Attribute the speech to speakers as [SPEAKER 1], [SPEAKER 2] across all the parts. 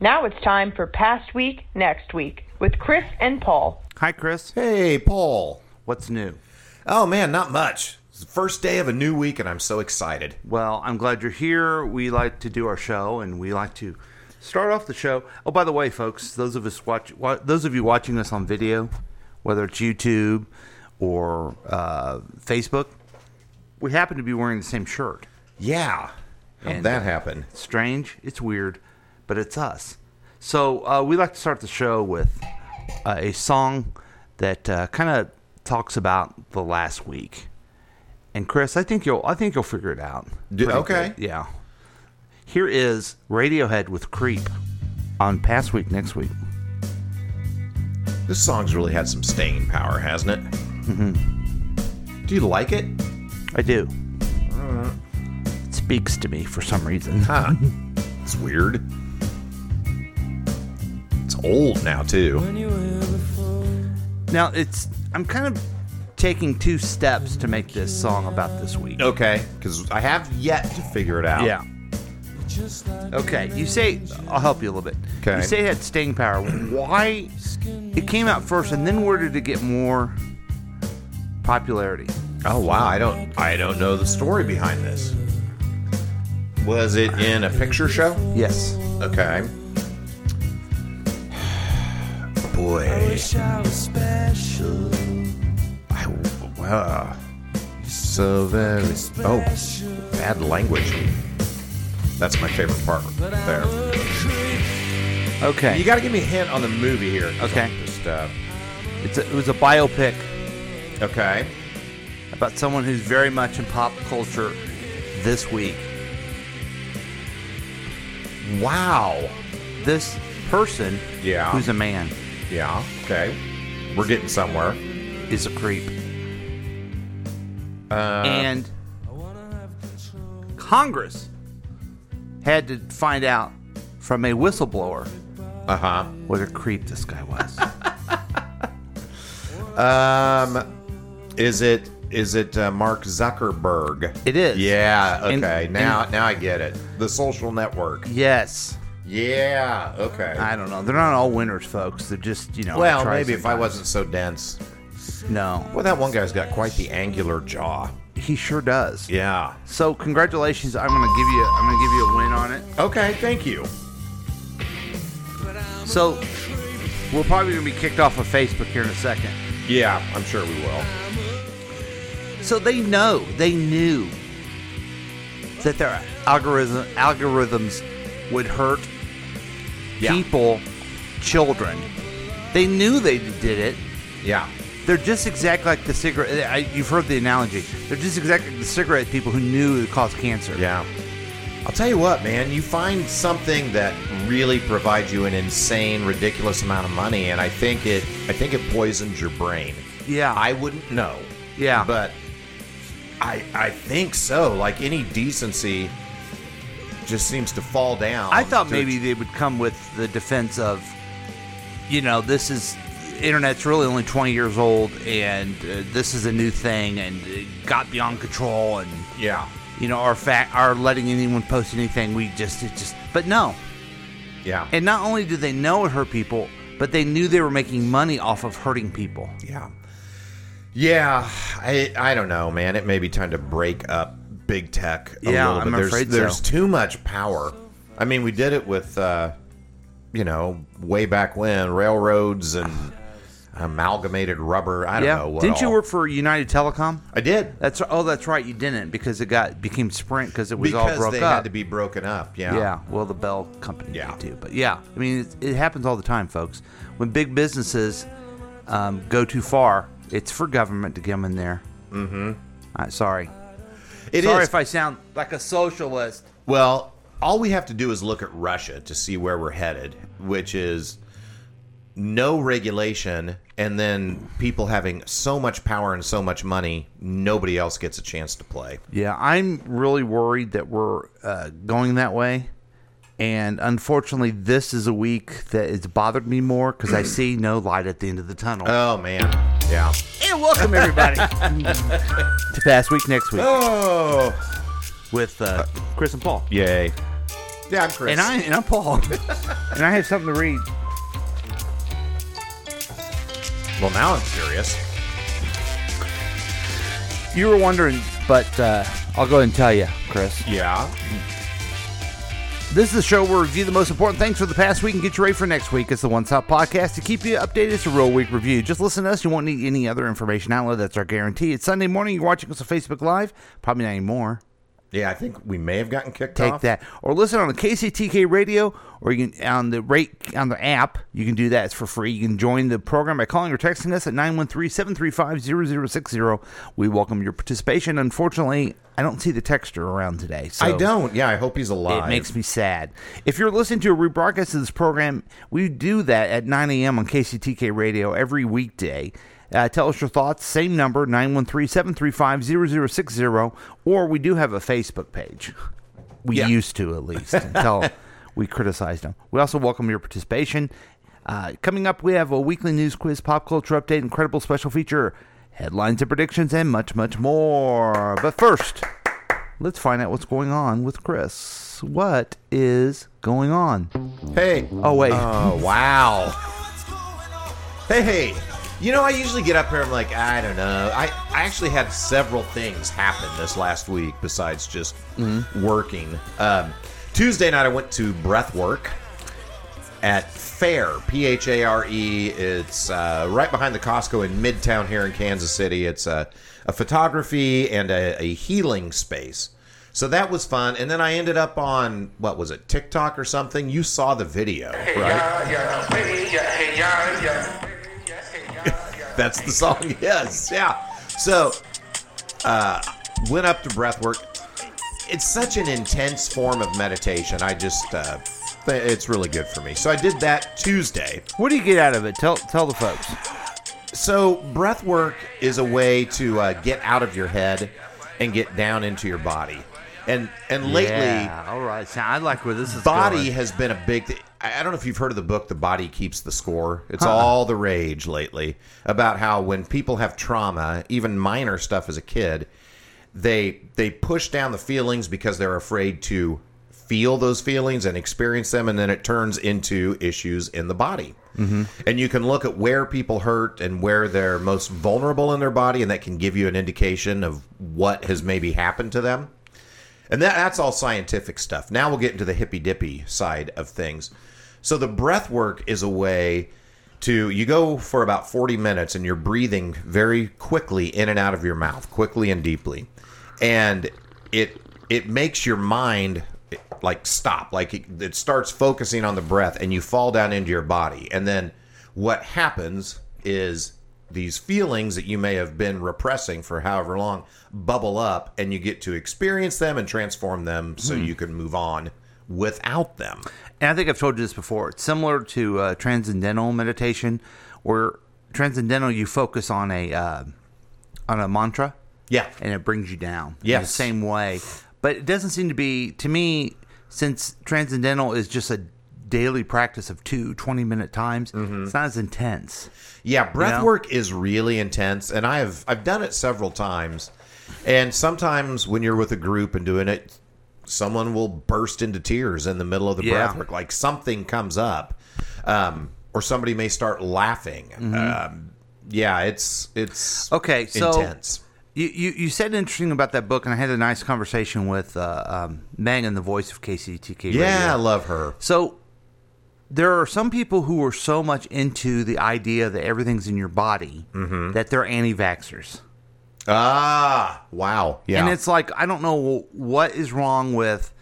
[SPEAKER 1] Now it's time for Past Week, Next Week with Chris and Paul.
[SPEAKER 2] Hi, Chris.
[SPEAKER 3] Hey, Paul.
[SPEAKER 2] What's new?
[SPEAKER 3] Oh, man, not much. It's the first day of a new week, and I'm so excited.
[SPEAKER 2] Well, I'm glad you're here. We like to do our show, and we like to start off the show. Oh, by the way, folks, those of us watch, wa- those of you watching us on video, whether it's YouTube or uh, Facebook, we happen to be wearing the same shirt.
[SPEAKER 3] Yeah. How'd
[SPEAKER 2] And-
[SPEAKER 3] that happen?
[SPEAKER 2] It's strange, it's weird, but it's us. So uh, we like to start the show with uh, a song that uh, kind of talks about the last week. And Chris, I think you'll I think you'll figure it out.
[SPEAKER 3] D-
[SPEAKER 2] pretty
[SPEAKER 3] okay.
[SPEAKER 2] good. Yeah. Here is Radiohead with Creep on past week next week.
[SPEAKER 3] This song's really had some staying power, hasn't it? Mm-hmm.
[SPEAKER 2] Mm-hmm.
[SPEAKER 3] Do you like it?
[SPEAKER 2] I do. It speaks to me for some reason.
[SPEAKER 3] Huh.
[SPEAKER 2] Mm-hmm.
[SPEAKER 3] it's weird. It's old now, too.
[SPEAKER 2] Now it's I'm kind of taking two steps to make this song about this week.
[SPEAKER 3] Okay. Because I have yet to figure it out.
[SPEAKER 2] Yeah. Okay, you say I'll help you a little bit.
[SPEAKER 3] Okay.
[SPEAKER 2] You say it had staying power. Why it came out first, and then where did it get more popularity?
[SPEAKER 3] Oh wow, I don't I don't know the story behind this. Was it in a picture show?
[SPEAKER 2] Yes.
[SPEAKER 3] Okay. Boy. I wow. So very. Oh, bad language. That's my favorite part there.
[SPEAKER 2] Okay.
[SPEAKER 3] You got to give me a hint on the movie here. 'cause
[SPEAKER 2] Okay.
[SPEAKER 3] I'm Just uh,
[SPEAKER 2] it's a, it was a biopic
[SPEAKER 3] okay.
[SPEAKER 2] about someone who's very much in pop culture this week.
[SPEAKER 3] Wow.
[SPEAKER 2] This person,
[SPEAKER 3] Yeah.
[SPEAKER 2] who's a man,
[SPEAKER 3] Yeah. Okay. We're getting somewhere.
[SPEAKER 2] is a creep,
[SPEAKER 3] Uh,
[SPEAKER 2] and Congress had to find out from a whistleblower
[SPEAKER 3] uh huh.
[SPEAKER 2] what a creep this guy was.
[SPEAKER 3] Um, is it is it uh, Mark Zuckerberg?
[SPEAKER 2] It is.
[SPEAKER 3] Yeah. Okay.
[SPEAKER 2] And-
[SPEAKER 3] now
[SPEAKER 2] and-
[SPEAKER 3] now I get it. The social network.
[SPEAKER 2] yes.
[SPEAKER 3] Yeah. Okay.
[SPEAKER 2] I don't know. They're not all winners, folks. They're just, you know.
[SPEAKER 3] well,
[SPEAKER 2] try
[SPEAKER 3] maybe if I
[SPEAKER 2] sometimes.
[SPEAKER 3] wasn't so dense.
[SPEAKER 2] No.
[SPEAKER 3] Well, that one guy's got quite the angular jaw.
[SPEAKER 2] He sure does.
[SPEAKER 3] Yeah.
[SPEAKER 2] So congratulations. I'm gonna give you I'm gonna give you a win on it.
[SPEAKER 3] Okay. Thank you.
[SPEAKER 2] So we're probably gonna be kicked off of Facebook here in a second.
[SPEAKER 3] Yeah, I'm sure we will.
[SPEAKER 2] So they know, they knew that their algorithm algorithms would hurt
[SPEAKER 3] Yeah.
[SPEAKER 2] people, children. They knew they did it.
[SPEAKER 3] Yeah.
[SPEAKER 2] They're just exactly like the cigarette. I, you've heard the analogy. They're just exactly like the cigarette people who knew it caused cancer.
[SPEAKER 3] Yeah. I'll tell you what, man. You find something that really provides you an insane, ridiculous amount of money, and I think it, I think it poisons your brain.
[SPEAKER 2] Yeah.
[SPEAKER 3] I wouldn't know.
[SPEAKER 2] Yeah.
[SPEAKER 3] but I, I think so. Like any decency, just seems to fall down.
[SPEAKER 2] I thought
[SPEAKER 3] to-
[SPEAKER 2] maybe they would come with the defense of, you know, this is internet's really only 20 years old, and uh, this is a new thing, and it got beyond control, and
[SPEAKER 3] Yeah.
[SPEAKER 2] you know, our fact, our letting anyone post anything, we just it just. But no,
[SPEAKER 3] Yeah.
[SPEAKER 2] and not only did they know it hurt people, but they knew they were making money off of hurting people.
[SPEAKER 3] Yeah. Yeah, I I don't know, man. It may be time to break up big tech. A
[SPEAKER 2] Yeah,
[SPEAKER 3] little bit.
[SPEAKER 2] I'm
[SPEAKER 3] there's,
[SPEAKER 2] afraid so.
[SPEAKER 3] there's too much power. I mean, we did it with, uh, you know, way back when railroads and amalgamated rubber. I don't know. What
[SPEAKER 2] didn't you
[SPEAKER 3] all.
[SPEAKER 2] work for United Telecom?
[SPEAKER 3] I did
[SPEAKER 2] That's oh, that's right. You didn't because it got became Sprint because it was all
[SPEAKER 3] because
[SPEAKER 2] broke
[SPEAKER 3] they
[SPEAKER 2] up.
[SPEAKER 3] had to be broken up. Yeah.
[SPEAKER 2] yeah, well, the Bell company
[SPEAKER 3] Yeah.
[SPEAKER 2] did too. But Oh. yeah, I mean, it, it happens all the time, folks. When big businesses um, go too far, it's for government to come in there. Mm-hmm. sorry,
[SPEAKER 3] It
[SPEAKER 2] sorry
[SPEAKER 3] is.
[SPEAKER 2] if I sound like a socialist.
[SPEAKER 3] Well, all we have to do is look at Russia to see where we're headed, which is no regulation and then people having so much power and so much money, nobody else gets a chance to play.
[SPEAKER 2] Yeah, I'm really worried that we're uh, going that way. And unfortunately, this is a week that it's bothered me more because I see no light at the end of the tunnel.
[SPEAKER 3] Oh man. Yeah.
[SPEAKER 2] and welcome everybody to Past Week Next Week
[SPEAKER 3] Oh.
[SPEAKER 2] with uh, Chris and Paul.
[SPEAKER 3] Yay. Yeah, I'm Chris.
[SPEAKER 2] And I and I'm Paul. and I have something to read.
[SPEAKER 3] well, now I'm curious.
[SPEAKER 2] You were wondering, but uh, I'll go ahead and tell you, Chris.
[SPEAKER 3] Yeah.
[SPEAKER 2] This is the show where we review the most important things for the past week and get you ready for next week. It's the One Stop Podcast to keep you updated. It's a real week review. Just listen to us. You won't need any other information outlet. That's our guarantee. It's Sunday morning. You're watching us on Facebook Live. Probably not anymore.
[SPEAKER 3] Yeah, I think we may have gotten kicked
[SPEAKER 2] Take
[SPEAKER 3] off.
[SPEAKER 2] that. Or listen on the KCTK radio or you can on the rate on the app. You can do that. It's for free. You can join the program by calling or texting us at 913-735-0060. We welcome your participation. Unfortunately, I don't see the texture around today. So
[SPEAKER 3] I don't. Yeah, I hope he's
[SPEAKER 2] it
[SPEAKER 3] alive.
[SPEAKER 2] makes me sad. If you're listening to a rebroadcast of this program, we do that at 9 a.m. on KCTK Radio every weekday. Uh, tell us your thoughts. Same number, 913 735 0060. Or we do have a Facebook page. We
[SPEAKER 3] Yeah.
[SPEAKER 2] used to, at least, until we criticized them. We also welcome your participation. Uh, coming up, we have a weekly news quiz, pop culture update, incredible special feature, headlines and predictions, and much, much more. But first, let's find out what's going on with Chris. What is going on?
[SPEAKER 3] hey.
[SPEAKER 2] Oh, wait.
[SPEAKER 3] Oh wow. Hey hey. You know, I usually get up here. I'm like, I don't know. I, I actually had several things happen this last week besides just working. Um, Tuesday night, I went to breath work at Fair, P H A R E. It's uh, right behind the Costco in Midtown here in Kansas City. It's a, a photography and a, a healing space. So that was fun. And then I ended up on, what was it, TikTok or something? You saw the video,
[SPEAKER 4] Hey,
[SPEAKER 3] right?
[SPEAKER 4] y'all, y'all, baby, y'all, hey, y'all, y'all, baby, y'all, hey, y'all, y'all.
[SPEAKER 3] That's the song. Yes, yeah. So, uh, went up to breathwork. It's such an intense form of meditation. I just, uh, th- it's really good for me. So I did that Tuesday.
[SPEAKER 2] What do you get out of it? Tell tell the folks.
[SPEAKER 3] So breathwork is a way to uh, get out of your head and get down into your body. And and lately,
[SPEAKER 2] Yeah, all right. So I like where this is
[SPEAKER 3] body
[SPEAKER 2] going.
[SPEAKER 3] has been a big thi- I I don't know if you've heard of the book The Body Keeps the Score. It's all the rage lately about how when people have trauma, even minor stuff as a kid, they they push down the feelings because they're afraid to feel those feelings and experience them and then it turns into issues in the body. And you can look at where people hurt and where they're most vulnerable in their body and that can give you an indication of what has maybe happened to them. And that, that's all scientific stuff. Now we'll get into the hippy dippy side of things. So the breath work is a way to you go for about 40 minutes and you're breathing very quickly in and out of your mouth, quickly and deeply. And it it makes your mind like stop, like it, it starts focusing on the breath and you fall down into your body. And then what happens is these feelings that you may have been repressing for however long bubble up and you get to experience them and transform them so you can move on without them.
[SPEAKER 2] and I think I've told you this before. It's similar to uh, transcendental meditation, where transcendental you focus on a uh, on a mantra,
[SPEAKER 3] Yeah.
[SPEAKER 2] and it brings you down. in the
[SPEAKER 3] Yes.
[SPEAKER 2] same way, but it doesn't seem to be to me since transcendental is just a daily practice of two 20 minute times it's not as intense
[SPEAKER 3] Yeah, breath
[SPEAKER 2] know?
[SPEAKER 3] work is really intense, and I have I've done it several times. And sometimes when you're with a group and doing it, someone will burst into tears in the middle of the
[SPEAKER 2] Yeah.
[SPEAKER 3] breath work. Like something comes up, um, or somebody may start laughing. Um, yeah, it's it's
[SPEAKER 2] Mm-hmm. Okay, so
[SPEAKER 3] intense.
[SPEAKER 2] You, you you said interesting about that book, and I had a nice conversation with uh, um, Megan, the voice of KCTK. Radio.
[SPEAKER 3] Yeah, I love her.
[SPEAKER 2] So there are some people who are so much into the idea that everything's in your body
[SPEAKER 3] Mm-hmm.
[SPEAKER 2] that they're anti-vaxxers,
[SPEAKER 3] Ah, wow. Yeah,
[SPEAKER 2] and it's like I don't know what is wrong with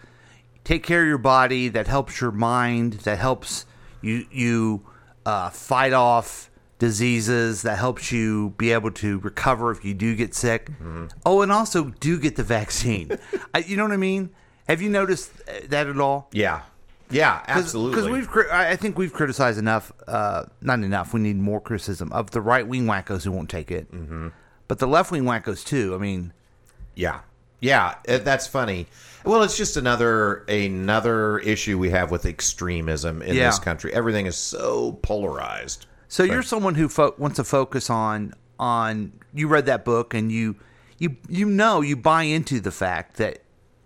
[SPEAKER 2] take care of your body that helps your mind that helps you you uh, fight off diseases that helps you be able to recover if you do get sick
[SPEAKER 3] Mm-hmm.
[SPEAKER 2] oh and also do get the vaccine I, you know what i mean have you noticed uh, that at all
[SPEAKER 3] yeah, yeah, absolutely.
[SPEAKER 2] because we've cri- i I think we've criticized enough uh, not enough we need more criticism of the right wing wackos who won't take it mm-hmm. but the left wing wackos too i mean
[SPEAKER 3] Yeah. Yeah, eh, that's funny. Well, it's just another another issue we have with extremism in
[SPEAKER 2] Yeah.
[SPEAKER 3] this country. Everything is so polarized.
[SPEAKER 2] So you're someone who fo- wants to focus on on you read that book and you you you know you buy into the fact that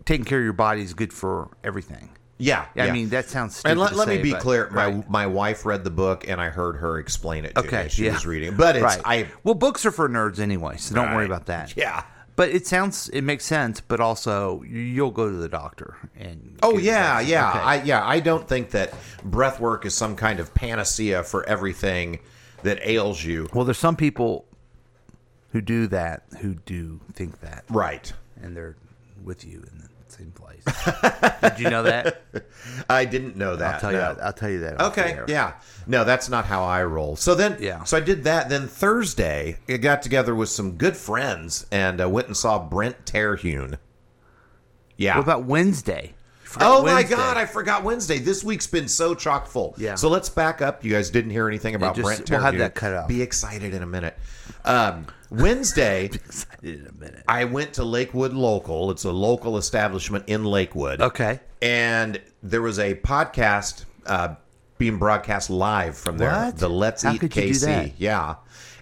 [SPEAKER 2] taking care of your body is good for everything.
[SPEAKER 3] Yeah,
[SPEAKER 2] I
[SPEAKER 3] yeah.
[SPEAKER 2] mean, that sounds stupid
[SPEAKER 3] And let,
[SPEAKER 2] to
[SPEAKER 3] let me
[SPEAKER 2] say,
[SPEAKER 3] be
[SPEAKER 2] but-
[SPEAKER 3] clear. My
[SPEAKER 2] right.
[SPEAKER 3] my wife read the book, and I heard her explain it to
[SPEAKER 2] Okay,
[SPEAKER 3] me. She
[SPEAKER 2] yeah.
[SPEAKER 3] was reading, but it's
[SPEAKER 2] right.
[SPEAKER 3] I.
[SPEAKER 2] well, books are for nerds anyway, so don't worry
[SPEAKER 3] Right.
[SPEAKER 2] about that.
[SPEAKER 3] Yeah.
[SPEAKER 2] But it sounds it makes sense, but also you'll go to the doctor and
[SPEAKER 3] Oh
[SPEAKER 2] get
[SPEAKER 3] yeah,
[SPEAKER 2] vaccine.
[SPEAKER 3] yeah.
[SPEAKER 2] Okay.
[SPEAKER 3] I yeah. I don't think that breath work is some kind of panacea for everything that ails you.
[SPEAKER 2] well, there's some people who do that who do think that,
[SPEAKER 3] Right.
[SPEAKER 2] and they're with you in the same place. Did you know that?
[SPEAKER 3] I didn't know that.
[SPEAKER 2] I'll tell
[SPEAKER 3] no.
[SPEAKER 2] you. I'll tell you that. off the
[SPEAKER 3] Okay.
[SPEAKER 2] air.
[SPEAKER 3] Yeah. No, that's not how I roll. So then,
[SPEAKER 2] Yeah.
[SPEAKER 3] So I did that. Then Thursday, I got together with some good friends and uh, went and saw Brent Terhune. Yeah.
[SPEAKER 2] What about Wednesday? You forgot
[SPEAKER 3] oh my
[SPEAKER 2] Wednesday.
[SPEAKER 3] God, I forgot Wednesday. This week's been so chock full.
[SPEAKER 2] Yeah.
[SPEAKER 3] So let's back up. You guys didn't hear anything about
[SPEAKER 2] just-
[SPEAKER 3] Brent Terhune.
[SPEAKER 2] we'll have that cut out.
[SPEAKER 3] Be excited in a minute. Um, Wednesday,
[SPEAKER 2] excited in a minute.
[SPEAKER 3] I went to Lakewood Local. It's a local establishment in Lakewood
[SPEAKER 2] Okay.
[SPEAKER 3] and there was a podcast uh, being broadcast live from there.
[SPEAKER 2] What?
[SPEAKER 3] The Let's
[SPEAKER 2] How
[SPEAKER 3] Eat
[SPEAKER 2] could you do
[SPEAKER 3] KC,
[SPEAKER 2] that?
[SPEAKER 3] yeah.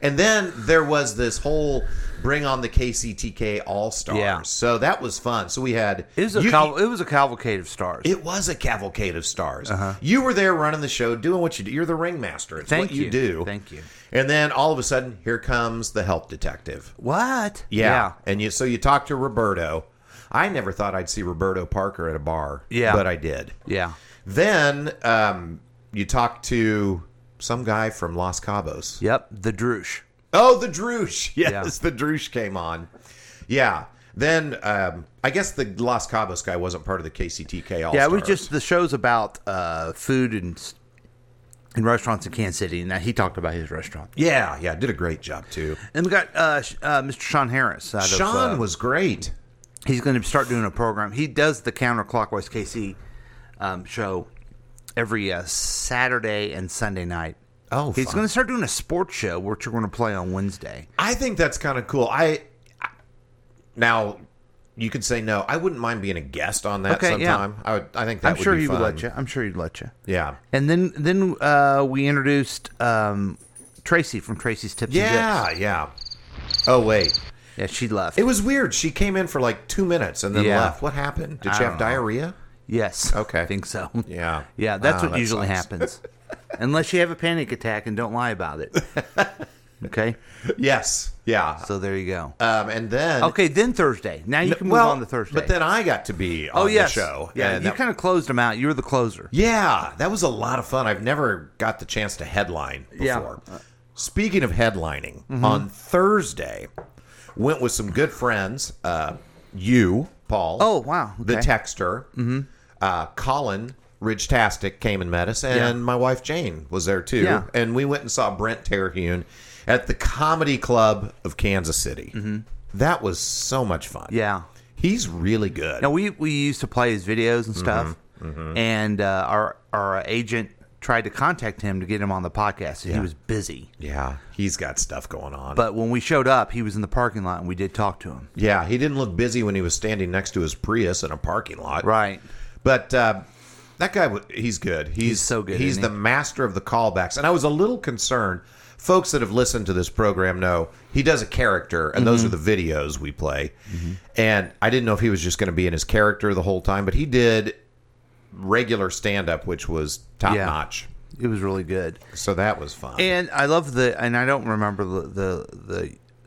[SPEAKER 3] And then there was this whole bring on the KCTK All Stars.
[SPEAKER 2] Yeah.
[SPEAKER 3] So that was fun. So we had
[SPEAKER 2] It was a
[SPEAKER 3] you-
[SPEAKER 2] cal- it was a cavalcade of stars.
[SPEAKER 3] it was a cavalcade of stars. You were there running the show, doing what you do. You're the ringmaster. It's
[SPEAKER 2] Uh-huh. Thank
[SPEAKER 3] what you,
[SPEAKER 2] you.
[SPEAKER 3] do.
[SPEAKER 2] Thank you.
[SPEAKER 3] And then all of a sudden, here comes the help detective.
[SPEAKER 2] what?
[SPEAKER 3] Yeah. And you so you talk to Roberto. I never thought I'd see Roberto Parker at a bar.
[SPEAKER 2] Yeah.
[SPEAKER 3] But I did.
[SPEAKER 2] Yeah.
[SPEAKER 3] Then um, you talk to some guy from Los Cabos.
[SPEAKER 2] Yep. The Droosh.
[SPEAKER 3] Oh, the Droosh. Yes,
[SPEAKER 2] Yeah.
[SPEAKER 3] the Droosh came on. Yeah. Then um, I guess the Los Cabos guy wasn't part of the KCTK All
[SPEAKER 2] Yeah, it was just the show's about uh, food and s- and restaurants in Kansas City. Now he talked about his restaurant,
[SPEAKER 3] yeah, yeah. Did a great job too.
[SPEAKER 2] and we got uh, Sh- uh, Mr. Sean Harris. Out
[SPEAKER 3] Sean
[SPEAKER 2] of, uh,
[SPEAKER 3] was great.
[SPEAKER 2] he's going to start doing a program. He does the counterclockwise KC um, show every uh, Saturday and Sunday night.
[SPEAKER 3] Oh,
[SPEAKER 2] he's
[SPEAKER 3] fun.
[SPEAKER 2] going to start doing a sports show, which we're going to play on Wednesday.
[SPEAKER 3] I think that's kind of cool. I, I- now you could say no. I wouldn't mind being a guest on that
[SPEAKER 2] Okay, yeah.
[SPEAKER 3] sometime. I would. I think that
[SPEAKER 2] I'm
[SPEAKER 3] would
[SPEAKER 2] sure
[SPEAKER 3] be
[SPEAKER 2] he would
[SPEAKER 3] fun.
[SPEAKER 2] let you. I'm sure he'd let you.
[SPEAKER 3] Yeah.
[SPEAKER 2] And then then uh, we introduced um, Tracy from Tracy's Tips.
[SPEAKER 3] Yeah,
[SPEAKER 2] and
[SPEAKER 3] yeah. Oh wait.
[SPEAKER 2] Dips. yeah, she left.
[SPEAKER 3] It was weird. She came in for like two minutes and then
[SPEAKER 2] Yeah.
[SPEAKER 3] left. What happened? Did she
[SPEAKER 2] I
[SPEAKER 3] have
[SPEAKER 2] don't know.
[SPEAKER 3] diarrhea?
[SPEAKER 2] Yes.
[SPEAKER 3] Okay.
[SPEAKER 2] I think so.
[SPEAKER 3] Yeah.
[SPEAKER 2] Yeah, that's
[SPEAKER 3] Oh,
[SPEAKER 2] what
[SPEAKER 3] that
[SPEAKER 2] usually
[SPEAKER 3] sucks.
[SPEAKER 2] happens. Unless you have a panic attack and don't lie about it. Okay?
[SPEAKER 3] Yes. Yeah.
[SPEAKER 2] So there you go.
[SPEAKER 3] um, and then
[SPEAKER 2] okay, then Thursday. Now you can move
[SPEAKER 3] well,
[SPEAKER 2] on to Thursday.
[SPEAKER 3] But then I got to be on
[SPEAKER 2] oh, yes.
[SPEAKER 3] the show.
[SPEAKER 2] Yeah,
[SPEAKER 3] and
[SPEAKER 2] you
[SPEAKER 3] that,
[SPEAKER 2] kind of closed them out. You were the closer.
[SPEAKER 3] yeah, that was a lot of fun. I've never got the chance to headline
[SPEAKER 2] Yeah. Mm-hmm.
[SPEAKER 3] before. Speaking of headlining, on Thursday, went with some good friends. Uh, you, Paul.
[SPEAKER 2] Oh, wow.
[SPEAKER 3] The
[SPEAKER 2] Okay.
[SPEAKER 3] texter. Mm-hmm. Uh, Colin Ridge Tastic came and met us, and
[SPEAKER 2] Yeah.
[SPEAKER 3] my wife Jane was there too.
[SPEAKER 2] Yeah.
[SPEAKER 3] And we went and saw Brent Terhune at the Comedy Club of Kansas City. Mm-hmm. That was so much fun.
[SPEAKER 2] Yeah.
[SPEAKER 3] He's really good.
[SPEAKER 2] Now we we used to play his videos and stuff,
[SPEAKER 3] Mm-hmm,
[SPEAKER 2] and uh, our our agent tried to contact him to get him on the podcast. He was busy,
[SPEAKER 3] yeah, he's got stuff going on.
[SPEAKER 2] but when we showed up, he was in the parking lot, and we did talk to him.
[SPEAKER 3] yeah, he didn't look busy when he was standing next to his Prius in a parking lot.
[SPEAKER 2] Right.
[SPEAKER 3] But uh, that guy, w- he's good. He's,
[SPEAKER 2] so good,
[SPEAKER 3] He's
[SPEAKER 2] isn't
[SPEAKER 3] the
[SPEAKER 2] he?
[SPEAKER 3] master of the callbacks. And I was a little concerned. Folks that have listened to this program know he does a character, and those are
[SPEAKER 2] Mm-hmm.
[SPEAKER 3] the videos we play. And I didn't know if he was just going to be in his character the whole time, but he did regular stand up, which was top
[SPEAKER 2] Yeah.
[SPEAKER 3] notch.
[SPEAKER 2] It was really good.
[SPEAKER 3] So that was fun.
[SPEAKER 2] And I love the, and I don't remember the the,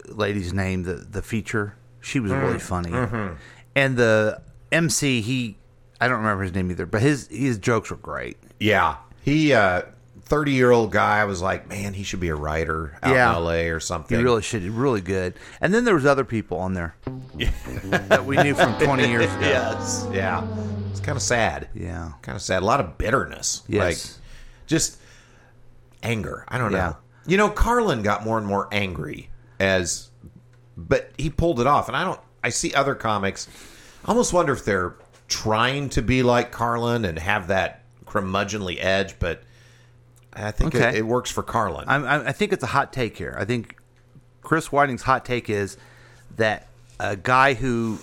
[SPEAKER 2] the lady's name, the the feature. She was
[SPEAKER 3] Mm-hmm.
[SPEAKER 2] really funny, and the MC he, I don't remember his name either, but his his jokes were great.
[SPEAKER 3] yeah, he. uh 30 year old guy I was like, man, he should be a writer out
[SPEAKER 2] Yeah.
[SPEAKER 3] in LA or something.
[SPEAKER 2] He really should, really good. And then there was other people on there that we knew from twenty years ago.
[SPEAKER 3] yes. Yeah. It's kind of sad.
[SPEAKER 2] Yeah.
[SPEAKER 3] kind of sad. A lot of bitterness.
[SPEAKER 2] Yes.
[SPEAKER 3] Like just anger. I don't know.
[SPEAKER 2] Yeah.
[SPEAKER 3] You know, Carlin got more and more angry as but he pulled it off. And I don't I see other comics. I almost wonder if they're trying to be like Carlin and have that curmudgeonly edge, but I think it,
[SPEAKER 2] Okay.
[SPEAKER 3] it works for Carlin.
[SPEAKER 2] I'm, I'm, I think it's a hot take here. I think Chris Whiting's hot take is that a guy who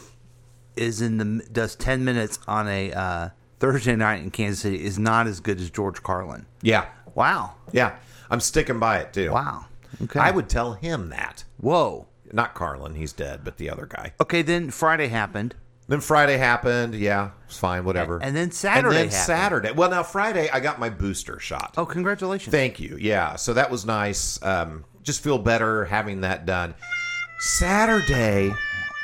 [SPEAKER 2] is in the does ten minutes on a uh, Thursday night in Kansas City is not as good as George Carlin.
[SPEAKER 3] yeah.
[SPEAKER 2] Wow.
[SPEAKER 3] Yeah. I'm sticking by it too.
[SPEAKER 2] Wow. Okay.
[SPEAKER 3] I would tell him that.
[SPEAKER 2] Whoa.
[SPEAKER 3] Not Carlin, he's dead, but the other guy.
[SPEAKER 2] Okay. Then Friday happened.
[SPEAKER 3] Then Friday happened. Yeah, it's fine. Whatever.
[SPEAKER 2] And then Saturday
[SPEAKER 3] And then
[SPEAKER 2] happened.
[SPEAKER 3] Saturday. Well, now Friday I got my booster shot.
[SPEAKER 2] Oh, congratulations.
[SPEAKER 3] Thank you. Yeah. So that was nice. Um, just feel better having that done. Saturday,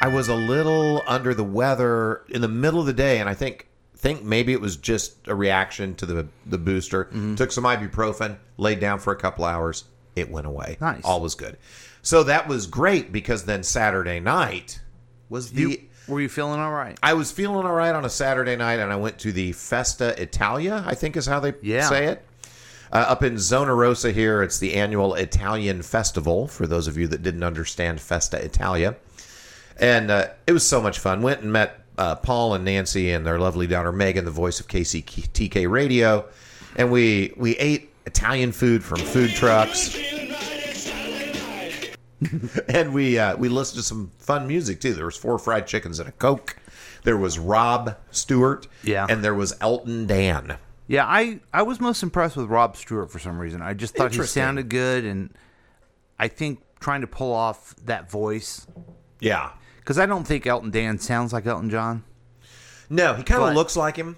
[SPEAKER 3] I was a little under the weather in the middle of the day, and I think think maybe it was just a reaction to the the booster.
[SPEAKER 2] Mm-hmm.
[SPEAKER 3] Took some ibuprofen, laid down for a couple hours. It went away.
[SPEAKER 2] Nice.
[SPEAKER 3] All was good. So that was great because then Saturday night was the.
[SPEAKER 2] You, were you feeling all right?
[SPEAKER 3] I was feeling all right on a Saturday night, and I went to the Festa Italia. I think is how they
[SPEAKER 2] Yeah.
[SPEAKER 3] say it. Uh, up in Zona Rosa here, it's the annual Italian festival. For those of you that didn't understand Festa Italia, and uh, it was so much fun. Went and met uh, Paul and Nancy and their lovely daughter Megan, the voice of KCTK Radio, and we we ate Italian food from food trucks and we uh, we listened to some fun music too. There was four fried chickens and a coke. There was Rob Stewart,
[SPEAKER 2] Yeah.
[SPEAKER 3] and there was Elton Dan.
[SPEAKER 2] Yeah, I, I was most impressed with Rob Stewart for some reason. I just thought he
[SPEAKER 3] Interesting.
[SPEAKER 2] sounded good, and I think trying to pull off that voice
[SPEAKER 3] Yeah,
[SPEAKER 2] because I don't think Elton Dan sounds like Elton John,
[SPEAKER 3] no, he kind
[SPEAKER 2] But-
[SPEAKER 3] of looks like him,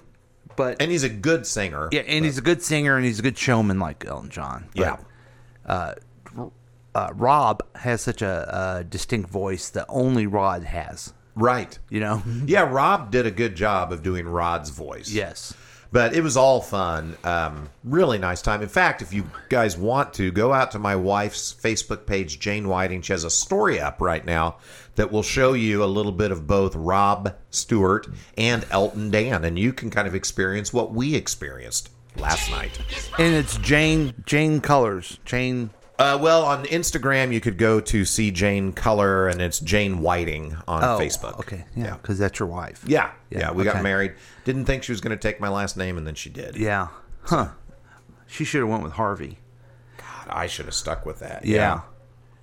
[SPEAKER 2] but
[SPEAKER 3] and he's a good singer.
[SPEAKER 2] yeah, and he's a good singer and he's a good showman like Elton John. But,
[SPEAKER 3] yeah,
[SPEAKER 2] uh, Rob has such a, uh distinct voice that only Rod has.
[SPEAKER 3] right.
[SPEAKER 2] You know.
[SPEAKER 3] Yeah, Rob did a good job of doing Rod's voice.
[SPEAKER 2] yes.
[SPEAKER 3] but it was all fun. Um, really nice time. In fact, if you guys want to, go out to my wife's Facebook page, Jane Whiting. She has a story up right now that will show you a little bit of both Rob Stewart and Elton Dan, and you can kind of experience what we experienced last night.
[SPEAKER 2] And it's Jane Jane Colors Jane.
[SPEAKER 3] Uh, well, on Instagram, you could go to see Jane Color, and it's Jane Whiting on
[SPEAKER 2] Oh,
[SPEAKER 3] Facebook.
[SPEAKER 2] Okay. Yeah. Because that's your wife.
[SPEAKER 3] Yeah, yeah,
[SPEAKER 2] Yeah,
[SPEAKER 3] we
[SPEAKER 2] okay.
[SPEAKER 3] got married. Didn't think she was going to take my last name, and then she did.
[SPEAKER 2] Yeah. Huh. She should have went with Harvey.
[SPEAKER 3] I should have stuck with that.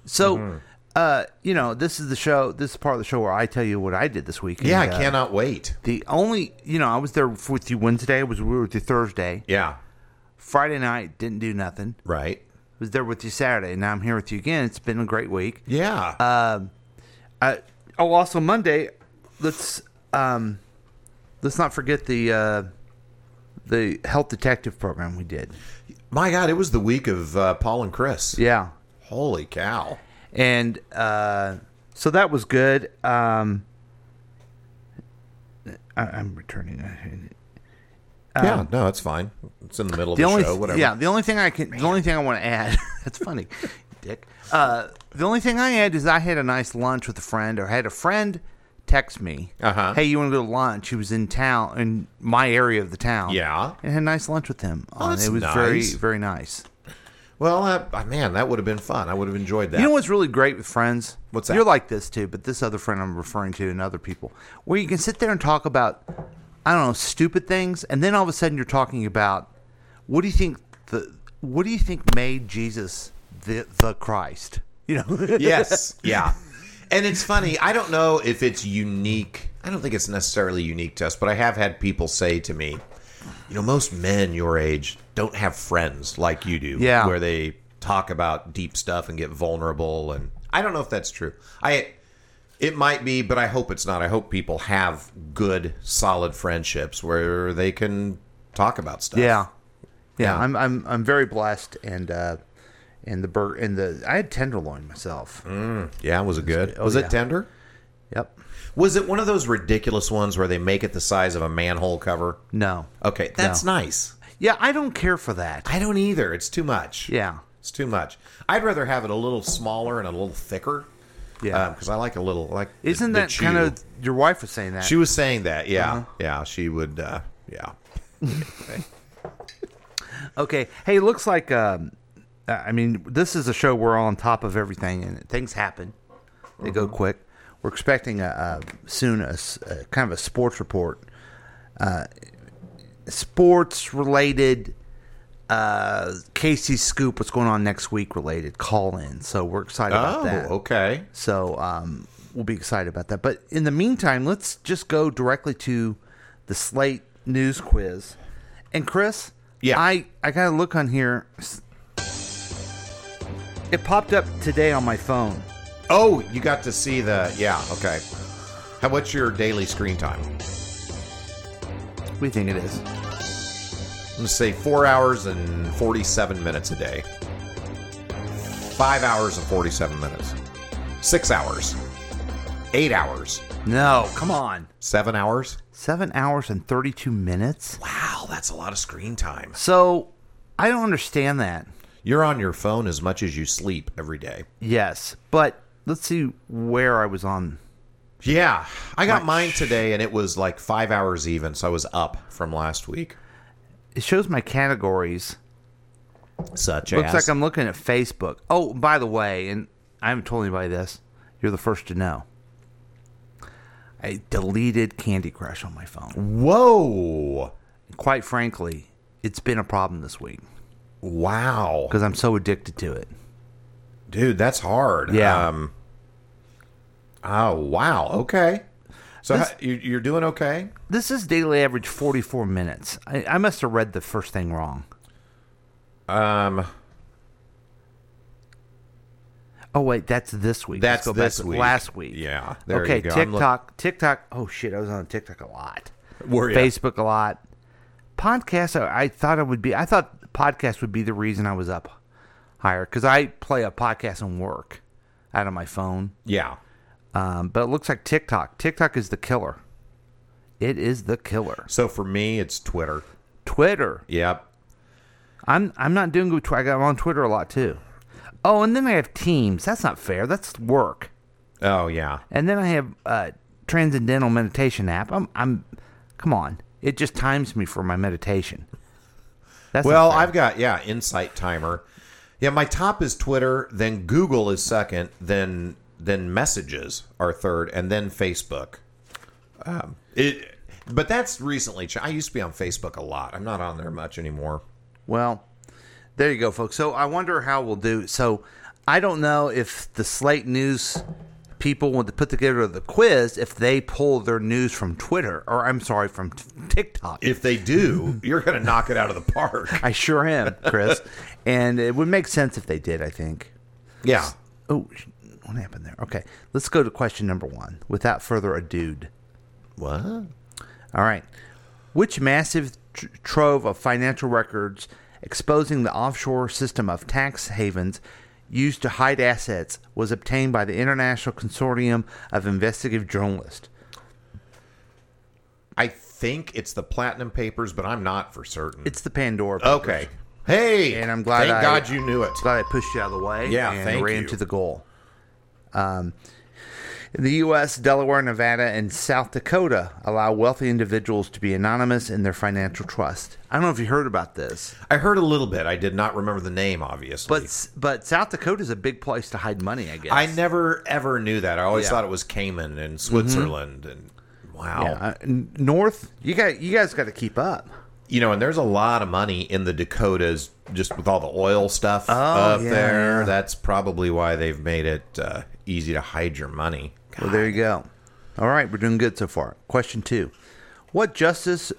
[SPEAKER 2] So,
[SPEAKER 3] Mm-hmm.
[SPEAKER 2] uh, you know, this is the show. This is part of the show where I tell you what I did this week.
[SPEAKER 3] Yeah, I
[SPEAKER 2] And, uh,
[SPEAKER 3] cannot wait.
[SPEAKER 2] The only, you know, I was there with you Wednesday. I was we were with you Thursday.
[SPEAKER 3] Yeah.
[SPEAKER 2] Friday night didn't do nothing.
[SPEAKER 3] Right.
[SPEAKER 2] Was there with you Saturday. Now I'm here with you again. It's been a great week.
[SPEAKER 3] Yeah.
[SPEAKER 2] Uh, oh, also Monday. Let's um, let's not forget the uh, the health detective program we did.
[SPEAKER 3] My God, it was the week of uh, Paul and Chris.
[SPEAKER 2] Yeah,
[SPEAKER 3] Holy cow.
[SPEAKER 2] and uh, so that was good. Um, I, I'm returning.
[SPEAKER 3] yeah. No, it's fine. It's in the middle of
[SPEAKER 2] Uh, The
[SPEAKER 3] the,
[SPEAKER 2] only
[SPEAKER 3] show. Whatever.
[SPEAKER 2] yeah, the only thing I can the only thing I want to add. that's funny, Dick. Uh, the only thing I add is I had a nice lunch with a friend, or had a friend text me,
[SPEAKER 3] Uh-huh.
[SPEAKER 2] "Hey, you want to go to lunch?" He was in town, in my area of the town.
[SPEAKER 3] Yeah.
[SPEAKER 2] and had a nice lunch with him.
[SPEAKER 3] Oh,
[SPEAKER 2] Uh,
[SPEAKER 3] that's
[SPEAKER 2] it was very
[SPEAKER 3] nice.
[SPEAKER 2] very nice.
[SPEAKER 3] Well, uh, uh, man, that would have been fun. I would have enjoyed that.
[SPEAKER 2] You know what's really great with friends?
[SPEAKER 3] What's that?
[SPEAKER 2] You're like this too, but this other friend I'm referring to and other people, where you can sit there and talk about, I don't know, stupid things, and then all of a sudden you're talking about, what do you think the, what do you think made Jesus the the Christ? You know?
[SPEAKER 3] yes. Yeah. And it's funny. I don't know if it's unique. I don't think it's necessarily unique to us, but I have had people say to me, you know, most men your age don't have friends like you do.
[SPEAKER 2] Yeah.
[SPEAKER 3] Where they talk about deep stuff and get vulnerable. And I don't know if that's true. I. It might be, but I hope it's not. I hope people have good, solid friendships where they can talk about stuff.
[SPEAKER 2] yeah, yeah.
[SPEAKER 3] Yeah.
[SPEAKER 2] I'm I'm I'm very blessed, and uh, and the bur- and the I had tenderloin myself.
[SPEAKER 3] Mm. Yeah, was it good? was
[SPEAKER 2] Oh, yeah.
[SPEAKER 3] it tender?
[SPEAKER 2] Yep.
[SPEAKER 3] Was it one of those ridiculous ones where they make it the size of a manhole cover?
[SPEAKER 2] No.
[SPEAKER 3] Okay, that's nice.
[SPEAKER 2] Yeah, I don't care for that.
[SPEAKER 3] I don't either. It's too much.
[SPEAKER 2] Yeah.
[SPEAKER 3] It's too much. I'd rather have it a little smaller and a little thicker.
[SPEAKER 2] Yeah.
[SPEAKER 3] Because Uh, I like a little like. the-
[SPEAKER 2] Isn't
[SPEAKER 3] the
[SPEAKER 2] that Uh-huh. kind
[SPEAKER 3] chew.
[SPEAKER 2] of your wife was saying that?
[SPEAKER 3] She was saying that. Yeah. Yeah. She would. Uh, yeah.
[SPEAKER 2] Okay. Hey, looks like um, I I mean, this is a show we're on top of everything, and things happen. They go quick. We're expecting a, a soon a, s- a kind of a sports report, uh, sports related. Uh, Casey Scoop, what's going on next week related call in. So we're excited about
[SPEAKER 3] Oh,
[SPEAKER 2] that.
[SPEAKER 3] okay.
[SPEAKER 2] So um, we'll be excited about that. But in the meantime, let's just go directly to the Slate News Quiz. And Chris,
[SPEAKER 3] Yeah.
[SPEAKER 2] I I gotta look on here. It popped up today on my phone.
[SPEAKER 3] Oh, you got to see the. Yeah. Okay. How what's your daily screen time?
[SPEAKER 2] We think it is.
[SPEAKER 3] I'm gonna say four hours and forty-seven minutes a day. Five hours and forty-seven minutes. Six hours. Eight hours.
[SPEAKER 2] No, come on.
[SPEAKER 3] Seven hours.
[SPEAKER 2] Seven hours and 32 minutes?
[SPEAKER 3] Wow, that's a lot of screen time.
[SPEAKER 2] So, I don't understand that.
[SPEAKER 3] You're on your phone as much as you sleep every day.
[SPEAKER 2] Yes, but let's see where I was on.
[SPEAKER 3] Yeah, I got mine today, and it was like five hours even, so I was up from last week.
[SPEAKER 2] It shows my categories.
[SPEAKER 3] Such
[SPEAKER 2] Looks like I'm looking at Facebook. Oh, by the way, and I haven't told anybody this. You're the first to know. I deleted Candy Crush on my phone.
[SPEAKER 3] Whoa!
[SPEAKER 2] Quite frankly, it's been a problem this week
[SPEAKER 3] Wow,
[SPEAKER 2] because I'm so addicted to it.
[SPEAKER 3] dude, that's hard.
[SPEAKER 2] Yeah.
[SPEAKER 3] Um, oh wow. Okay. So
[SPEAKER 2] This-
[SPEAKER 3] how, you, you're doing okay?
[SPEAKER 2] This is daily average 44 minutes. I, I must have read the first thing wrong.
[SPEAKER 3] Um,
[SPEAKER 2] Oh wait, that's this week.
[SPEAKER 3] That's
[SPEAKER 2] Let's go back
[SPEAKER 3] this
[SPEAKER 2] to
[SPEAKER 3] week.
[SPEAKER 2] Last week.
[SPEAKER 3] Yeah, there
[SPEAKER 2] okay.
[SPEAKER 3] you go. I'm look-
[SPEAKER 2] TikTok. TikTok. Oh shit, I was on TikTok a lot.
[SPEAKER 3] Were ya?
[SPEAKER 2] Facebook a lot. Podcast. I, I thought I would be. I thought podcast would be the reason I was up higher because I play a podcast and work out of my phone.
[SPEAKER 3] yeah.
[SPEAKER 2] Um, but it looks like TikTok. TikTok is the killer. It is the killer.
[SPEAKER 3] So for me, it's Twitter.
[SPEAKER 2] Twitter.
[SPEAKER 3] Yep.
[SPEAKER 2] I'm I'm not doing good. Tw- I got I'm on Twitter a lot too. Oh, and then I have Teams. That's not fair. That's work.
[SPEAKER 3] Oh yeah.
[SPEAKER 2] And then I have uh, transcendental meditation app. I'm, I'm, come on, it just times me for my meditation. That's not
[SPEAKER 3] Well,
[SPEAKER 2] fair.
[SPEAKER 3] I've got yeah, Insight Timer. Yeah, my top is Twitter, then Google is second, then then messages are third, and then Facebook. Um, it, but that's recently. ch- I used to be on Facebook a lot. I'm not on there much anymore.
[SPEAKER 2] well, there you go, folks. So I wonder how we'll do. So I don't know if the Slate News people want to put together the quiz if they pull their news from Twitter or I'm sorry from t- TikTok.
[SPEAKER 3] If they do, you're gonna knock it out of the park.
[SPEAKER 2] I sure am, Chris, and it would make sense if they did. I think.
[SPEAKER 3] Yeah.
[SPEAKER 2] Oh, sh- what happened there? Okay, let's go to question number one. Without further ado.
[SPEAKER 3] What?
[SPEAKER 2] All right. Which massive tr- trove of financial records exposing the offshore system of tax havens used to hide assets was obtained by the International Consortium of Investigative Journalists?
[SPEAKER 3] I think it's the Platinum Papers, but I'm not for certain.
[SPEAKER 2] It's the Pandora. Papers.
[SPEAKER 3] okay. Hey,
[SPEAKER 2] And I'm glad
[SPEAKER 3] Thank
[SPEAKER 2] I-
[SPEAKER 3] God you knew it.
[SPEAKER 2] Glad I pushed you out of the way.
[SPEAKER 3] Yeah,
[SPEAKER 2] and
[SPEAKER 3] thank
[SPEAKER 2] ran
[SPEAKER 3] you.
[SPEAKER 2] to the goal. Um, in the U.S., Delaware, Nevada, and South Dakota allow wealthy individuals to be anonymous in their financial trust. I don't know if you heard about this,
[SPEAKER 3] I heard a little bit. I did not remember the name, obviously.
[SPEAKER 2] but but South Dakota is a big place to hide money. I guess
[SPEAKER 3] I never ever knew that. I always
[SPEAKER 2] Yeah. Mm-hmm.
[SPEAKER 3] thought it was Cayman and Switzerland and wow.
[SPEAKER 2] Yeah, uh, n- north, you got you guys got to keep up.
[SPEAKER 3] You know, and there's a lot of money in the Dakotas just with all the oil stuff up
[SPEAKER 2] Oh, yeah,
[SPEAKER 3] there.
[SPEAKER 2] yeah.
[SPEAKER 3] That's probably why they've made it uh, easy to hide your money.
[SPEAKER 2] Well, there you go. All right, we're doing good so far. Question two: What justice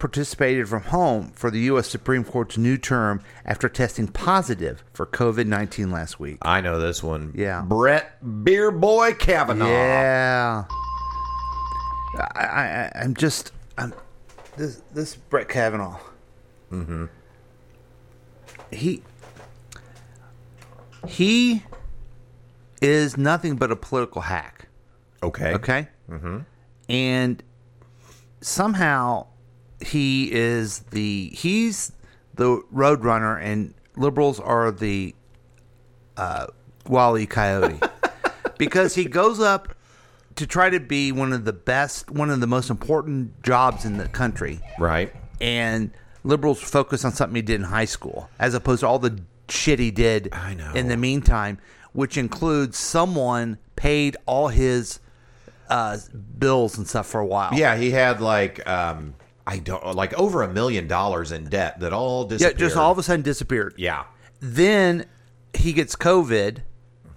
[SPEAKER 2] participated from home for the U.S. Supreme Court's new term after testing positive for COVID nineteen last week?
[SPEAKER 3] I know this one.
[SPEAKER 2] Yeah.
[SPEAKER 3] Brett Beer Boy Kavanaugh.
[SPEAKER 2] Yeah, I, I, I- I'm just, I'm this this Brett Kavanaugh. Mm-hmm. He he is nothing but a political hack.
[SPEAKER 3] Okay.
[SPEAKER 2] Okay. Mm-hmm. And somehow he is the he's the roadrunner, and liberals are the uh, Wally Coyote because he goes up to try to be one of the best, one of the most important jobs in the country,
[SPEAKER 3] Right.
[SPEAKER 2] and liberals focus on something he did in high school as opposed to all the shit he did
[SPEAKER 3] I know.
[SPEAKER 2] in the meantime which includes someone paid all his uh, bills and stuff for a while
[SPEAKER 3] Yeah, he had like um I don't like over a million dollars in debt that all
[SPEAKER 2] yeah
[SPEAKER 3] disappeared.
[SPEAKER 2] just all of a sudden disappeared
[SPEAKER 3] Yeah.
[SPEAKER 2] then he gets covid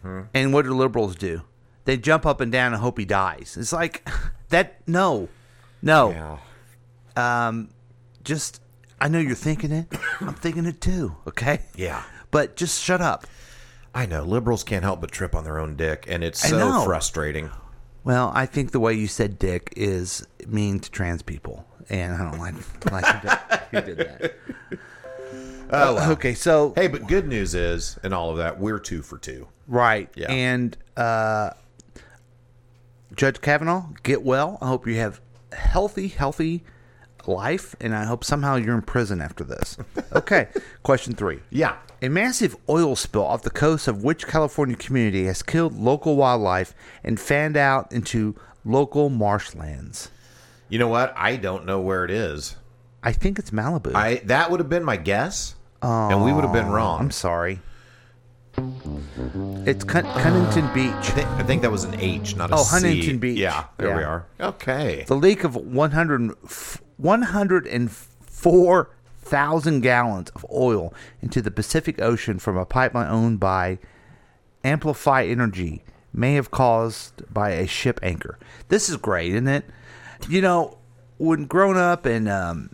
[SPEAKER 3] Mm-hmm.
[SPEAKER 2] and what do liberals do they jump up and down and hope he dies it's like that no no
[SPEAKER 3] Yeah.
[SPEAKER 2] just i know you're thinking it i'm thinking it too okay
[SPEAKER 3] Yeah.
[SPEAKER 2] but just shut up
[SPEAKER 3] I know liberals can't help but trip on their own dick, and it's
[SPEAKER 2] I
[SPEAKER 3] so
[SPEAKER 2] know.
[SPEAKER 3] frustrating.
[SPEAKER 2] Well, I think the way you said "dick" is mean to trans people, and I don't like like who did- who did that. Uh,
[SPEAKER 3] Oh, well.
[SPEAKER 2] Okay, so
[SPEAKER 3] Hey, but good news is, in all of that, we're two for two.
[SPEAKER 2] right,
[SPEAKER 3] Yeah.
[SPEAKER 2] and uh, Judge Kavanaugh, get well. I hope you have healthy, healthy life, and I hope somehow you're in prison after this. Okay, question three.
[SPEAKER 3] Yeah.
[SPEAKER 2] A massive oil spill off the coast of which California community has killed local wildlife and fanned out into local marshlands?
[SPEAKER 3] You know what? I don't know where it is.
[SPEAKER 2] I think it's Malibu.
[SPEAKER 3] I that would have been my guess, and we would have been wrong.
[SPEAKER 2] I'm sorry. It's Cun- Cunnington
[SPEAKER 3] I,
[SPEAKER 2] Beach.
[SPEAKER 3] thi- I think that was an H, not a
[SPEAKER 2] Oh,
[SPEAKER 3] C.
[SPEAKER 2] Huntington Beach.
[SPEAKER 3] Yeah, there we
[SPEAKER 2] Yeah.
[SPEAKER 3] are. Okay.
[SPEAKER 2] The leak of 100, 104,000 gallons of oil into the Pacific Ocean from a pipeline owned by Amplify Energy may have caused by a ship anchor. This is great, isn't it? You know, when growing up and um,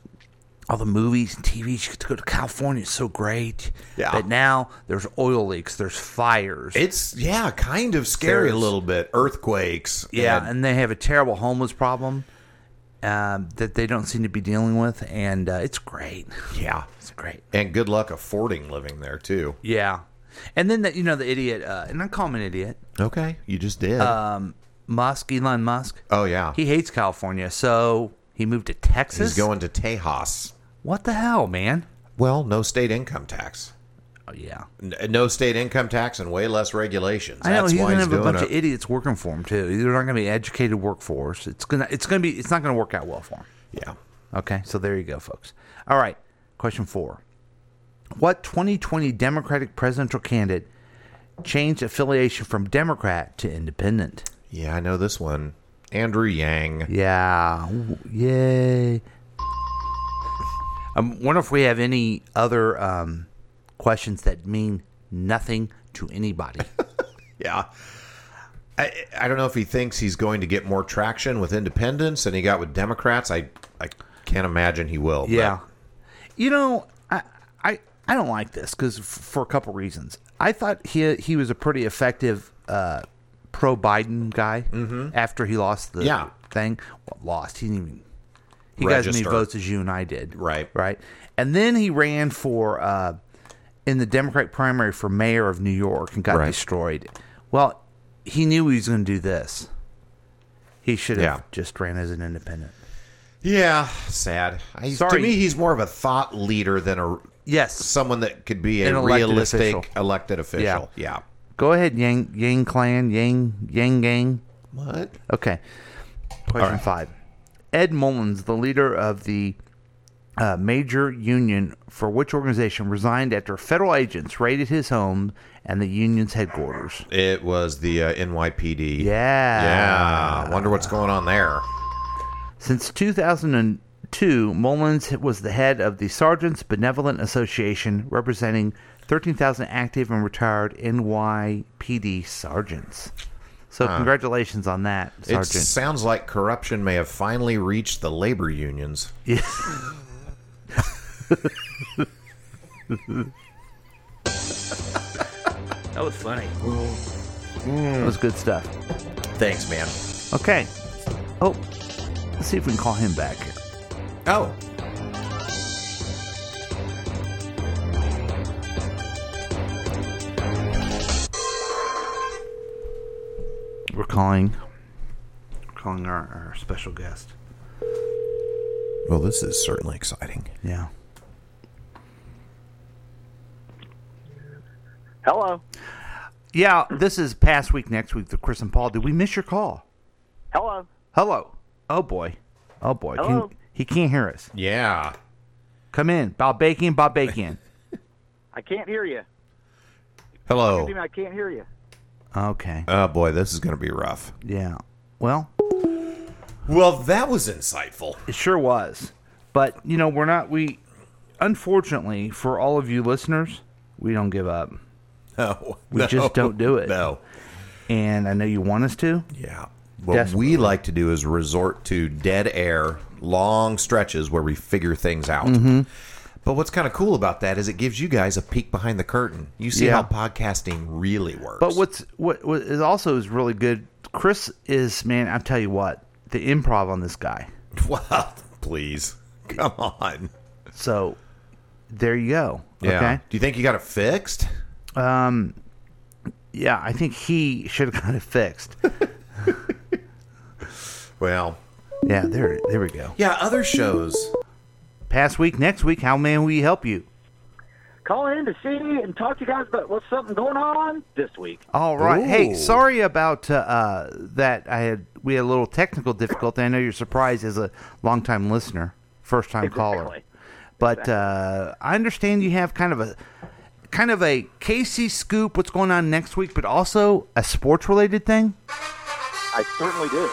[SPEAKER 2] all the movies and TV, you get to go to California. It's so great.
[SPEAKER 3] Yeah.
[SPEAKER 2] But now there's oil leaks, there's fires.
[SPEAKER 3] It's yeah, kind of scary a
[SPEAKER 2] There's-
[SPEAKER 3] little bit. Earthquakes.
[SPEAKER 2] Yeah,
[SPEAKER 3] and-
[SPEAKER 2] and they have a terrible homeless problem um, that they don't seem to be dealing with, and uh, it's great.
[SPEAKER 3] yeah.
[SPEAKER 2] It's great.
[SPEAKER 3] And good luck affording living there too.
[SPEAKER 2] Yeah, and then that you know the idiot, uh, and I call him an idiot,
[SPEAKER 3] Okay, you just did.
[SPEAKER 2] Musk, Elon Musk.
[SPEAKER 3] oh yeah,
[SPEAKER 2] Uh, He hates California, so he moved to Texas.
[SPEAKER 3] he's going to Tejas.
[SPEAKER 2] What the hell, man?
[SPEAKER 3] Well, no state income tax.
[SPEAKER 2] Oh yeah,
[SPEAKER 3] N- No state income tax and way less regulations.
[SPEAKER 2] I know
[SPEAKER 3] That's
[SPEAKER 2] he's
[SPEAKER 3] why
[SPEAKER 2] gonna
[SPEAKER 3] he's
[SPEAKER 2] have a
[SPEAKER 3] doing
[SPEAKER 2] bunch of
[SPEAKER 3] it.
[SPEAKER 2] idiots working for him too. They're not gonna be educated workforce. It's gonna, it's gonna be, it's not gonna work out well for him.
[SPEAKER 3] yeah.
[SPEAKER 2] Okay, so there you go, folks. All right, question four. What 2020 Democratic presidential candidate changed affiliation from Democrat to independent?
[SPEAKER 3] Yeah, I know this one. Andrew Yang.
[SPEAKER 2] Yeah, Ooh, yay. I wonder if we have any other um, questions that mean nothing to anybody.
[SPEAKER 3] Yeah. I, I don't know if he thinks he's going to get more traction with independents than he got with Democrats. I, I can't imagine he will. but-
[SPEAKER 2] you know, I I, I don't like this because f- for a couple reasons. I thought he he was a pretty effective uh, pro Biden guy after he lost the
[SPEAKER 3] Mm-hmm. Yeah.
[SPEAKER 2] thing. Well, lost. He didn't even. He got as many
[SPEAKER 3] Register.
[SPEAKER 2] votes as you and I did.
[SPEAKER 3] Right.
[SPEAKER 2] Right. And then he ran for uh, in the Democratic primary for mayor of New York and got
[SPEAKER 3] Right.
[SPEAKER 2] destroyed. Well, he knew he was going to do this. He should have
[SPEAKER 3] Yeah.
[SPEAKER 2] just ran as an independent.
[SPEAKER 3] Yeah, sad. I,
[SPEAKER 2] Sorry.
[SPEAKER 3] To me, he's more of a thought leader than a
[SPEAKER 2] Yes.
[SPEAKER 3] someone that could be a
[SPEAKER 2] An elected
[SPEAKER 3] realistic
[SPEAKER 2] official.
[SPEAKER 3] elected official. Yeah.
[SPEAKER 2] Go ahead, Yang Yang Clan, Yang Yang Gang.
[SPEAKER 3] What?
[SPEAKER 2] Okay. Question five. Ed Mullins, the leader of the uh, major union for which organization, resigned after federal agents raided his home and the union's headquarters.
[SPEAKER 3] It was the uh, NYPD.
[SPEAKER 2] Yeah.
[SPEAKER 3] Yeah. Wonder what's going on there.
[SPEAKER 2] Since 2002, Mullins was the head of the Sergeants Benevolent Association, representing 13,000 active and retired NYPD sergeants. So, congratulations on that,
[SPEAKER 3] It
[SPEAKER 2] Sergeant.
[SPEAKER 3] sounds like corruption may have finally reached the labor unions.
[SPEAKER 2] That was funny. That was good stuff.
[SPEAKER 3] Thanks, man.
[SPEAKER 2] Okay. Oh, let's see if we can call him back.
[SPEAKER 3] Oh,
[SPEAKER 2] We're calling. We're calling our, our special guest.
[SPEAKER 3] well, this is certainly exciting.
[SPEAKER 2] Yeah.
[SPEAKER 5] Hello.
[SPEAKER 2] Yeah. This is past week, next week. The Chris and Paul. Did we miss your call?
[SPEAKER 5] Hello.
[SPEAKER 2] Hello. Oh boy. Oh boy. Can-
[SPEAKER 5] Hello.
[SPEAKER 2] he can't hear us.
[SPEAKER 3] Yeah.
[SPEAKER 2] Come in, Bob Bacon. Bob Bacon.
[SPEAKER 5] I can't hear you.
[SPEAKER 3] Hello.
[SPEAKER 5] Jimmy, I can't hear you.
[SPEAKER 2] okay.
[SPEAKER 3] Oh boy, this is going to be rough.
[SPEAKER 2] Yeah. Well,
[SPEAKER 3] Well, that was insightful.
[SPEAKER 2] It sure was. But, you know, we're not, we, unfortunately, for all of you listeners, we don't give up.
[SPEAKER 3] No,
[SPEAKER 2] We just don't do it.
[SPEAKER 3] No.
[SPEAKER 2] And I know you want us to.
[SPEAKER 3] Yeah. What
[SPEAKER 2] Desperately.
[SPEAKER 3] we like to do is resort to dead air, long stretches where we figure things out.
[SPEAKER 2] Mm-hmm.
[SPEAKER 3] But what's kind of cool about that is it gives you guys a peek behind the curtain. You see
[SPEAKER 2] Yeah.
[SPEAKER 3] how podcasting really works.
[SPEAKER 2] But what's, what, what is also is really good Chris is man. I'll tell you what, the improv on this guy.
[SPEAKER 3] Well, please. Come on.
[SPEAKER 2] So there you go.
[SPEAKER 3] Yeah.
[SPEAKER 2] Okay.
[SPEAKER 3] Do you think you got it fixed?
[SPEAKER 2] Yeah, I think he should have got it fixed.
[SPEAKER 3] Well,
[SPEAKER 2] yeah, there, there we go.
[SPEAKER 3] yeah, other shows.
[SPEAKER 2] Past week, next week, how may we help you?
[SPEAKER 5] Call in to see and talk to you guys about what's something going on this week.
[SPEAKER 2] All right. Hey,
[SPEAKER 3] Ooh.
[SPEAKER 2] sorry about uh, uh, that. I had we had a little technical difficulty. I know you're surprised as a longtime listener, first time caller,
[SPEAKER 5] Exactly.
[SPEAKER 2] but uh, I understand you have kind of a kind of a Casey scoop. What's going on next week? But also a sports related thing.
[SPEAKER 5] I certainly do.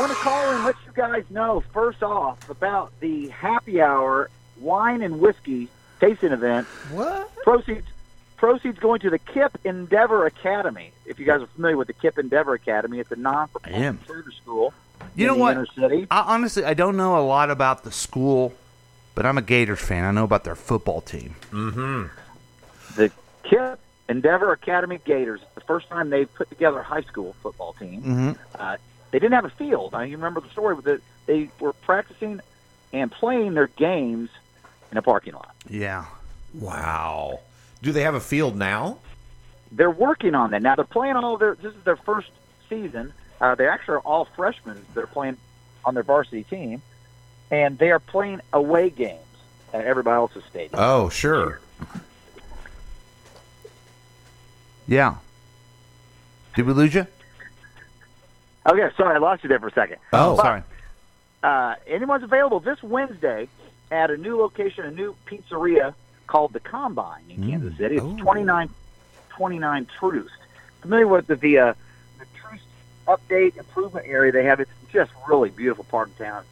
[SPEAKER 5] Want to call and let you guys know first off about the happy hour wine and whiskey tasting event.
[SPEAKER 3] What?
[SPEAKER 5] Proceeds proceeds going to the Kip Endeavor Academy. If you guys are familiar with the Kip Endeavor Academy, it's a
[SPEAKER 2] I am.
[SPEAKER 5] non-profit charter school.
[SPEAKER 2] You
[SPEAKER 5] in
[SPEAKER 2] know
[SPEAKER 5] the
[SPEAKER 2] what?
[SPEAKER 5] Inner city.
[SPEAKER 2] I honestly I don't know a lot about the school, but I'm a Gators fan. I know about their football team.
[SPEAKER 5] the Kip Endeavor Academy Gators. The first time they put together a high school football team, uh, they didn't have a field. Now you remember the story with it. They were practicing and playing their games in a parking lot.
[SPEAKER 2] Yeah.
[SPEAKER 3] Wow. Do they have a field now?
[SPEAKER 5] They're working on that now. They're playing all their. This is their first season. Uh, they actually are all freshmen. They're playing on their varsity team, and they are playing away games at everybody else's stadium.
[SPEAKER 3] Oh, sure.
[SPEAKER 2] Yeah. Did we lose you?
[SPEAKER 5] okay, sorry, I lost you there for a second.
[SPEAKER 3] Oh,
[SPEAKER 2] sorry.
[SPEAKER 5] uh, anyone's available this Wednesday at a new location, a new pizzeria called the Combine in Kansas City. It's
[SPEAKER 3] Ooh.
[SPEAKER 5] 2929 Troost. Familiar with the the, uh, the Troost update improvement area they have? It's just really beautiful part of town.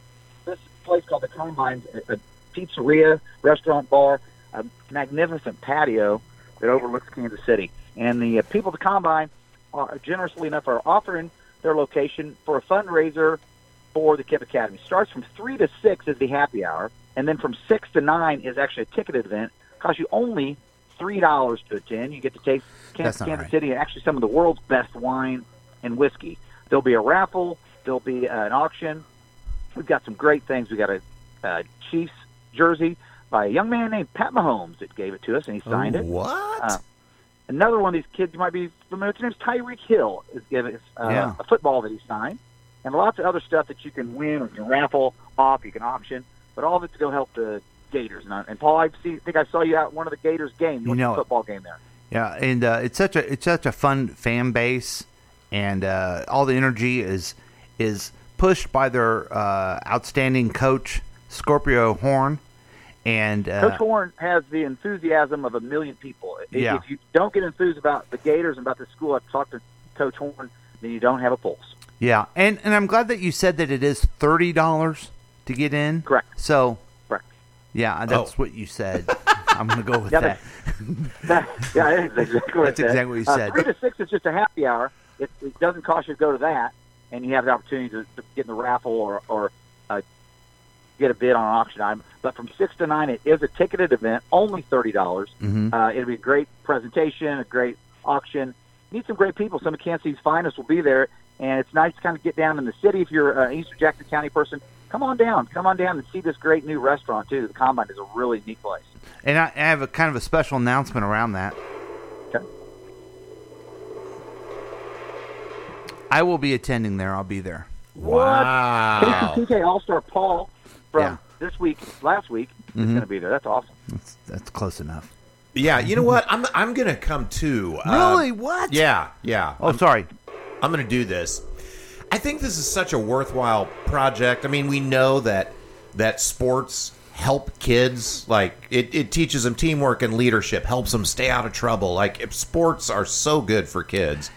[SPEAKER 5] This place called the Combine's a, a pizzeria, restaurant, bar, a magnificent patio that overlooks Kansas City. And the uh, people at the Combine are generously enough are offering their location for a fundraiser for the Kip Academy. Starts from three to six is the happy hour, and then from six to nine is actually a ticketed event. Costs you only three dollars to attend. You get to taste Can-
[SPEAKER 2] That's
[SPEAKER 5] Kansas
[SPEAKER 2] not right.
[SPEAKER 5] City and actually some of the world's best wine and whiskey. There'll be a raffle. There'll be uh, an auction. We've got some great things. We got a uh, Chiefs jersey by a young man named Pat Mahomes that gave it to us, and he signed
[SPEAKER 2] Oh.
[SPEAKER 5] it
[SPEAKER 3] What?
[SPEAKER 5] Uh, another one of these kids you might be familiar with. His name's Tyreek Hill. Is giving us, uh,
[SPEAKER 2] Yeah.
[SPEAKER 5] a football that he signed, and lots of other stuff that you can win or you can raffle off, you can option, but all of it to go help the Gators. And, I, and Paul, I see, think I saw you out at one of the Gators games.
[SPEAKER 2] You
[SPEAKER 5] went to
[SPEAKER 2] know
[SPEAKER 5] the
[SPEAKER 2] it.
[SPEAKER 5] football game there.
[SPEAKER 2] Yeah, and uh, it's such a it's such a fun fan base, and uh, all the energy is is pushed by their uh, outstanding coach Scorpio Horn, and uh,
[SPEAKER 5] Coach Horn has the enthusiasm of a million people. If,
[SPEAKER 2] Yeah.
[SPEAKER 5] if you don't get enthused about the Gators and about the school, I've talked to Coach Horn, then you don't have a pulse.
[SPEAKER 2] yeah, and and I'm glad that you said that it is thirty dollars to get in.
[SPEAKER 5] Correct.
[SPEAKER 2] So
[SPEAKER 5] Correct.
[SPEAKER 2] yeah, that's
[SPEAKER 3] Oh.
[SPEAKER 2] what you said. I'm gonna go with
[SPEAKER 5] Yeah,
[SPEAKER 2] that.
[SPEAKER 5] but- yeah, that's exactly what
[SPEAKER 2] That's
[SPEAKER 5] I said.
[SPEAKER 2] exactly what you
[SPEAKER 5] Uh,
[SPEAKER 2] said.
[SPEAKER 5] three to six is just a happy hour. It, it doesn't cost you to go to that, and you have the opportunity to, to get in the raffle or, or uh, get a bid on an auction item. But from six to nine, it is a ticketed event, only thirty dollars.
[SPEAKER 2] Mm-hmm.
[SPEAKER 5] Uh, it'll be a great presentation, a great auction. Meet some great people. Some of Kansas City's finest will be there, and it's nice to kind of get down in the city. If you're an Eastern Jackson County person, come on down. Come on down and see this great new restaurant too. The Combine is a really neat place.
[SPEAKER 2] And I, I have a kind of a special announcement around that.
[SPEAKER 5] Okay.
[SPEAKER 2] I will be attending there. I'll be there.
[SPEAKER 3] wow.
[SPEAKER 5] KCTK All Star Paul from
[SPEAKER 2] Yeah.
[SPEAKER 5] this week, last week, is
[SPEAKER 3] Mm-hmm.
[SPEAKER 5] going to be there. That's awesome.
[SPEAKER 2] That's that's close enough.
[SPEAKER 3] yeah, you know what? I'm I'm gonna come too. Uh,
[SPEAKER 5] Um,
[SPEAKER 2] Really? What?
[SPEAKER 3] yeah, yeah.
[SPEAKER 2] Oh, sorry.
[SPEAKER 3] I'm going to do this. I think this is such a worthwhile project. I mean, we know that that sports help kids like it, it teaches them teamwork and leadership helps them stay out of trouble like if sports are so good for kids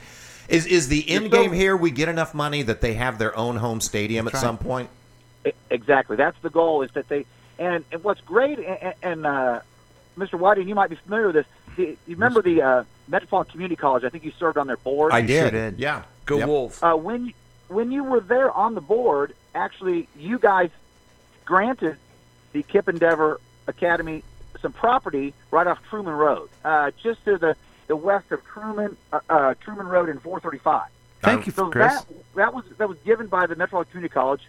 [SPEAKER 3] is is the end
[SPEAKER 5] so-
[SPEAKER 3] game here we get enough money that they have their own home stadium at
[SPEAKER 2] That's right.
[SPEAKER 3] some point
[SPEAKER 5] E- Exactly. That's the goal is that they. And, and what's great, and, and uh, Mr. Whiting, you might be familiar with this. The, you remember the uh, Metropolitan Community College? I think you served on their board.
[SPEAKER 3] i
[SPEAKER 2] You
[SPEAKER 3] did.
[SPEAKER 2] sure did.
[SPEAKER 3] yeah
[SPEAKER 2] Go
[SPEAKER 3] Yep.
[SPEAKER 2] Wolves.
[SPEAKER 5] uh, when when you were there on the board, actually, you guys granted the Kip Endeavor Academy some property right off Truman Road, uh, just to the, the west of Truman uh, uh, Truman Road and 435.
[SPEAKER 2] Thank you,
[SPEAKER 5] So
[SPEAKER 2] Chris.
[SPEAKER 5] that that was that was given by the Metro Junior College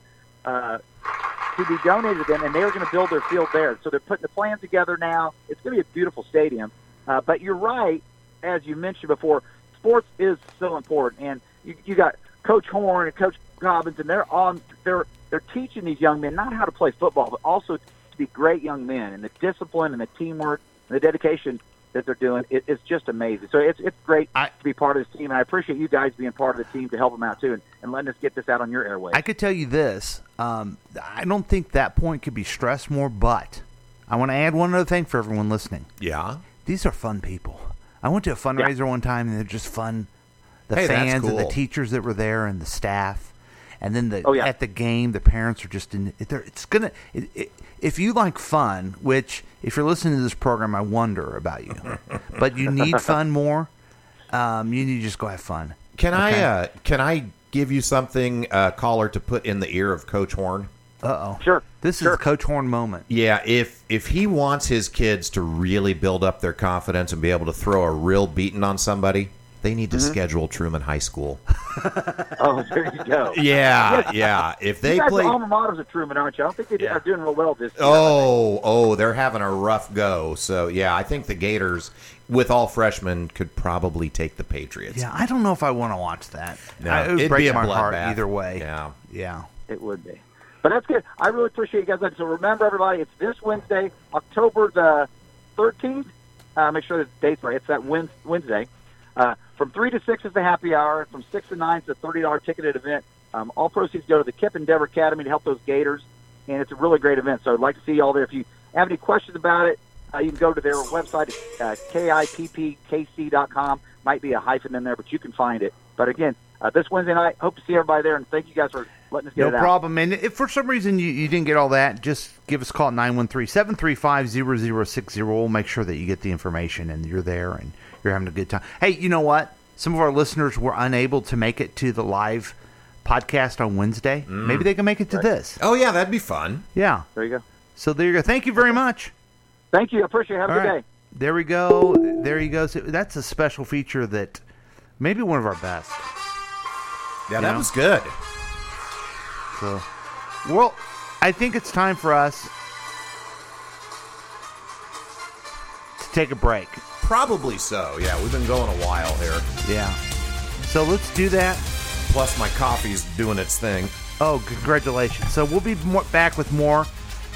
[SPEAKER 5] uh, to be donated to them, and they were going to build their field there. So they're putting the plan together now. It's going to be a beautiful stadium. Uh, but you're right, as you mentioned before, sports is so important, and you, you got Coach Horn and Coach Cobbins, and they're on they're they're teaching these young men not how to play football, but also to be great young men, and the discipline and the teamwork and the dedication that they're doing it, it's just amazing. So it's it's great
[SPEAKER 2] I-
[SPEAKER 5] to be part of this team, and I appreciate you guys being part of the team to help them out too, and, and letting us get this out on your airway.
[SPEAKER 2] I could tell you this. Um, I don't think that point could be stressed more, but I want to add one other thing for everyone listening.
[SPEAKER 3] Yeah.
[SPEAKER 2] These are fun people. I went to a fundraiser one time, and they're just fun. The
[SPEAKER 3] Hey, that's
[SPEAKER 2] fans and the
[SPEAKER 3] cool.
[SPEAKER 2] teachers that were there, and the staff, and then the
[SPEAKER 5] Oh, yeah.
[SPEAKER 2] at the game, the parents are just in. They're, it's gonna. It, it, if you like fun, which if you're listening to this program, I wonder about you, but you need fun more. Um, you need to just go have fun.
[SPEAKER 3] Can I uh, can I give you something uh, caller to put in the ear of Coach Horn?
[SPEAKER 2] Uh oh.
[SPEAKER 5] Sure,
[SPEAKER 2] This is
[SPEAKER 5] sure.
[SPEAKER 2] a Coach Horn moment.
[SPEAKER 3] Yeah, if if he wants his kids to really build up their confidence and be able to throw a real beating on somebody, they need to
[SPEAKER 2] Mm-hmm.
[SPEAKER 3] schedule Truman High School.
[SPEAKER 5] oh, there you go.
[SPEAKER 3] Yeah, yeah. If they
[SPEAKER 5] you guys
[SPEAKER 3] play,
[SPEAKER 5] are alma maters of Truman, aren't you? I don't think they
[SPEAKER 3] Yeah.
[SPEAKER 5] are doing real well this year.
[SPEAKER 3] oh, oh, they're having a rough go. So yeah, I think the Gators, with all freshmen, could probably take the Patriots.
[SPEAKER 2] Yeah, I don't know if I want to watch that.
[SPEAKER 3] No,
[SPEAKER 2] I- it would
[SPEAKER 3] it'd
[SPEAKER 2] break
[SPEAKER 3] be a
[SPEAKER 2] my heart
[SPEAKER 3] bloodbath.
[SPEAKER 2] either way.
[SPEAKER 3] Yeah.
[SPEAKER 2] Yeah.
[SPEAKER 5] It would be. But that's good. I really appreciate you guys. listening. So remember, everybody, it's this Wednesday, October the 13th. Uh, make sure the date's right. It's that Wed- Wednesday. Uh, from 3 to 6 is the happy hour. From 6 to 9 is a $30 ticketed event. Um, all proceeds go to the Kip Endeavor Academy to help those Gators. And it's a really great event. So I'd like to see you all there. If you have any questions about it, uh, you can go to their website, uh, kippkc.com. Might be a hyphen in there, but you can find it. But again, uh, this Wednesday night, hope to see everybody there. And thank you guys for letting us get
[SPEAKER 2] No
[SPEAKER 5] it out.
[SPEAKER 2] problem. And if for some reason you, you didn't get all that, just give us a call at 913 735 0060. We'll make sure that you get the information and you're there and you're having a good time. Hey, you know what? Some of our listeners were unable to make it to the live podcast on Wednesday.
[SPEAKER 3] Mm.
[SPEAKER 2] Maybe they can make it to this.
[SPEAKER 3] Oh yeah, that'd be fun.
[SPEAKER 2] Yeah.
[SPEAKER 5] There you go.
[SPEAKER 2] So there you go. Thank you very much.
[SPEAKER 5] Thank you. I appreciate it. Have a
[SPEAKER 2] All
[SPEAKER 5] good
[SPEAKER 2] right.
[SPEAKER 5] day.
[SPEAKER 2] There we go. There you go. So that's a special feature that maybe one of our best.
[SPEAKER 3] Yeah,
[SPEAKER 2] Yeah.
[SPEAKER 3] that was good.
[SPEAKER 2] So, well, I think it's time for us to take a break.
[SPEAKER 3] Probably so. Yeah, we've been going a while here.
[SPEAKER 2] Yeah. So let's do that.
[SPEAKER 3] Plus, my coffee's doing its thing.
[SPEAKER 2] Oh, congratulations. So we'll be more, back with more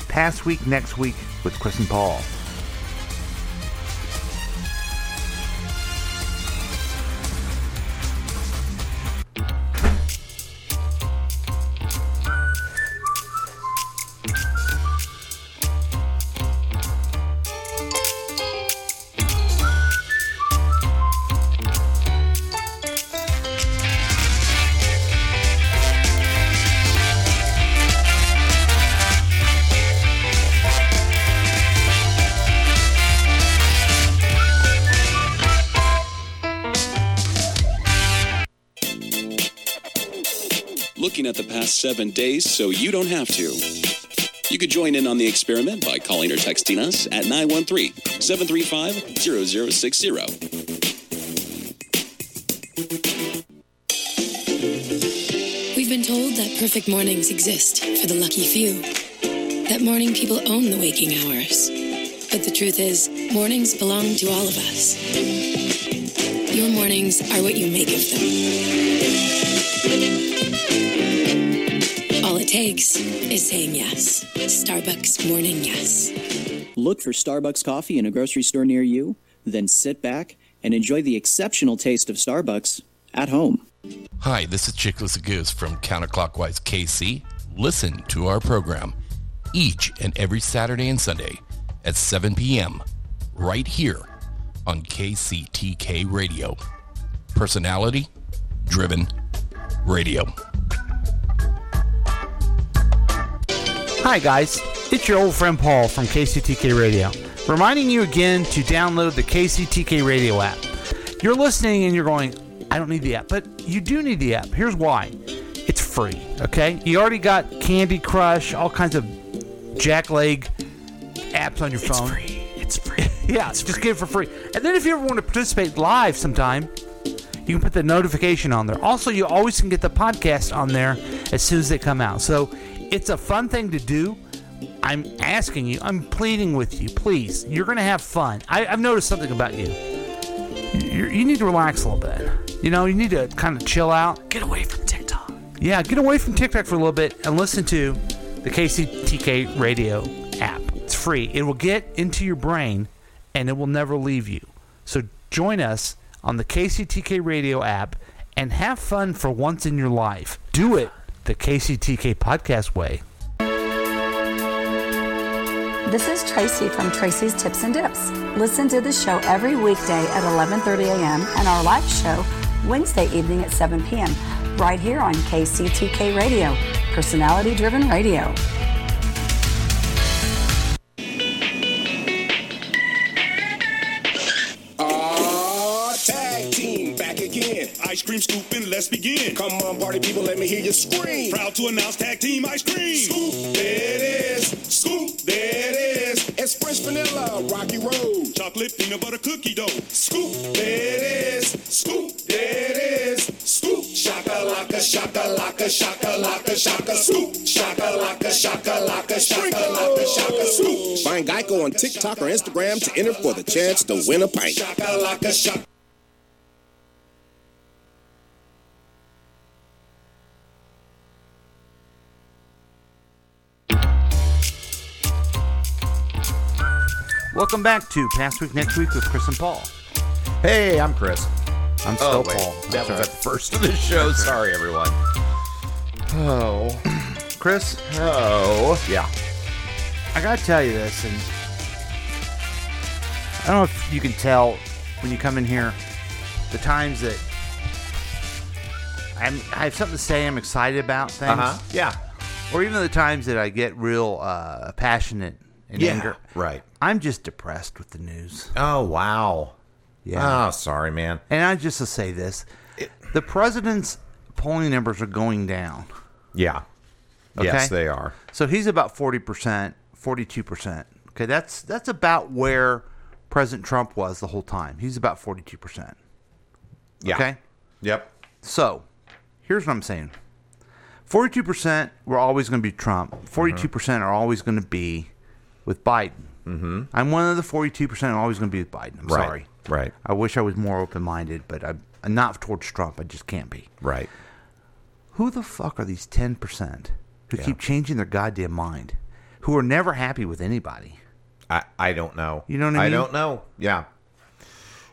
[SPEAKER 2] past week next week with Chris and Paul.
[SPEAKER 6] looking at the past seven days so you don't have to. You could join in on the experiment by calling or texting us at 913 735 0060.
[SPEAKER 7] We've been told that perfect mornings exist for the lucky few, that morning people own the waking hours. But the truth is, mornings belong to all of us. Your mornings are what you make of them. All it takes is saying yes. Starbucks Morning Yes.
[SPEAKER 8] Look for Starbucks coffee in a grocery store near you, then sit back and enjoy the exceptional taste of Starbucks at home.
[SPEAKER 9] Hi, this is Chickless Goose from Counterclockwise KC. Listen to our program each and every Saturday and Sunday at 7 p.m. right here on KCTK Radio. Personality driven radio.
[SPEAKER 2] Hi, guys. It's your old friend Paul from KCTK Radio, reminding you again to download the KCTK Radio app. You're listening and you're going, I don't need the app, but you do need the app. Here's why it's free, okay? You already got Candy Crush, all kinds of jackleg apps on your phone. It's free. yeah, just get it for free. And then if you ever want to participate live sometime,
[SPEAKER 10] You can put the notification on there. Also, you always can get the podcast on there as soon as they come out. So it's a fun thing to do. I'm asking you, I'm pleading with you, please. You're going to have fun. I, I've noticed something about you. you. You need to relax a little bit. You know, you need to kind of chill out. Get away from TikTok. Yeah, get away from TikTok for a little bit and listen to the KCTK radio app. It's free. It will get into your brain and it will never leave you. So join us on the KCTK radio app and have fun for once in your life. Do it the KCTK podcast way.
[SPEAKER 11] This is Tracy from Tracy's Tips and Dips. Listen to the show every weekday at 11:30 a.m. and our live show Wednesday evening at 7 p.m. right here on KCTK Radio, personality-driven radio.
[SPEAKER 12] Aw, tag team back again. Ice cream scooping, let's begin. Come on, party people, let me hear you scream. Proud to announce tag team ice cream. Scoop, there it is. Scoop, there it is. It's fresh vanilla, rocky road, chocolate peanut butter cookie dough. Scoop, there it is. Scoop, there it is. Scoop, shakalaka, shakalaka, shakalaka, shaka. Scoop, shakalaka, shakalaka, shakalaka, shaka. Scoop.
[SPEAKER 13] Find Geico on TikTok or Instagram to enter for the chance to win a pint.
[SPEAKER 12] Shakalaka, shaka.
[SPEAKER 2] Welcome back to Past Week Next Week with Chris and Paul.
[SPEAKER 3] Hey, I'm Chris.
[SPEAKER 2] I'm
[SPEAKER 3] Oh,
[SPEAKER 2] still
[SPEAKER 3] wait.
[SPEAKER 2] Paul. I'm
[SPEAKER 3] That
[SPEAKER 2] sorry.
[SPEAKER 3] was the first of the show. Sorry, everyone. Oh.
[SPEAKER 2] Chris,
[SPEAKER 3] Oh. Yeah.
[SPEAKER 2] I gotta tell you this, and I don't know if you can tell when you come in here the times that I'm, I have something to say, I'm excited about things,
[SPEAKER 3] Uh huh. Yeah.
[SPEAKER 2] or even the times that I get real uh, passionate and anger.
[SPEAKER 3] Right.
[SPEAKER 2] I'm just depressed with the news.
[SPEAKER 3] Oh, wow.
[SPEAKER 2] Yeah.
[SPEAKER 3] Oh, sorry, man.
[SPEAKER 2] And I just to say this the president's polling numbers are going down.
[SPEAKER 3] Yeah. Yes, they are.
[SPEAKER 2] So he's about forty percent, forty-two percent. Okay, that's that's about where President Trump was the whole time. He's about forty-two percent.
[SPEAKER 3] Yeah.
[SPEAKER 2] Okay,
[SPEAKER 3] Yep.
[SPEAKER 2] so here's what I'm saying: forty-two percent were always going to be Trump. 42 percent are always going to be with Biden. Mm-hmm. I'm one of the forty-two percent always going to be with Biden. I'm
[SPEAKER 3] Right.
[SPEAKER 2] sorry.
[SPEAKER 3] Right.
[SPEAKER 2] I wish I was more open-minded, but I'm, I'm not towards Trump. I just can't be.
[SPEAKER 3] Right.
[SPEAKER 2] who the fuck are these 10% who keep changing their goddamn mind, who are never happy with anybody?
[SPEAKER 3] I, I don't know.
[SPEAKER 2] You know what I mean?
[SPEAKER 3] don't know. Yeah.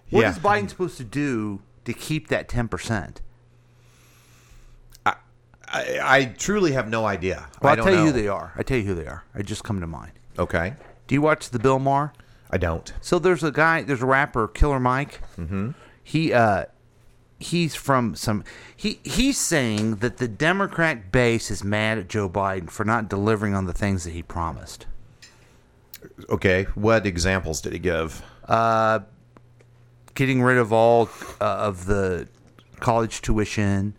[SPEAKER 2] What
[SPEAKER 3] Yeah.
[SPEAKER 2] is Biden supposed to do to keep that 10%?
[SPEAKER 3] I, I truly have no idea.
[SPEAKER 2] Well,
[SPEAKER 3] I
[SPEAKER 2] I'll
[SPEAKER 3] don't
[SPEAKER 2] tell you
[SPEAKER 3] know.
[SPEAKER 2] who they are. I tell you who they are. I just come to mind.
[SPEAKER 3] Okay.
[SPEAKER 2] Do you watch the Bill Maher?
[SPEAKER 3] I don't.
[SPEAKER 2] So there's a guy, there's a rapper, Killer Mike. Mm-hmm. He uh, he's from some. He he's saying that the Democrat base is mad at Joe Biden for not delivering on the things that he promised.
[SPEAKER 3] Okay. What examples did he give?
[SPEAKER 2] getting rid of all uh, of the college tuition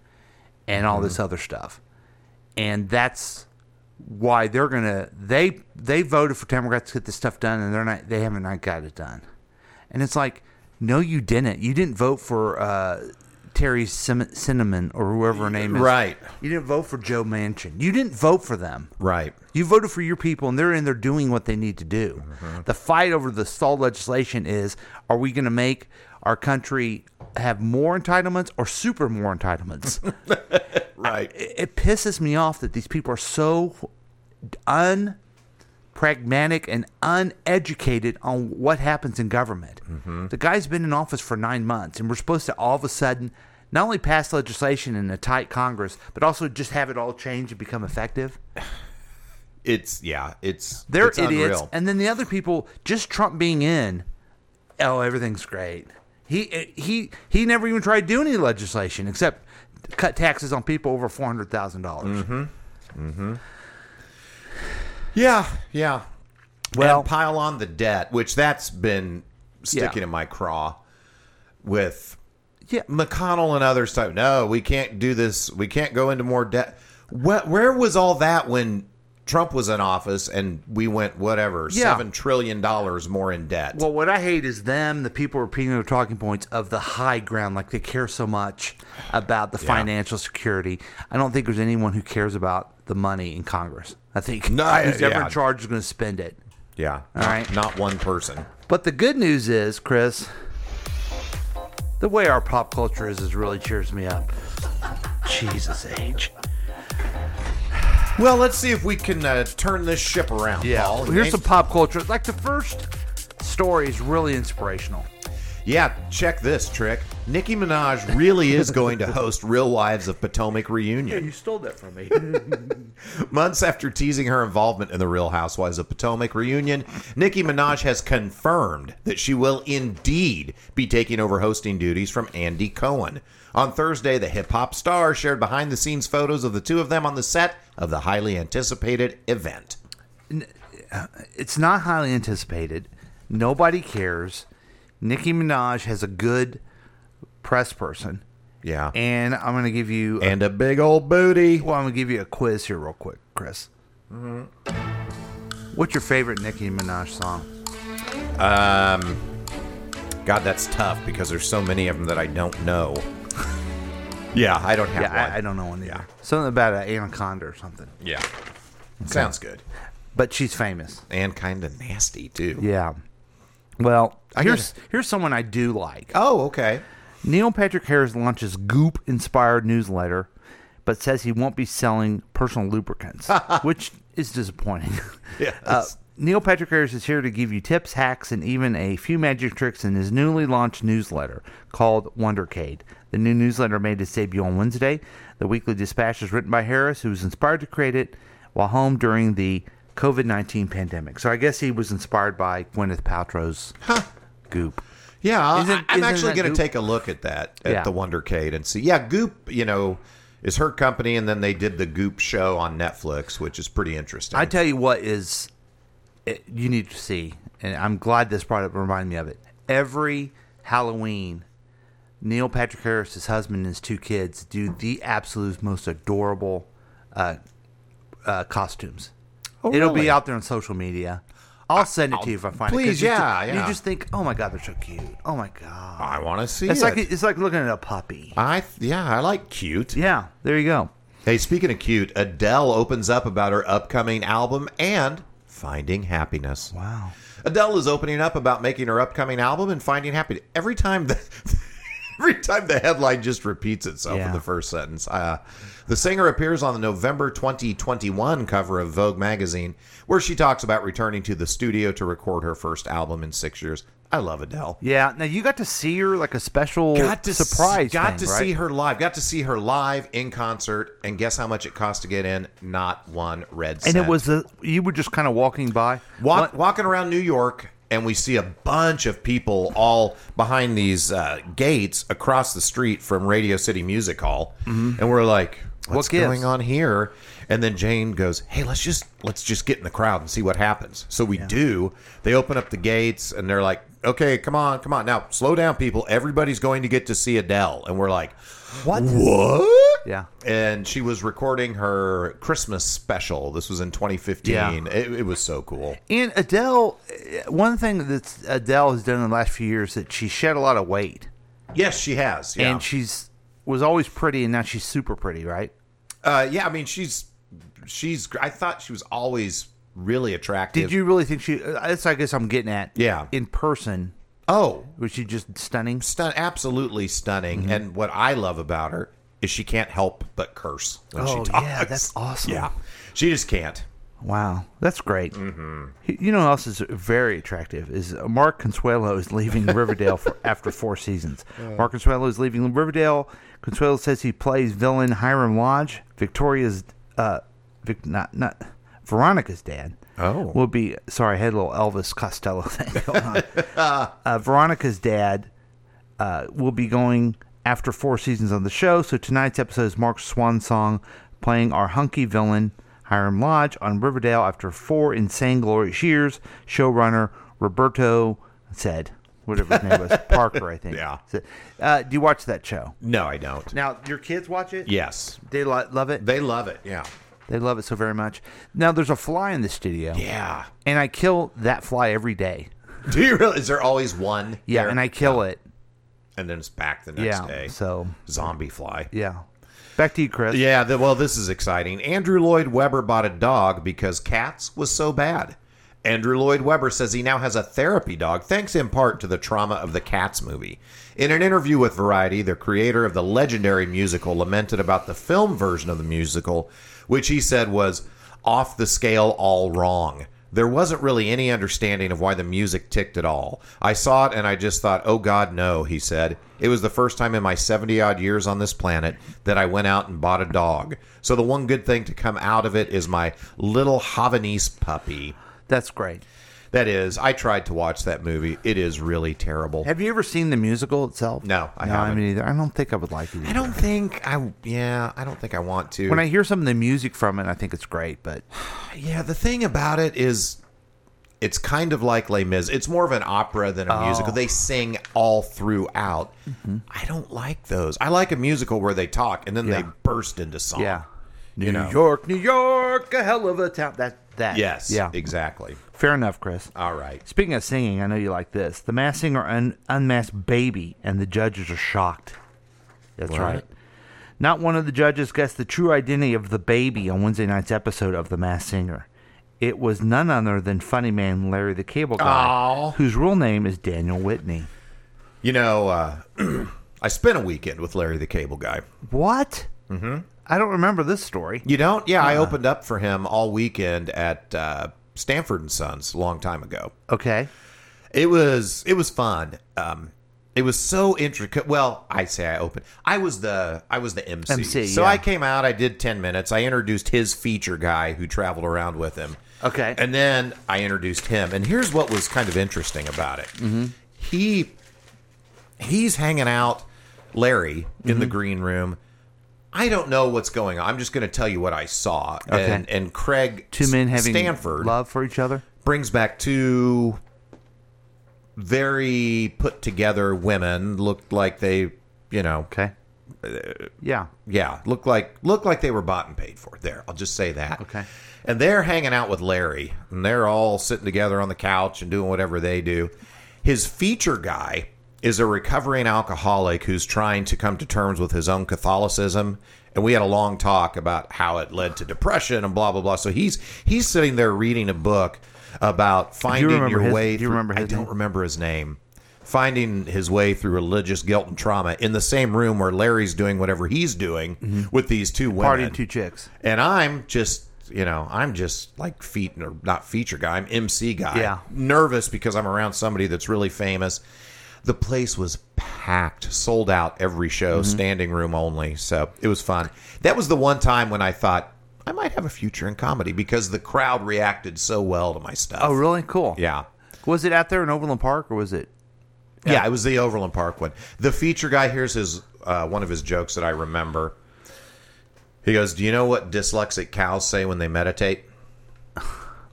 [SPEAKER 2] and all
[SPEAKER 3] Mm-hmm.
[SPEAKER 2] this other stuff. And that's why they're gonna they they voted for Democrats to get this stuff done, and they're not they haven't not got it done. And it's like, no, you didn't. You didn't vote for uh, Terry Sim- Cinnamon or whoever her name is.
[SPEAKER 3] Right.
[SPEAKER 2] You didn't vote for Joe Manchin. You didn't vote for them.
[SPEAKER 3] Right.
[SPEAKER 2] You voted for your people, and they're in there doing what they need to do. The fight over the stalled legislation is: Are we going to make our country have more entitlements or super more entitlements?
[SPEAKER 3] Right.
[SPEAKER 2] it, it pisses me off that these people are so unpragmatic and uneducated on what happens in government. The guy's been in office for nine months, and we're supposed to all of a sudden not only pass legislation in a tight Congress, but also just have it all change and become effective.
[SPEAKER 3] it's yeah. It's
[SPEAKER 2] They're
[SPEAKER 3] it's
[SPEAKER 2] idiots.
[SPEAKER 3] Unreal.
[SPEAKER 2] And then the other people, just Trump being in, oh, everything's great. He he he never even tried to do any legislation except cut taxes on people over four hundred dollars.
[SPEAKER 3] Mm-hmm. yeah. Yeah.
[SPEAKER 2] Well-
[SPEAKER 3] Well, and pile on the debt, which that's been sticking
[SPEAKER 2] Yeah.
[SPEAKER 3] in my craw with
[SPEAKER 2] Yeah.
[SPEAKER 3] McConnell and others. Type. No, we can't do this. We can't go into more debt. What? Where was all that when Trump was in office and we went whatever
[SPEAKER 2] Yeah.
[SPEAKER 3] seven trillion dollars more in debt.
[SPEAKER 2] Well, what I hate is them, the people repeating their talking points of the high ground, like they care so much about the financial security. I don't think there's anyone who cares about the money in Congress. I think
[SPEAKER 3] No, I-
[SPEAKER 2] who's ever
[SPEAKER 3] yeah.
[SPEAKER 2] in charge is going to spend it.
[SPEAKER 3] Yeah.
[SPEAKER 2] All right.
[SPEAKER 3] Not one person.
[SPEAKER 2] But the good news is, Chris, the way our pop culture is is really cheers me up. Jesus age.
[SPEAKER 3] Well, let's see if we can uh, turn this ship around.
[SPEAKER 2] Yeah.
[SPEAKER 3] Paul.
[SPEAKER 2] Here's
[SPEAKER 3] Ain't-
[SPEAKER 2] some pop culture. Like the first story is really inspirational.
[SPEAKER 3] Yeah, check this trick. Nicki Minaj really is going to host Real Wives of Potomac reunion.
[SPEAKER 2] you stole that from me.
[SPEAKER 3] Months after teasing her involvement in the Real Housewives of Potomac reunion, Nicki Minaj has confirmed that she will indeed be taking over hosting duties from Andy Cohen. On Thursday, the hip hop star shared behind the scenes photos of the two of them on the set of the highly anticipated event.
[SPEAKER 2] it's not highly anticipated. Nobody cares. Nicki Minaj has a good press person.
[SPEAKER 3] Yeah.
[SPEAKER 2] And I'm going to give you.
[SPEAKER 3] and a big old booty.
[SPEAKER 2] Well, I'm going to give you a quiz here, real quick, Chris. Mm-hmm. What's your favorite Nicki Minaj song?
[SPEAKER 3] Um, God, that's tough because there's so many of them that I don't know. yeah, I don't have
[SPEAKER 2] yeah,
[SPEAKER 3] one.
[SPEAKER 2] I, I don't know one either. Something about an anaconda or something.
[SPEAKER 3] Yeah. Sounds good.
[SPEAKER 2] But she's famous.
[SPEAKER 3] And kind of nasty, too.
[SPEAKER 2] Yeah. Well,
[SPEAKER 3] I
[SPEAKER 2] here's here's someone I do like.
[SPEAKER 3] Oh, okay.
[SPEAKER 2] Neil Patrick Harris launches Goop inspired newsletter, but says he won't be selling personal lubricants, which is disappointing.
[SPEAKER 3] Yes.
[SPEAKER 2] Uh, Neil Patrick Harris is here to give you tips, hacks, and even a few magic tricks in his newly launched newsletter called Wondercade. The new newsletter made its debut on Wednesday. The weekly dispatch is written by Harris, who was inspired to create it while home during the COVID 19 pandemic. So I guess he was inspired by Gwyneth Paltrow's goop.
[SPEAKER 3] Yeah,
[SPEAKER 2] Isn't-
[SPEAKER 3] I- I'm
[SPEAKER 2] isn't
[SPEAKER 3] actually
[SPEAKER 2] that
[SPEAKER 3] going
[SPEAKER 2] Goop?
[SPEAKER 3] to take a look at that at
[SPEAKER 2] Yeah.
[SPEAKER 3] the Wondercade and see. Yeah, Goop, you know, is her company, and then they did the Goop show on Netflix, which is pretty interesting.
[SPEAKER 2] I tell you what is it, you need to see, and I'm glad this product reminded me of it. Every Halloween, Neil Patrick Harris, his husband, and his two kids do the absolute most adorable uh, uh, costumes.
[SPEAKER 3] Oh,
[SPEAKER 2] It'll
[SPEAKER 3] really?
[SPEAKER 2] be out there on social media. I'll send it to you if I find it. 'cause
[SPEAKER 3] please,
[SPEAKER 2] you ju-
[SPEAKER 3] yeah, yeah.
[SPEAKER 2] You just think, oh my god, they're so cute. Oh my god,
[SPEAKER 3] I want to see
[SPEAKER 2] it's
[SPEAKER 3] it.
[SPEAKER 2] like it's like looking at a puppy.
[SPEAKER 3] I yeah, I like cute.
[SPEAKER 2] Yeah, there you go.
[SPEAKER 3] Hey, speaking of cute, Adele opens up about her upcoming album and finding happiness.
[SPEAKER 2] Wow.
[SPEAKER 3] Adele is opening up about making her upcoming album and finding happiness. Every time the every time the headline just repeats itself
[SPEAKER 2] Yeah.
[SPEAKER 3] in the first sentence. Uh, the singer appears on the November 2021 cover of Vogue magazine, where she talks about returning to the studio to record her first album in six years. I love Adele.
[SPEAKER 2] Yeah. Now you got to see her like a special
[SPEAKER 3] Got to
[SPEAKER 2] surprise.
[SPEAKER 3] See,
[SPEAKER 2] thing,
[SPEAKER 3] got to
[SPEAKER 2] right?
[SPEAKER 3] see her live. Got to see her live in concert. And guess how much it cost to get in? Not one red
[SPEAKER 2] And
[SPEAKER 3] cent.
[SPEAKER 2] it was the you were just kind of walking by.
[SPEAKER 3] Walk, walking around New York, and we see a bunch of people all behind these uh, gates across the street from Radio City Music Hall, and we're like, "What's
[SPEAKER 2] Mm-hmm. gives?"
[SPEAKER 3] going on here?" And then Jane goes, "Hey, let's just let's just get in the crowd and see what happens." So we do. They open up the gates, and they're like, "Okay, come on, come on, now slow down, people. Everybody's going to get to see Adele," and we're like,
[SPEAKER 2] What?
[SPEAKER 3] "What?"
[SPEAKER 2] Yeah.
[SPEAKER 3] And she was recording her Christmas special. This was in 2015.
[SPEAKER 2] Yeah.
[SPEAKER 3] It, it was so cool.
[SPEAKER 2] And Adele, uh, one thing that Adele has done in the last few years that she shed a lot of weight,
[SPEAKER 3] Yes, she has. Yeah.
[SPEAKER 2] and she's was always pretty, and now she's super pretty, right?
[SPEAKER 3] uh, yeah, I mean, she's she's. I thought she was always really attractive.
[SPEAKER 2] Did you really think she? uh, That's I guess I'm getting at.
[SPEAKER 3] Yeah.
[SPEAKER 2] In person,
[SPEAKER 3] Oh,
[SPEAKER 2] was she just stunning?
[SPEAKER 3] stun, absolutely stunning.
[SPEAKER 2] Mm-hmm.
[SPEAKER 3] And what I love about her is she can't help but curse when
[SPEAKER 2] Oh,
[SPEAKER 3] she talks.
[SPEAKER 2] yeah, that's awesome.
[SPEAKER 3] Yeah, she just can't.
[SPEAKER 2] Wow, that's great. He- You know who else is very attractive is uh, Mark Consuelo is leaving Riverdale for, after four seasons. Mark Consuelo is leaving Riverdale. Consuelo says he plays villain Hiram Lodge. Victoria's uh, Vic, not not Veronica's dad.
[SPEAKER 3] Oh.
[SPEAKER 2] will be sorry. I had a little Elvis Costello thing going on. uh, Veronica's dad uh, will be going after four seasons on the show. So tonight's episode is Mark's swan song, playing our hunky villain Hiram Lodge on Riverdale after four insane glorious years. Showrunner Roberto said, whatever his name was, Parker, I think.
[SPEAKER 3] Yeah.
[SPEAKER 2] Said- Uh, do you watch that show?
[SPEAKER 3] No, I don't.
[SPEAKER 2] Now your kids watch it.
[SPEAKER 3] Yes,
[SPEAKER 2] They lo- love it.
[SPEAKER 3] they love it. Yeah,
[SPEAKER 2] They love it so very much. Now there's a fly in the studio.
[SPEAKER 3] Yeah.
[SPEAKER 2] And I kill that fly every day.
[SPEAKER 3] Do you really? Is there always one?
[SPEAKER 2] Yeah,
[SPEAKER 3] there?
[SPEAKER 2] and I kill it.
[SPEAKER 3] And then it's back the next
[SPEAKER 2] Yeah,
[SPEAKER 3] day.
[SPEAKER 2] So
[SPEAKER 3] zombie fly.
[SPEAKER 2] Yeah. Back to you, Chris.
[SPEAKER 3] Yeah, th- well, this is exciting. Andrew Lloyd Webber bought a dog because cats was so bad. Andrew Lloyd Webber says he now has a therapy dog, thanks in part to the trauma of the Cats movie. In an interview with Variety, the creator of the legendary musical lamented about the film version of the musical, which he said was off the scale all wrong. There wasn't really any understanding of why the music ticked at all. I saw it and I just thought, oh God, no, he said. It was the first time in my 70 odd years on this planet that I went out and bought a dog. So the one good thing to come out of it is my little Havanese puppy.
[SPEAKER 2] That's great.
[SPEAKER 3] That is. I tried to watch that movie. It is really terrible.
[SPEAKER 2] Have you ever seen the musical itself?
[SPEAKER 3] No, I
[SPEAKER 2] no, I
[SPEAKER 3] haven't.
[SPEAKER 2] mean either. I don't think I would like it.
[SPEAKER 3] I don't think I, yeah, I don't think I want to.
[SPEAKER 2] When I hear some of the music from it, I think it's great, but
[SPEAKER 3] Yeah, the thing about it is it's kind of like Les Mis. It's more of an opera than a
[SPEAKER 2] Oh. Mm-hmm.
[SPEAKER 3] musical. They sing all throughout. I don't like those. I like a musical where they talk and then they
[SPEAKER 2] Yeah.
[SPEAKER 3] burst into song.
[SPEAKER 2] yeah.
[SPEAKER 3] You
[SPEAKER 2] New
[SPEAKER 3] know.
[SPEAKER 2] York, New York, a hell of a town. That that.
[SPEAKER 3] Yes.
[SPEAKER 2] Yeah.
[SPEAKER 3] Exactly.
[SPEAKER 2] Fair enough, Chris.
[SPEAKER 3] All right.
[SPEAKER 2] Speaking of singing, I know you like this. The mass singer un- unmasked Baby, and the judges are shocked. That's
[SPEAKER 3] What?
[SPEAKER 2] right. Not one of the judges guessed the true identity of the baby on Wednesday night's episode of The Mass Singer. It was none other than funny man Larry the Cable Guy,
[SPEAKER 3] Aw.
[SPEAKER 2] whose real name is Daniel Whitney.
[SPEAKER 3] You know, uh, I spent a weekend with Larry the Cable Guy.
[SPEAKER 2] What? Mm-hmm. I don't remember this story.
[SPEAKER 3] You don't? Yeah,
[SPEAKER 2] Uh-huh.
[SPEAKER 3] I opened up for him all weekend at uh, Stanford and Sons a long time ago.
[SPEAKER 2] Okay.
[SPEAKER 3] It was it was fun. Um, it was so intricate. Well, I say I opened. I was the I was the MC.
[SPEAKER 2] MC,
[SPEAKER 3] so
[SPEAKER 2] yeah.
[SPEAKER 3] I came out. I did ten minutes. I introduced his feature guy who traveled around with him.
[SPEAKER 2] Okay.
[SPEAKER 3] And then I introduced him. And here's what was kind of interesting about it.
[SPEAKER 2] Mm-hmm.
[SPEAKER 3] He he's hanging out, Larry, in
[SPEAKER 2] Mm-hmm.
[SPEAKER 3] the green room. I don't know what's going on. I'm just going to tell you what I saw.
[SPEAKER 2] Okay.
[SPEAKER 3] And, and Craig
[SPEAKER 2] Two men having
[SPEAKER 3] Stanford
[SPEAKER 2] love for each other.
[SPEAKER 3] brings back two very put together women looked like they you know
[SPEAKER 2] okay Yeah.
[SPEAKER 3] yeah looked like looked like they were bought and paid for there i'll just say that okay and they're hanging out with larry and they're all sitting together on the couch and doing whatever they do his feature guy is a recovering alcoholic who's trying to come to terms with his own catholicism and we had a long talk about how it led to depression and blah blah blah so he's he's sitting there reading a book about finding
[SPEAKER 2] remember
[SPEAKER 3] your
[SPEAKER 2] his-
[SPEAKER 3] way
[SPEAKER 2] do you
[SPEAKER 3] through-
[SPEAKER 2] remember his
[SPEAKER 3] i don't
[SPEAKER 2] name?
[SPEAKER 3] remember his name finding his way through religious guilt and trauma in the same room where Larry's doing whatever he's doing
[SPEAKER 2] Mm-hmm.
[SPEAKER 3] with these two women.
[SPEAKER 2] Partying two chicks.
[SPEAKER 3] and I'm just, you know, I'm just like feet or not feature guy, I'm MC guy.
[SPEAKER 2] Yeah.
[SPEAKER 3] Nervous because I'm around somebody that's really famous. The place was packed, sold out every show,
[SPEAKER 2] Mm-hmm.
[SPEAKER 3] standing room only. So it was fun. That was the one time when I thought I might have a future in comedy because the crowd reacted so well to my stuff.
[SPEAKER 2] Oh, really? Cool.
[SPEAKER 3] Yeah.
[SPEAKER 2] Was it out there in Overland Park or was it?
[SPEAKER 3] Yeah, it was the Overland Park one. The feature guy here's his uh, one of his jokes that I remember. He goes, "Do you know what dyslexic cows say when they meditate?"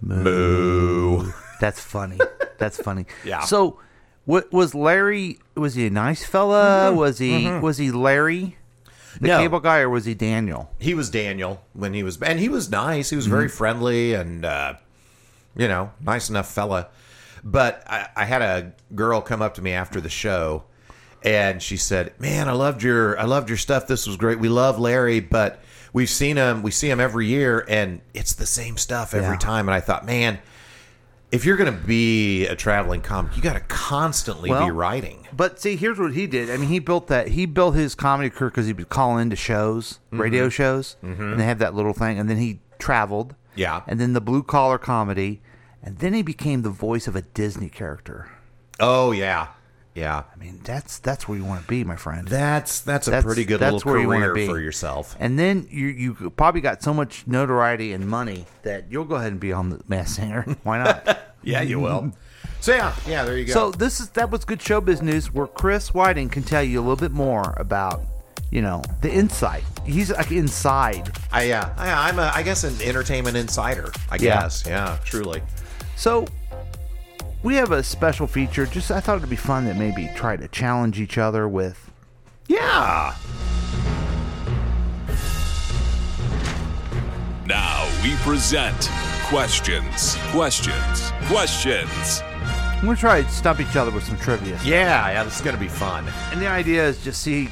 [SPEAKER 3] Moo.
[SPEAKER 2] That's funny. That's funny.
[SPEAKER 3] Yeah.
[SPEAKER 2] So, what was Larry? Was he a nice fella? Was he? Was he Larry, the
[SPEAKER 3] No.
[SPEAKER 2] cable guy, or was he Daniel?
[SPEAKER 3] He was Daniel when he was, and he was nice. He was very
[SPEAKER 2] Mm-hmm.
[SPEAKER 3] friendly and, uh, you know, nice enough fella. But I, I had a girl come up to me after the show, and she said, "Man, I loved your, I loved your stuff. This was great. We love Larry, but we've seen him, we see him every year, and it's the same stuff every
[SPEAKER 2] Yeah.
[SPEAKER 3] time." And I thought, man, if you're going to be a traveling comic, you got to constantly be
[SPEAKER 2] Well,
[SPEAKER 3] writing.
[SPEAKER 2] But see, here's what he did. I mean, he built that. He built his comedy career because he would call into shows, radio shows, and they have that little thing. And then he traveled.
[SPEAKER 3] Yeah.
[SPEAKER 2] And then the blue collar comedy, and then he became the voice of a Disney character.
[SPEAKER 3] Oh yeah, yeah.
[SPEAKER 2] I mean, that's that's where you want to be, my friend.
[SPEAKER 3] That's that's a
[SPEAKER 2] That's-
[SPEAKER 3] pretty good
[SPEAKER 2] that's
[SPEAKER 3] little
[SPEAKER 2] where you wanna
[SPEAKER 3] career
[SPEAKER 2] be.
[SPEAKER 3] for yourself.
[SPEAKER 2] And then you you probably got so much notoriety and money that you'll go ahead and be on the Mass Singer. Why not?
[SPEAKER 3] Yeah, you will. So yeah, yeah, there you go.
[SPEAKER 2] so this is that was good showbiz news where Chris Whiting can tell you a little bit more about you know the insight. He's like inside.
[SPEAKER 3] I yeah, I, I'm a I guess an entertainment insider. I
[SPEAKER 2] Yeah.
[SPEAKER 3] guess yeah, truly.
[SPEAKER 2] So we have a special feature. Just I thought it'd be fun that maybe try to challenge each other with.
[SPEAKER 3] Yeah.
[SPEAKER 6] Now,
[SPEAKER 14] we present questions, questions, questions.
[SPEAKER 2] I'm gonna try to stump each other with some trivia.
[SPEAKER 3] Yeah, yeah, this is gonna be fun.
[SPEAKER 2] And the idea is just see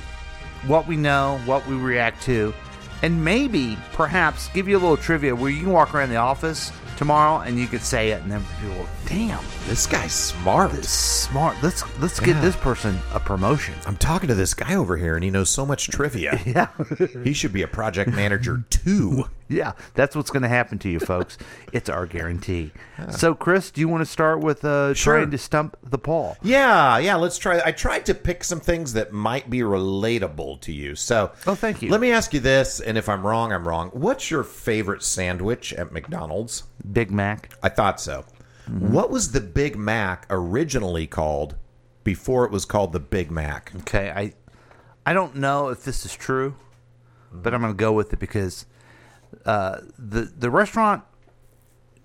[SPEAKER 2] what we know, what we react to, and maybe, perhaps, give you a little trivia where you can walk around the office tomorrow and you could say it, and then people, will, damn,
[SPEAKER 3] this guy's smart.
[SPEAKER 2] This is smart. Let's let's get this person a promotion.
[SPEAKER 3] I'm talking to this guy over here, and he knows so much trivia.
[SPEAKER 2] Yeah,
[SPEAKER 3] he should be a project manager too.
[SPEAKER 2] Yeah, that's what's going to happen to you, folks. it's our guarantee. So, Chris, do you want to start with uh,
[SPEAKER 3] Sure.
[SPEAKER 2] trying to stump the Paul?
[SPEAKER 3] Yeah, yeah, let's try. I tried to pick some things that might be relatable to you. So,
[SPEAKER 2] oh, thank you.
[SPEAKER 3] Let me ask you this, and if I'm wrong, I'm wrong. What's your favorite sandwich at McDonald's?
[SPEAKER 2] Big Mac.
[SPEAKER 3] I thought so.
[SPEAKER 2] Mm-hmm.
[SPEAKER 3] What was the Big Mac originally called before it was called the Big Mac?
[SPEAKER 2] Okay, I I don't know if this is true, but I'm going to go with it because uh, the the restaurant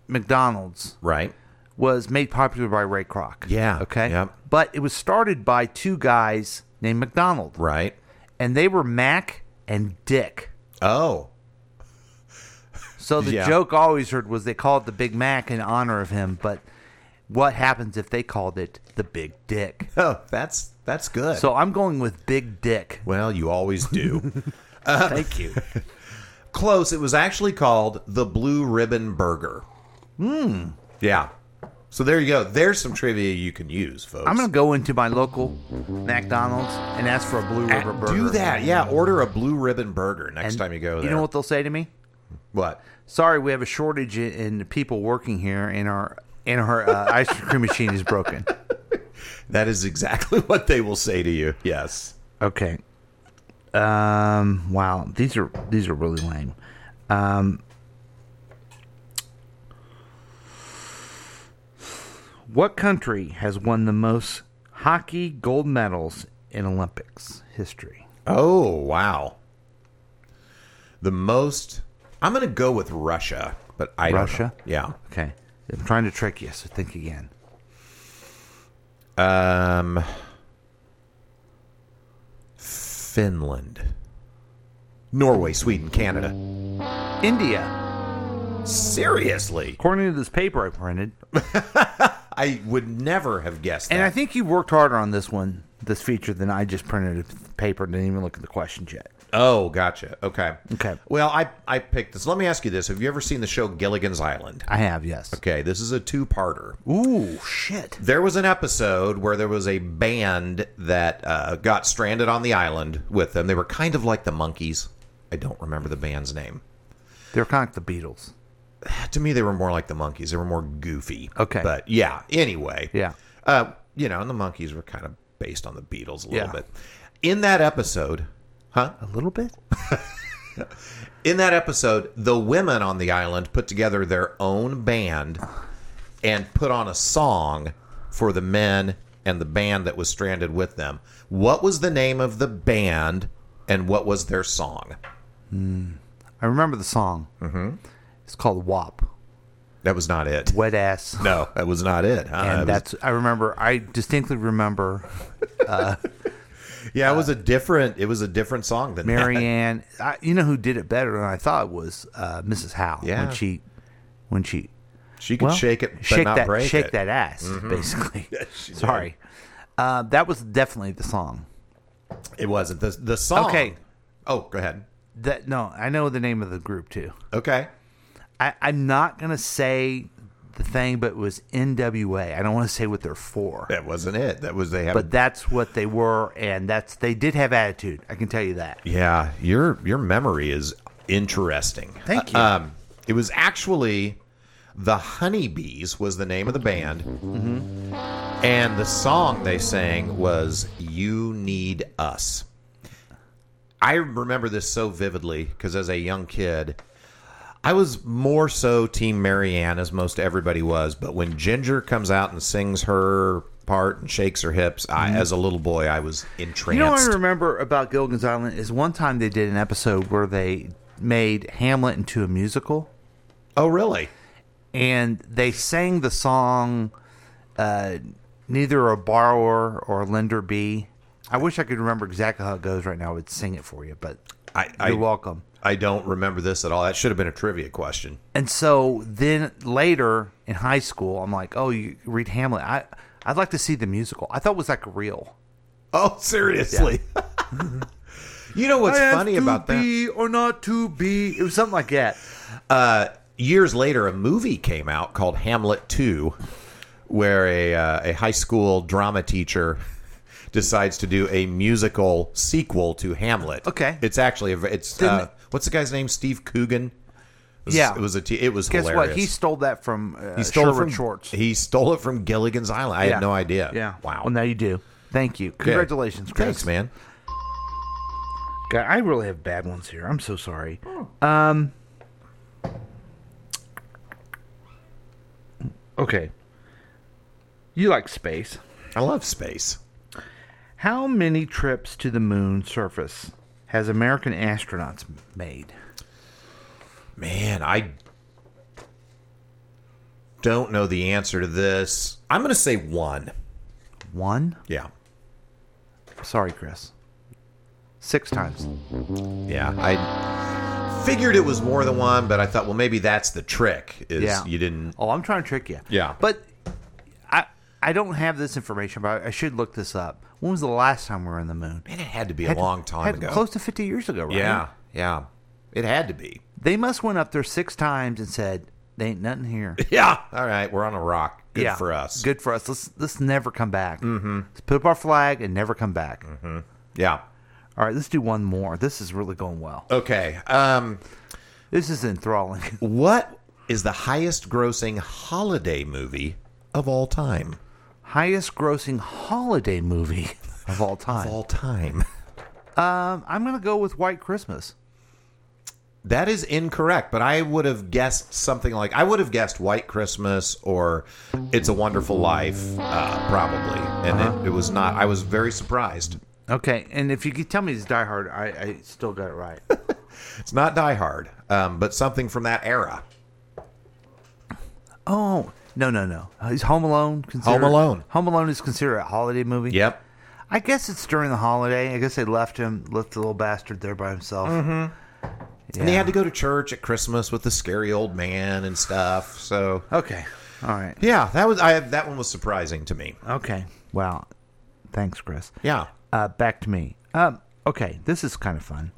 [SPEAKER 2] McDonald's
[SPEAKER 3] right
[SPEAKER 2] was made popular by Ray Kroc.
[SPEAKER 3] Yeah,
[SPEAKER 2] Okay.
[SPEAKER 3] yep.
[SPEAKER 2] But it was started by two guys named McDonald.
[SPEAKER 3] Right.
[SPEAKER 2] And they were Mac and Dick.
[SPEAKER 3] Oh.
[SPEAKER 2] So the
[SPEAKER 3] Yeah.
[SPEAKER 2] joke I always heard was they called it the Big Mac in honor of him, but what happens if they called it the Big Dick?
[SPEAKER 3] Oh, that's that's good.
[SPEAKER 2] So I'm going with Big Dick.
[SPEAKER 3] Well, you always do.
[SPEAKER 2] Thank you.
[SPEAKER 3] Close. It was actually called the Blue Ribbon Burger.
[SPEAKER 2] Hmm.
[SPEAKER 3] Yeah. So there you go. There's some trivia you can use, folks.
[SPEAKER 2] I'm gonna go into my local McDonald's and ask for a blue river burger.
[SPEAKER 3] do that. Yeah, order a Blue Ribbon Burger next
[SPEAKER 2] And
[SPEAKER 3] time you go there.
[SPEAKER 2] You know what they'll say to me?
[SPEAKER 3] What?
[SPEAKER 2] Sorry, we have a shortage in, in the people working here, and our and our uh, ice cream machine is broken.
[SPEAKER 3] That is exactly what they will say to you. Yes.
[SPEAKER 2] Okay. Um. Wow. These are these are really lame. Um. What country has won the most hockey gold medals in Olympics history?
[SPEAKER 3] Oh, wow. The most. I'm going to go with Russia, but I
[SPEAKER 2] Russia?
[SPEAKER 3] Don't know.
[SPEAKER 2] Okay. I'm trying to trick you, so think again.
[SPEAKER 3] Yeah. Um. Finland, Norway, Sweden, Canada,
[SPEAKER 2] India.
[SPEAKER 3] Seriously,
[SPEAKER 2] According to this paper I printed,
[SPEAKER 3] I would never have guessed that.
[SPEAKER 2] and I think you worked harder on this one, this feature, than I just printed a paper and didn't even look at the questions yet.
[SPEAKER 3] oh, gotcha. Okay.
[SPEAKER 2] Okay.
[SPEAKER 3] Well, I I picked this. Let me ask you this: Have you ever seen the show Gilligan's Island?
[SPEAKER 2] I have, yes.
[SPEAKER 3] Okay, this is a two-parter.
[SPEAKER 2] Ooh, shit.
[SPEAKER 3] There was an episode where there was a band that uh, got stranded on the island with them. They were kind of like the monkeys. I don't remember the band's name.
[SPEAKER 2] They're kind of like the Beatles.
[SPEAKER 3] To me, they were more like the monkeys. They were more goofy.
[SPEAKER 2] Okay.
[SPEAKER 3] But yeah, anyway.
[SPEAKER 2] Yeah.
[SPEAKER 3] Uh, you know, and the monkeys were kind of based on the Beatles a little
[SPEAKER 2] Yeah.
[SPEAKER 3] bit. In that episode, huh?
[SPEAKER 2] A little bit?
[SPEAKER 3] In that episode, the women on the island put together their own band and put on a song for the men and the band that was stranded with them. What was the name of the band and what was their song?
[SPEAKER 2] I remember the song. Mm-hmm. It's called WAP.
[SPEAKER 3] That was not it.
[SPEAKER 2] Wet ass.
[SPEAKER 3] No, that was not Uh, it. huh?
[SPEAKER 2] and
[SPEAKER 3] It was-
[SPEAKER 2] that's I remember I distinctly remember
[SPEAKER 3] yeah,
[SPEAKER 2] uh,
[SPEAKER 3] it was a different. It was a different song than that.
[SPEAKER 2] Marianne. I, you know who did it better than I thought was uh, Mrs. Howe.
[SPEAKER 3] Yeah.
[SPEAKER 2] When she when she
[SPEAKER 3] She could
[SPEAKER 2] Well,
[SPEAKER 3] shake it, but
[SPEAKER 2] shake
[SPEAKER 3] not
[SPEAKER 2] that,
[SPEAKER 3] break
[SPEAKER 2] shake
[SPEAKER 3] it.
[SPEAKER 2] that
[SPEAKER 3] Mm-hmm.
[SPEAKER 2] ass, basically. Sorry, uh, that was definitely the song.
[SPEAKER 3] It wasn't the the song.
[SPEAKER 2] Okay.
[SPEAKER 3] Oh, go ahead.
[SPEAKER 2] That no, I know the name of the group too.
[SPEAKER 3] Okay.
[SPEAKER 2] I, I'm not gonna say the thing, but it was NWA. I don't want to say what they're for,
[SPEAKER 3] That wasn't it. That was they have.
[SPEAKER 2] but that's what they were, and that's they did have attitude. I can tell you that.
[SPEAKER 3] yeah, your your memory is interesting.
[SPEAKER 2] Thank you.
[SPEAKER 3] Um, it was actually the Honeybees was the name of the band,
[SPEAKER 2] Mm-hmm.
[SPEAKER 3] and the song they sang was "You Need Us." I remember this so vividly because as a young kid, I was more so Team Marianne as most everybody was. But when Ginger comes out and sings her part and shakes her hips, I, as a little boy, I was entranced.
[SPEAKER 2] Mm-hmm. You know what I remember about Gilligan's Island is one time they did an episode where they made Hamlet into a musical.
[SPEAKER 3] oh, really?
[SPEAKER 2] and they sang the song uh, "Neither a Borrower or Lender Be." I wish I could remember exactly how it goes right now. I would sing it for you, but
[SPEAKER 3] I, I,
[SPEAKER 2] You're welcome.
[SPEAKER 3] I don't remember this at all. That should have been a trivia question.
[SPEAKER 2] And so then later in high school, I'm like, oh, you read Hamlet. I I'd like to see the musical. I thought it was like real.
[SPEAKER 3] Oh, seriously? You know what's
[SPEAKER 2] I have
[SPEAKER 3] funny
[SPEAKER 2] to
[SPEAKER 3] about that?
[SPEAKER 2] be or not to be? It was something like that.
[SPEAKER 3] Uh, years later, a movie came out called Hamlet Two, where a uh, a high school drama teacher decides to do a musical sequel to Hamlet. Okay, it's actually a, it's
[SPEAKER 2] Didn't-
[SPEAKER 3] uh, what's the guy's name? Steve Coogan. It was-
[SPEAKER 2] Yeah.
[SPEAKER 3] it was a t- it was
[SPEAKER 2] Guess
[SPEAKER 3] hilarious.
[SPEAKER 2] what? He stole that from uh,
[SPEAKER 3] He stole it
[SPEAKER 2] Sherwood
[SPEAKER 3] from
[SPEAKER 2] Shorts.
[SPEAKER 3] He stole it from Gilligan's Island. I
[SPEAKER 2] Yeah.
[SPEAKER 3] had no idea.
[SPEAKER 2] Yeah.
[SPEAKER 3] Wow.
[SPEAKER 2] Well, now you do. Thank you. Congratulations, Chris.
[SPEAKER 3] Thanks, man.
[SPEAKER 2] God, I really have bad ones here. I'm so sorry.
[SPEAKER 3] Oh.
[SPEAKER 2] Um. Okay. You like space.
[SPEAKER 3] I love space.
[SPEAKER 2] How many trips to the moon surface has American astronauts made?
[SPEAKER 3] Man, I don't know the answer to this. I'm going to say one.
[SPEAKER 2] One?
[SPEAKER 3] Yeah.
[SPEAKER 2] Sorry, Chris. Six times.
[SPEAKER 3] Yeah. I figured it was more than one, but I thought, well, maybe that's the trick. Is
[SPEAKER 2] Yeah.
[SPEAKER 3] you didn't.
[SPEAKER 2] Oh, I'm trying to trick you.
[SPEAKER 3] Yeah.
[SPEAKER 2] But I I don't have this information, but I should look this up. When was the last time we were on the moon?
[SPEAKER 3] Man, it had to be a long time
[SPEAKER 2] had-
[SPEAKER 3] ago.
[SPEAKER 2] Close to 50 years ago, right?
[SPEAKER 3] Yeah. Yeah. It had to be.
[SPEAKER 2] They must went up there six times and said, "There ain't nothing here."
[SPEAKER 3] Yeah. All right. We're on a rock. Good
[SPEAKER 2] Yeah.
[SPEAKER 3] for us.
[SPEAKER 2] Good for us. Let's let's never come back. Mm-hmm. Let's put up our flag and never come back.
[SPEAKER 3] Mm.
[SPEAKER 2] Mm-hmm.
[SPEAKER 3] Yeah.
[SPEAKER 2] All right, let's do one more. This is really going well.
[SPEAKER 3] Okay. Um,
[SPEAKER 2] this is enthralling.
[SPEAKER 3] What is the highest grossing holiday movie of all time?
[SPEAKER 2] Highest grossing holiday movie of all time.
[SPEAKER 3] Of all time.
[SPEAKER 2] Um, I'm gonna go with White Christmas.
[SPEAKER 3] That is incorrect, but I would have guessed something like I would have guessed White Christmas or It's a Wonderful Life, uh, probably. And it, it was not. I was very surprised.
[SPEAKER 2] Okay, and if you could tell me it's Die Hard, I, I still got it right.
[SPEAKER 3] It's not Die Hard, um, but something from that era.
[SPEAKER 2] oh no no no! Is Home Alone considered?
[SPEAKER 3] Home Alone.
[SPEAKER 2] Home Alone is considered a holiday movie.
[SPEAKER 3] Yep.
[SPEAKER 2] I guess it's during the holiday. I guess they left him, left the little bastard there by himself.
[SPEAKER 3] Mhm. And they had to go to church at Christmas with the scary old man and stuff. So
[SPEAKER 2] okay, all right,
[SPEAKER 3] yeah, that was I. That one was surprising to me.
[SPEAKER 2] okay. Wow, thanks, Chris.
[SPEAKER 3] Yeah.
[SPEAKER 2] Uh, back to me. Um, okay, this is kind of fun.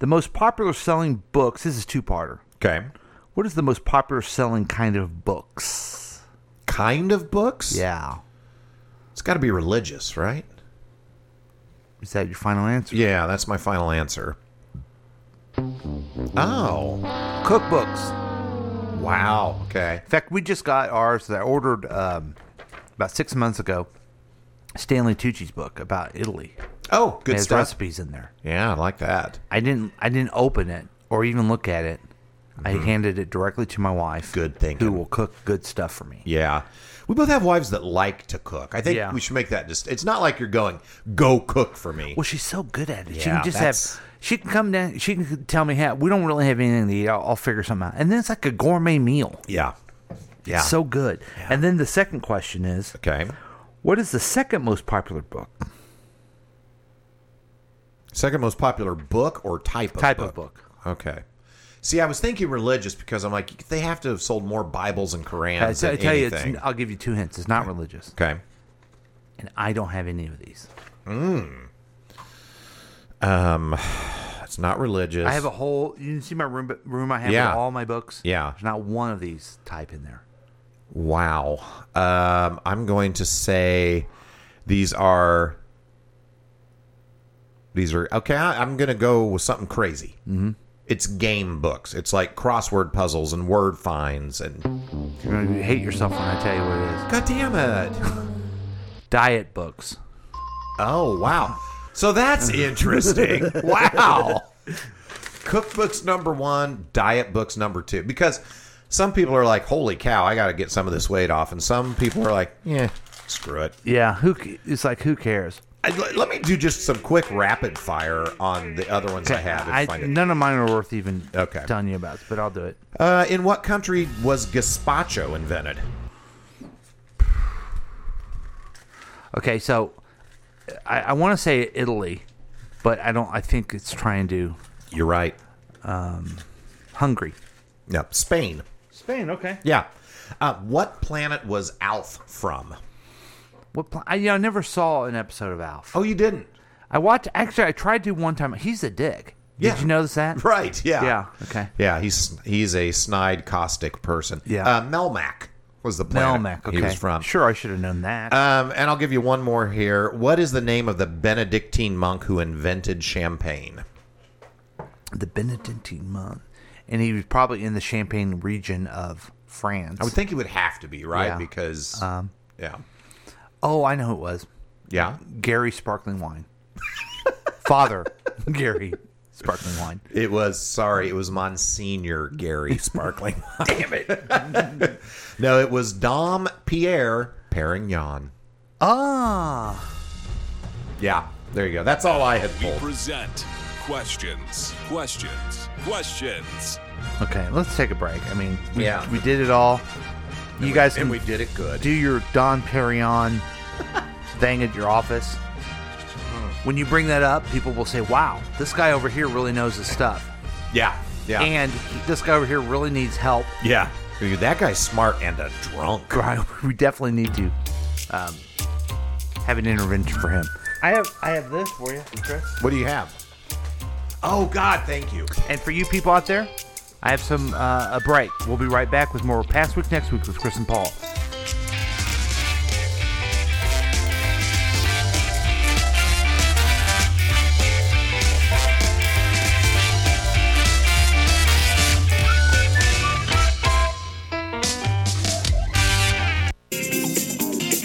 [SPEAKER 2] The most popular selling books. This is two parter.
[SPEAKER 3] Okay.
[SPEAKER 2] What is the most popular selling kind of books?
[SPEAKER 3] Kind of books?
[SPEAKER 2] Yeah.
[SPEAKER 3] It's got to be religious, right?
[SPEAKER 2] Is that your final answer?
[SPEAKER 3] Yeah, that's my final answer. Oh,
[SPEAKER 2] Cookbooks.
[SPEAKER 3] wow. Okay.
[SPEAKER 2] In fact, we just got ours that I ordered um, about six months ago. Stanley Tucci's book about Italy.
[SPEAKER 3] Oh,
[SPEAKER 2] It
[SPEAKER 3] good
[SPEAKER 2] has
[SPEAKER 3] stuff.
[SPEAKER 2] recipes in there.
[SPEAKER 3] Yeah, I like that.
[SPEAKER 2] I didn't. I didn't open it or even look at it. I handed it directly to my wife,
[SPEAKER 3] Mm-hmm. Good thinking.
[SPEAKER 2] who will cook good stuff for me.
[SPEAKER 3] Yeah. We both have wives that like to cook. I think
[SPEAKER 2] Yeah.
[SPEAKER 3] we should make that just. It's not like you're going, go cook for me.
[SPEAKER 2] Well, she's so good at it. she
[SPEAKER 3] Yeah,
[SPEAKER 2] can just
[SPEAKER 3] that's-
[SPEAKER 2] have. She can come down. She can tell me, "Hey, we don't really have anything to eat. I'll, I'll figure something out." And then it's like a gourmet meal.
[SPEAKER 3] Yeah. Yeah.
[SPEAKER 2] It's so good. And then the second question is,
[SPEAKER 3] okay.
[SPEAKER 2] what is the second most popular book?
[SPEAKER 3] Second most popular book or type of
[SPEAKER 2] Type
[SPEAKER 3] book?
[SPEAKER 2] of book.
[SPEAKER 3] Okay. See, I was thinking religious because I'm like, they have to have sold more Bibles and Korans.
[SPEAKER 2] I,
[SPEAKER 3] than
[SPEAKER 2] I tell you, it's,
[SPEAKER 3] anything.
[SPEAKER 2] I'll give you two hints. It's not religious,
[SPEAKER 3] okay.
[SPEAKER 2] and I don't have any of these.
[SPEAKER 3] Um, it's not religious.
[SPEAKER 2] I have a whole. You can see my room. Room I have
[SPEAKER 3] Yeah.
[SPEAKER 2] with all my books.
[SPEAKER 3] Yeah.
[SPEAKER 2] there's not one of these type in there.
[SPEAKER 3] Wow. Um, I'm going to say these are. These are okay. I, I'm gonna go with something crazy. Mm-hmm. It's game books. It's like crossword puzzles and word finds and.
[SPEAKER 2] You're gonna hate yourself when I tell you what it is.
[SPEAKER 3] God damn it!
[SPEAKER 2] Diet books.
[SPEAKER 3] Oh wow. So that's interesting. wow. Cookbooks number one, diet books number two. Because some people are like, "Holy cow, I got to get some of this weight off," and some people are like, "Yeah, screw it."
[SPEAKER 2] Yeah, who? c- It's like who cares?
[SPEAKER 3] I, let, let me do just some quick rapid fire on the other ones I have. If I,
[SPEAKER 2] I,
[SPEAKER 3] find it.
[SPEAKER 2] none of mine are worth even
[SPEAKER 3] Okay.
[SPEAKER 2] telling you about, but I'll do it.
[SPEAKER 3] Uh, in what country was gazpacho invented?
[SPEAKER 2] Okay, so I, I want to say Italy, but I don't. I think it's trying to.
[SPEAKER 3] You're right.
[SPEAKER 2] Um, Hungary.
[SPEAKER 3] No, Spain.
[SPEAKER 2] Spain. Okay.
[SPEAKER 3] Yeah. Uh, what planet was Alf from?
[SPEAKER 2] What? Pl- I, you know, I never saw an episode of Alf.
[SPEAKER 3] Oh, you didn't.
[SPEAKER 2] I watched. Actually, I tried to one time. He's a dick.
[SPEAKER 3] Yeah.
[SPEAKER 2] Did you notice that?
[SPEAKER 3] Right. Yeah.
[SPEAKER 2] Yeah. Okay.
[SPEAKER 3] Yeah. He's he's a snide, caustic person.
[SPEAKER 2] Yeah.
[SPEAKER 3] Uh, Melmac was the planet
[SPEAKER 2] Melmac. Okay.
[SPEAKER 3] he was from.
[SPEAKER 2] Sure, I should have known that.
[SPEAKER 3] Um, and I'll give you one more here. What is the name of the Benedictine monk who invented champagne?
[SPEAKER 2] the Benedictine monk, and he was probably in the Champagne region of France.
[SPEAKER 3] I would think it would have to be right
[SPEAKER 2] Yeah.
[SPEAKER 3] because
[SPEAKER 2] Um,
[SPEAKER 3] yeah,
[SPEAKER 2] Oh, I know who it was.
[SPEAKER 3] yeah,
[SPEAKER 2] Gary Sparkling Wine. Father Gary Sparkling Wine.
[SPEAKER 3] it was. Sorry, it was Monsignor Gary Sparkling.
[SPEAKER 2] Damn it.
[SPEAKER 3] no, it was Dom Pierre Perignon.
[SPEAKER 2] ah.
[SPEAKER 3] Yeah, there you go. That's all I had
[SPEAKER 14] We
[SPEAKER 3] pulled.
[SPEAKER 14] present questions, questions, questions.
[SPEAKER 2] Okay, let's take a break. I mean, we,
[SPEAKER 14] Yeah.
[SPEAKER 2] we did it all. you guys
[SPEAKER 3] and
[SPEAKER 2] can
[SPEAKER 3] we did it good.
[SPEAKER 2] Do your Don Perignon thing at your office.
[SPEAKER 3] Mm-hmm.
[SPEAKER 2] When you bring that up, people will say, "Wow, this guy over here really knows his stuff."
[SPEAKER 3] Yeah, yeah,
[SPEAKER 2] And this guy over here really needs help.
[SPEAKER 3] yeah. Dude, that guy's smart and a drunk.
[SPEAKER 2] Right, we definitely need to um, have an intervention for him. I have I have this for you, Chris.
[SPEAKER 3] What do you have? Oh God, thank you.
[SPEAKER 2] And for you people out there, I have some uh, a break. We'll be right back with more past week next week with Chris and Paul.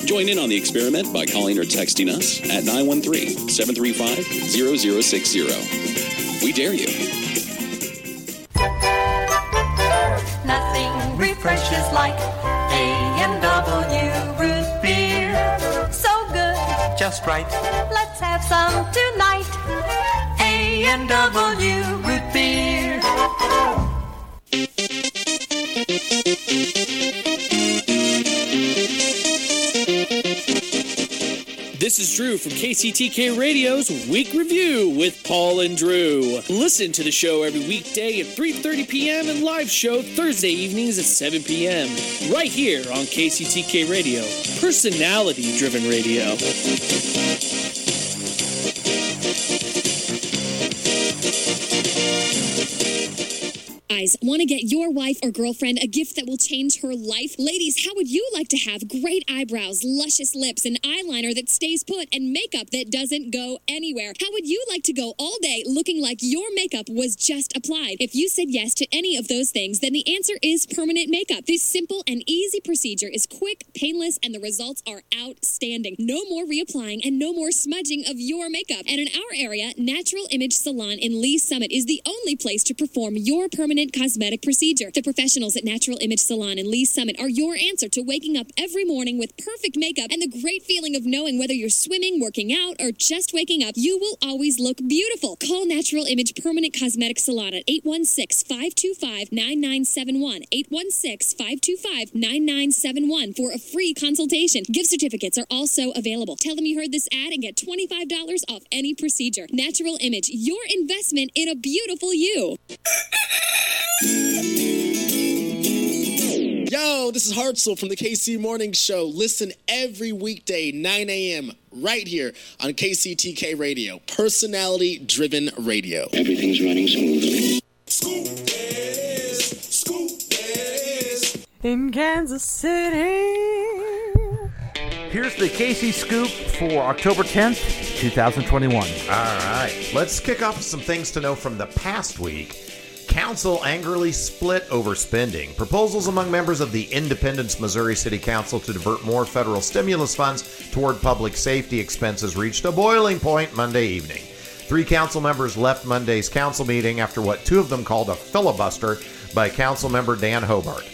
[SPEAKER 6] Join in on the experiment by calling or texting us at 913 735 0060. We dare you.
[SPEAKER 15] Nothing refreshes like A&W root beer. So good, just right. Let's have some tonight. A&W root beer.
[SPEAKER 16] This is Drew from KCTK Radio's Week Review with Paul and Drew. Listen to the show every weekday at 3:30 p.m. and live show Thursday evenings at 7 p.m. right here on KCTK Radio, personality-driven radio.
[SPEAKER 17] Guys, want to get your wife or girlfriend a gift that will change her life? Ladies, how would you like to have great eyebrows, luscious lips, an eyeliner that stays put, and makeup that doesn't go anywhere? How would you like to go all day looking like your makeup was just applied? If you said yes to any of those things, then the answer is permanent makeup. This simple and easy procedure is quick, painless, and the results are outstanding. No more reapplying and no more smudging of your makeup. And in our area, Natural Image Salon in Lee Summit is the only place to perform your permanent cosmetic procedure. The professionals at Natural Image Salon in Lee Summit are your answer to waking up every morning with perfect makeup and the great feeling of knowing whether you're swimming, working out, or just waking up, you will always look beautiful. Call Natural Image Permanent Cosmetic Salon at 816-525-9971, 816-525-9971 for a free consultation. Gift certificates are also available. Tell them you heard this ad and get $25 off any procedure. Natural Image, your investment in a beautiful you.
[SPEAKER 16] Yo, this is Hartzell from the KC Morning Show. Listen every weekday, 9 a.m., right here on KCTK Radio, personality driven radio. Everything's running smoothly.
[SPEAKER 15] In Kansas City.
[SPEAKER 2] Here's the Casey scoop for October 10th, 2021.
[SPEAKER 3] All right, let's kick off some things to know from the past week. Council angrily split over spending. Proposals among members of the Independence Missouri City Council to divert more federal stimulus funds toward public safety expenses reached a boiling point Monday evening. Three council members left Monday's council meeting after what two of them called a filibuster by council member Dan Hobart.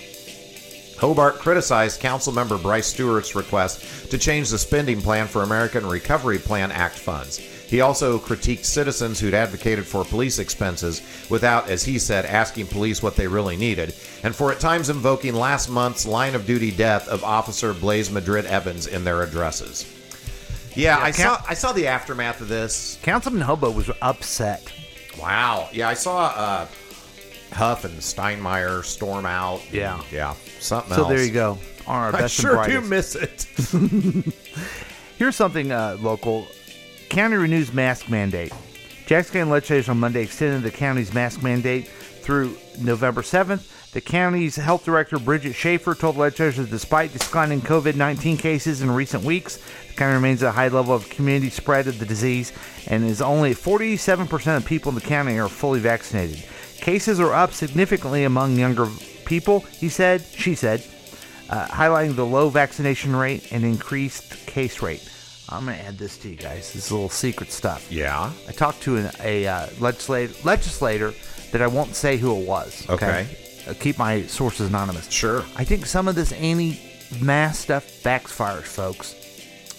[SPEAKER 3] Hobart criticized Councilmember Bryce Stewart's request to change the spending plan for American Recovery Plan Act funds. He also critiqued citizens who'd advocated for police expenses without, as he said, asking police what they really needed, and for at times invoking last month's line of duty death of Officer Blaze Madrid Evans in their addresses. Yeah,
[SPEAKER 2] Yeah,
[SPEAKER 3] I
[SPEAKER 2] Cam-
[SPEAKER 3] saw I saw the aftermath of this.
[SPEAKER 2] Councilman Hobo was upset.
[SPEAKER 3] Wow. Yeah, I saw uh, Huff and Steinmeier storm out. Yeah, yeah, something
[SPEAKER 2] so
[SPEAKER 3] else.
[SPEAKER 2] there you go. On our
[SPEAKER 3] I
[SPEAKER 2] best
[SPEAKER 3] sure
[SPEAKER 2] and
[SPEAKER 3] do
[SPEAKER 2] brightest.
[SPEAKER 3] miss it.
[SPEAKER 2] Here's something uh, local. County renews mask mandate. Jackson County legislators on Monday extended the county's mask mandate through November 7th. The county's health director, Bridget Schaefer, told legislators that despite declining COVID 19 cases in recent weeks, the county remains at a high level of community spread of the disease and is only 47% of people in the county are fully vaccinated. Cases are up significantly among younger people, he said, she said uh, highlighting the low vaccination rate and increased case rate. I'm going to add this to you guys. This is a little secret stuff.
[SPEAKER 3] Yeah.
[SPEAKER 2] I talked to an, a uh, legislator, legislator that I won't say who it was.
[SPEAKER 3] Okay.
[SPEAKER 2] Uh, keep my sources anonymous.
[SPEAKER 3] Sure.
[SPEAKER 2] I think some of this anti mask stuff backfires, folks.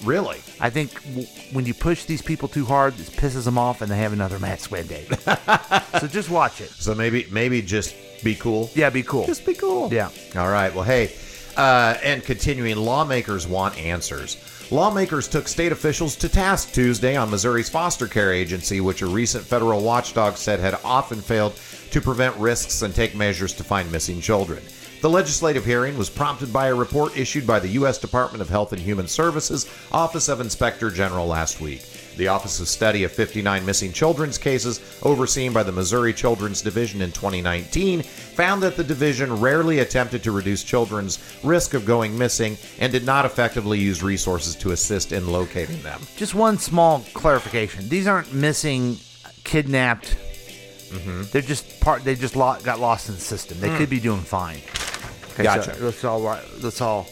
[SPEAKER 3] Really?
[SPEAKER 2] I think w- when you push these people too hard, this pisses them off and they have another mask mandate. so just watch it.
[SPEAKER 3] So maybe maybe just be cool.
[SPEAKER 2] Yeah, be cool.
[SPEAKER 3] Just be cool.
[SPEAKER 2] Yeah.
[SPEAKER 3] All right. Well, hey, uh, and continuing, lawmakers want answers. Lawmakers took state officials to task Tuesday on Missouri's foster care agency, which a recent federal watchdog said had often failed to prevent risks and take measures to find missing children. The legislative hearing was prompted by a report issued by the U.S. Department of Health and Human Services Office of Inspector General last week. The Office's study of 59 missing children's cases, overseen by the Missouri Children's Division in 2019, found that the division rarely attempted to reduce children's risk of going missing and did not effectively use resources to assist in locating them.
[SPEAKER 2] Just one small clarification. These aren't missing, kidnapped. They're just part. They just lo- got lost in the system. They
[SPEAKER 3] Mm-hmm. Mm.
[SPEAKER 2] could be doing fine. so
[SPEAKER 3] Gotcha.
[SPEAKER 2] let's all ri- let's all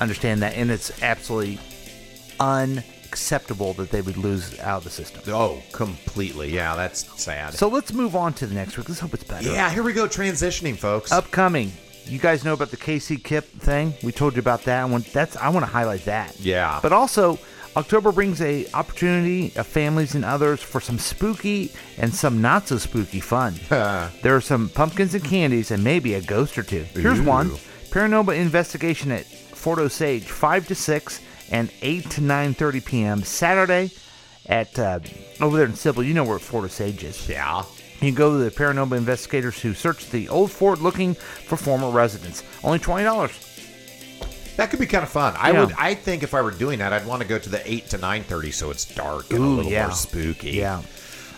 [SPEAKER 2] understand that, and it's absolutely unacceptable that they would lose out of the system.
[SPEAKER 3] Oh, completely. Yeah, that's sad.
[SPEAKER 2] So let's move on to the next week. Let's hope it's better.
[SPEAKER 3] yeah, here we go, transitioning, folks.
[SPEAKER 2] Upcoming. You guys know about the KC Kip thing. We told you about that. I want that's. I want to highlight that.
[SPEAKER 3] Yeah.
[SPEAKER 2] But also, October brings a opportunity of families and others for some spooky and some not so spooky fun. there are some pumpkins and candies and maybe a ghost or two. Here's
[SPEAKER 18] Ooh.
[SPEAKER 2] one: paranormal investigation at Fort Osage, five to six and eight to nine thirty p.m. Saturday at uh, over there in Sybil. You know where Fort Osage is.
[SPEAKER 3] Yeah.
[SPEAKER 2] You can go to the paranormal investigators who search the old fort looking for former residents. Only twenty dollars.
[SPEAKER 3] That could be kind of fun. I
[SPEAKER 2] Yeah.
[SPEAKER 3] would. I think if I were doing that, I'd want to go to the eight to nine thirty, so it's dark and
[SPEAKER 2] Ooh,
[SPEAKER 3] a little
[SPEAKER 2] yeah.
[SPEAKER 3] more spooky.
[SPEAKER 2] Yeah.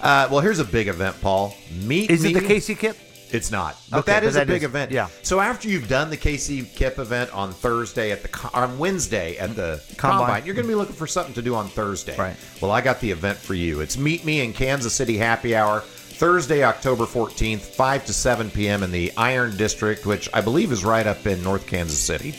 [SPEAKER 3] Uh, well, here's a big event, Paul. Meet.
[SPEAKER 2] Is it the
[SPEAKER 3] Me-
[SPEAKER 2] KC Kip?
[SPEAKER 3] It's not, but
[SPEAKER 2] Okay,
[SPEAKER 3] that
[SPEAKER 2] but
[SPEAKER 3] is
[SPEAKER 2] that
[SPEAKER 3] a big
[SPEAKER 2] is-
[SPEAKER 3] event.
[SPEAKER 2] yeah.
[SPEAKER 3] So after you've done the KC Kip event on Thursday at the co- on Wednesday at the
[SPEAKER 2] Combine.
[SPEAKER 3] combine, you're going to be looking for something to do on Thursday.
[SPEAKER 2] Right.
[SPEAKER 3] Well, I got the event for you. It's Meet Me in Kansas City Happy Hour Thursday, October 14th, 5 to 7 p.m. in the Iron District, which I believe is right up in North Kansas City.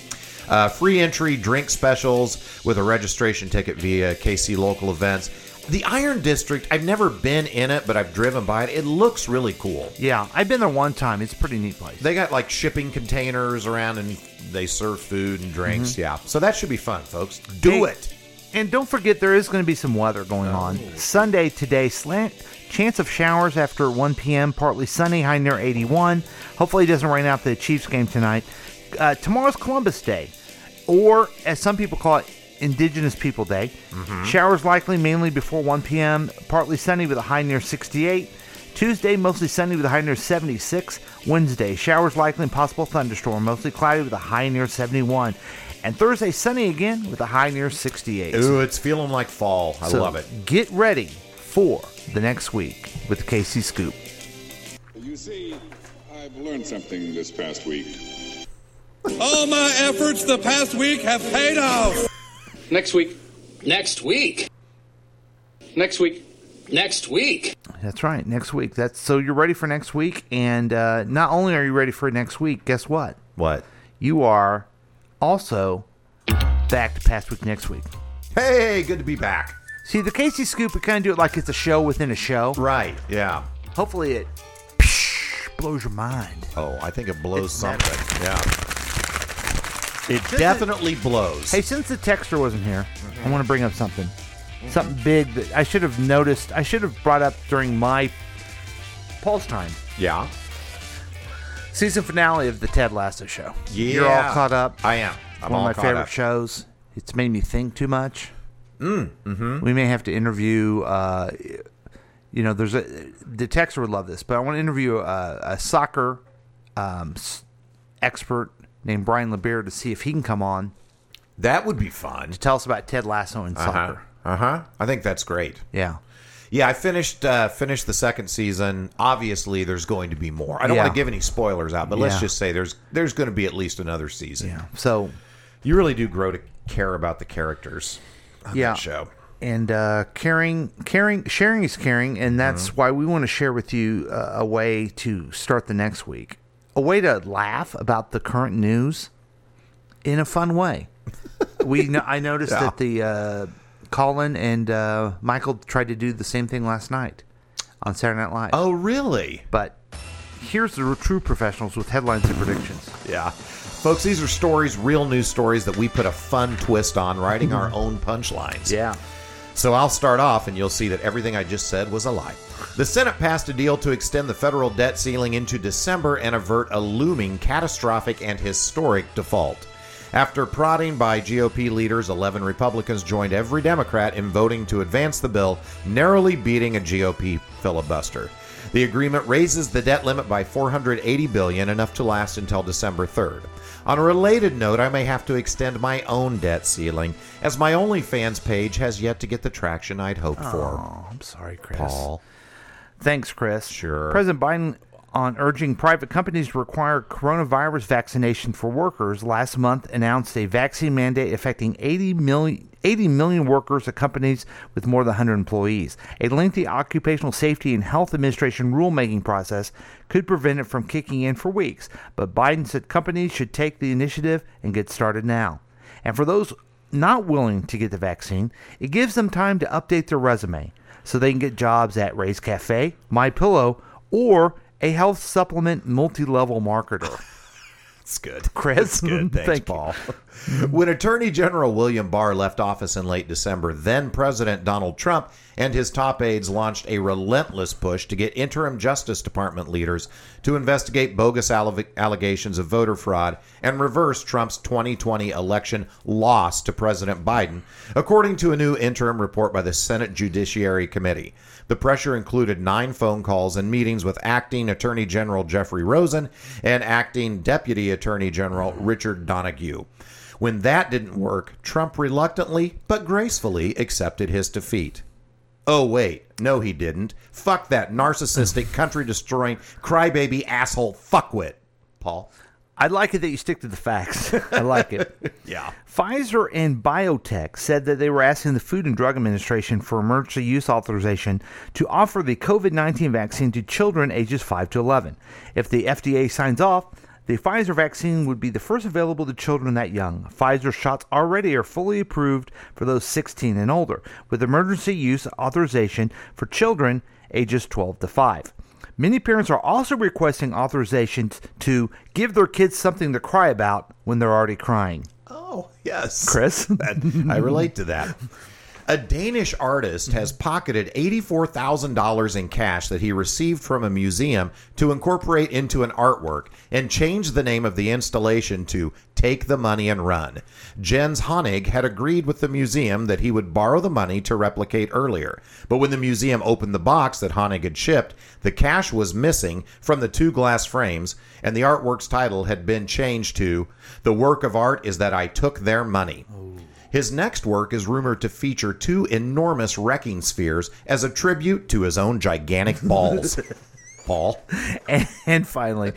[SPEAKER 3] Uh, free entry, drink specials with a registration ticket via KC local events. The Iron District, I've never been in it, but I've driven by it. It looks really cool.
[SPEAKER 2] Yeah, I've been there one time. It's a pretty neat place.
[SPEAKER 3] They got like shipping containers around and they serve food and drinks.
[SPEAKER 2] Mhm.
[SPEAKER 3] Yeah. So that should be fun, folks. Do
[SPEAKER 2] Hey,
[SPEAKER 3] it. Oh.
[SPEAKER 2] And don't forget, there is going to be some weather going on. Sunday today, slant chance of showers after 1 p.m. Partly sunny, high near 81. Hopefully, it doesn't rain out the Chiefs game tonight. Uh, tomorrow's Columbus Day, or as some people call it, Indigenous People Day.
[SPEAKER 3] Mm-hmm.
[SPEAKER 2] Showers likely mainly before 1 p.m. Partly sunny with a high near 68. Tuesday, mostly sunny with a high near 76. Wednesday, showers likely and possible thunderstorm, mostly cloudy with a high near 71. And Thursday, sunny again with a high near 68.
[SPEAKER 3] Ooh, it's feeling like fall. I
[SPEAKER 2] So
[SPEAKER 3] love it.
[SPEAKER 2] Get ready for the next week with KC Scoop.
[SPEAKER 19] You see, I've learned something this past week.
[SPEAKER 14] All my efforts the past week have paid off.
[SPEAKER 16] Next week. Next week. Next week. Next week.
[SPEAKER 2] That's right, next week. That's so you're ready for next week, and uh, not only are you ready for next week, guess what?
[SPEAKER 3] What?
[SPEAKER 2] You are also back to past week next week.
[SPEAKER 3] Hey, good to be back.
[SPEAKER 2] See, the KC Scoop, we kind of do it like it's a show within a show.
[SPEAKER 3] Right. Yeah.
[SPEAKER 2] Hopefully, it blows your mind.
[SPEAKER 3] Oh, I think it blows
[SPEAKER 2] It's
[SPEAKER 3] something. Yeah. It
[SPEAKER 2] Since
[SPEAKER 3] definitely blows.
[SPEAKER 2] Hey, since the texter wasn't here, I
[SPEAKER 3] Mhm.
[SPEAKER 2] want to bring up something. Something big that I should have noticed. I should have brought up during my Paul's time.
[SPEAKER 3] Yeah.
[SPEAKER 2] Season finale of the Ted Lasso show. You're
[SPEAKER 3] Yeah.
[SPEAKER 2] all caught up.
[SPEAKER 3] I am. I'm
[SPEAKER 2] One
[SPEAKER 3] all
[SPEAKER 2] of my
[SPEAKER 3] caught
[SPEAKER 2] favorite
[SPEAKER 3] up.
[SPEAKER 2] shows. It's made me think too much. Mm,
[SPEAKER 3] mm-hmm.
[SPEAKER 2] We may have to interview. Uh, you know, there's a the texter would love this, but I want to interview a, a soccer um, s- expert named Brian LeBeer to see if he can come on.
[SPEAKER 3] That would be fun to
[SPEAKER 2] tell us about Ted Lasso and soccer.
[SPEAKER 3] Uh huh. I think that's great.
[SPEAKER 2] Yeah.
[SPEAKER 3] Yeah, I finished uh, finished the second season. Obviously, there's going to be more. I don't
[SPEAKER 2] Yeah.
[SPEAKER 3] want to give any spoilers out, but let's
[SPEAKER 2] Yeah.
[SPEAKER 3] just say there's there's going to be at least another season. Yeah.
[SPEAKER 2] So
[SPEAKER 3] you really do grow to care about the characters. on
[SPEAKER 2] yeah.
[SPEAKER 3] that show.
[SPEAKER 2] And uh, caring, caring, sharing is caring, and that's why we want to share with you uh, a way to start the next week, a way to laugh about the current news in a fun way. we, no- I noticed
[SPEAKER 3] Yeah.
[SPEAKER 2] that the uh, Colin and uh, Michael tried to do the same thing last night on Saturday Night Live.
[SPEAKER 3] Oh, really?
[SPEAKER 2] But here's the true professionals with headlines and predictions.
[SPEAKER 3] Yeah. Folks, these are stories, real news stories that we put a fun twist on, writing our own punchlines.
[SPEAKER 2] Yeah.
[SPEAKER 3] So I'll start off, and you'll see that everything I just said was a lie. The Senate passed a deal to extend the federal debt ceiling into December and avert a looming catastrophic and historic default. After prodding by GOP leaders, 11 Republicans joined every Democrat in voting to advance the bill, narrowly beating a GOP filibuster. The agreement raises the debt limit by 480 billion, enough to last until December 3rd. On a related note, I may have to extend my own debt ceiling, as my OnlyFans page has yet to get the traction I'd hoped for.
[SPEAKER 2] I'm sorry, Chris.
[SPEAKER 3] Paul.
[SPEAKER 2] Thanks, Chris.
[SPEAKER 3] Sure.
[SPEAKER 2] President Biden on urging private companies to require coronavirus vaccination for workers last month announced a vaccine mandate affecting 80 million, 80 million workers at companies with more than 100 employees. A lengthy Occupational Safety and Health Administration rulemaking process could prevent it from kicking in for weeks, but Biden said companies should take the initiative and get started now. And for those not willing to get the vaccine, it gives them time to update their resume so they can get jobs at Ray's Cafe, My Pillow, or a health supplement multi-level marketer.
[SPEAKER 3] That's good.
[SPEAKER 2] Chris,
[SPEAKER 3] That's good. Thanks,
[SPEAKER 2] Thank you.
[SPEAKER 3] Paul. when Attorney General William Barr left office in late December, then President Donald Trump and his top aides launched a relentless push to get interim Justice Department leaders to investigate bogus alle- allegations of voter fraud and reverse Trump's 2020 election loss to President Biden, according to a new interim report by the Senate Judiciary Committee. The pressure included nine phone calls and meetings with acting Attorney General Jeffrey Rosen and acting Deputy Attorney General Richard Donahue. When that didn't work, Trump reluctantly but gracefully accepted his defeat. Oh, wait. No, he didn't. Fuck that narcissistic, country destroying, crybaby asshole fuckwit, Paul.
[SPEAKER 2] I like it that you stick to the facts. I like it.
[SPEAKER 3] yeah.
[SPEAKER 2] Pfizer and biotech said that they were asking the Food and Drug Administration for emergency use authorization to offer the COVID 19 vaccine to children ages 5 to 11. If the FDA signs off, the Pfizer vaccine would be the first available to children that young. Pfizer shots already are fully approved for those 16 and older, with emergency use authorization for children ages 12 to 5. Many parents are also requesting authorizations to give their kids something to cry about when they're already crying.
[SPEAKER 3] Oh, yes.
[SPEAKER 2] Chris?
[SPEAKER 3] I relate to that. A Danish artist has pocketed $84,000 in cash that he received from a museum to incorporate into an artwork and changed the name of the installation to Take the Money and Run. Jens Honig had agreed with the museum that he would borrow the money to replicate earlier, but when the museum opened the box that Honig had shipped, the cash was missing from the two glass frames and the artwork's title had been changed to The Work of Art is That I Took Their Money. His next work is rumored to feature two enormous wrecking spheres as a tribute to his own gigantic balls. Paul.
[SPEAKER 2] And, and finally,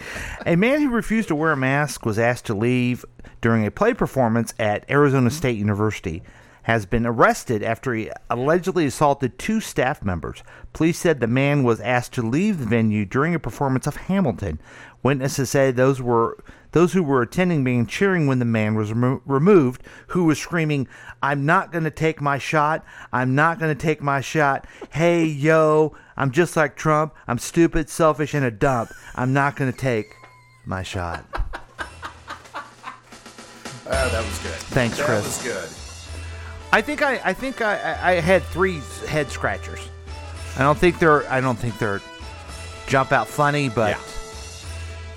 [SPEAKER 2] a man who refused to wear a mask was asked to leave during a play performance at Arizona State University. Has been arrested after he allegedly assaulted two staff members. Police said the man was asked to leave the venue during a performance of Hamilton. Witnesses say those were those who were attending began cheering when the man was remo- removed, who was screaming, "I'm not going to take my shot. I'm not going to take my shot. Hey, yo, I'm just like Trump. I'm stupid, selfish, and a dump. I'm not going to take my shot."
[SPEAKER 3] Oh, that was good.
[SPEAKER 2] Thanks,
[SPEAKER 3] that
[SPEAKER 2] Chris.
[SPEAKER 3] was good.
[SPEAKER 2] I think I, I think I, I- I had three head scratchers. I don't think they're I don't think they're jump out funny, but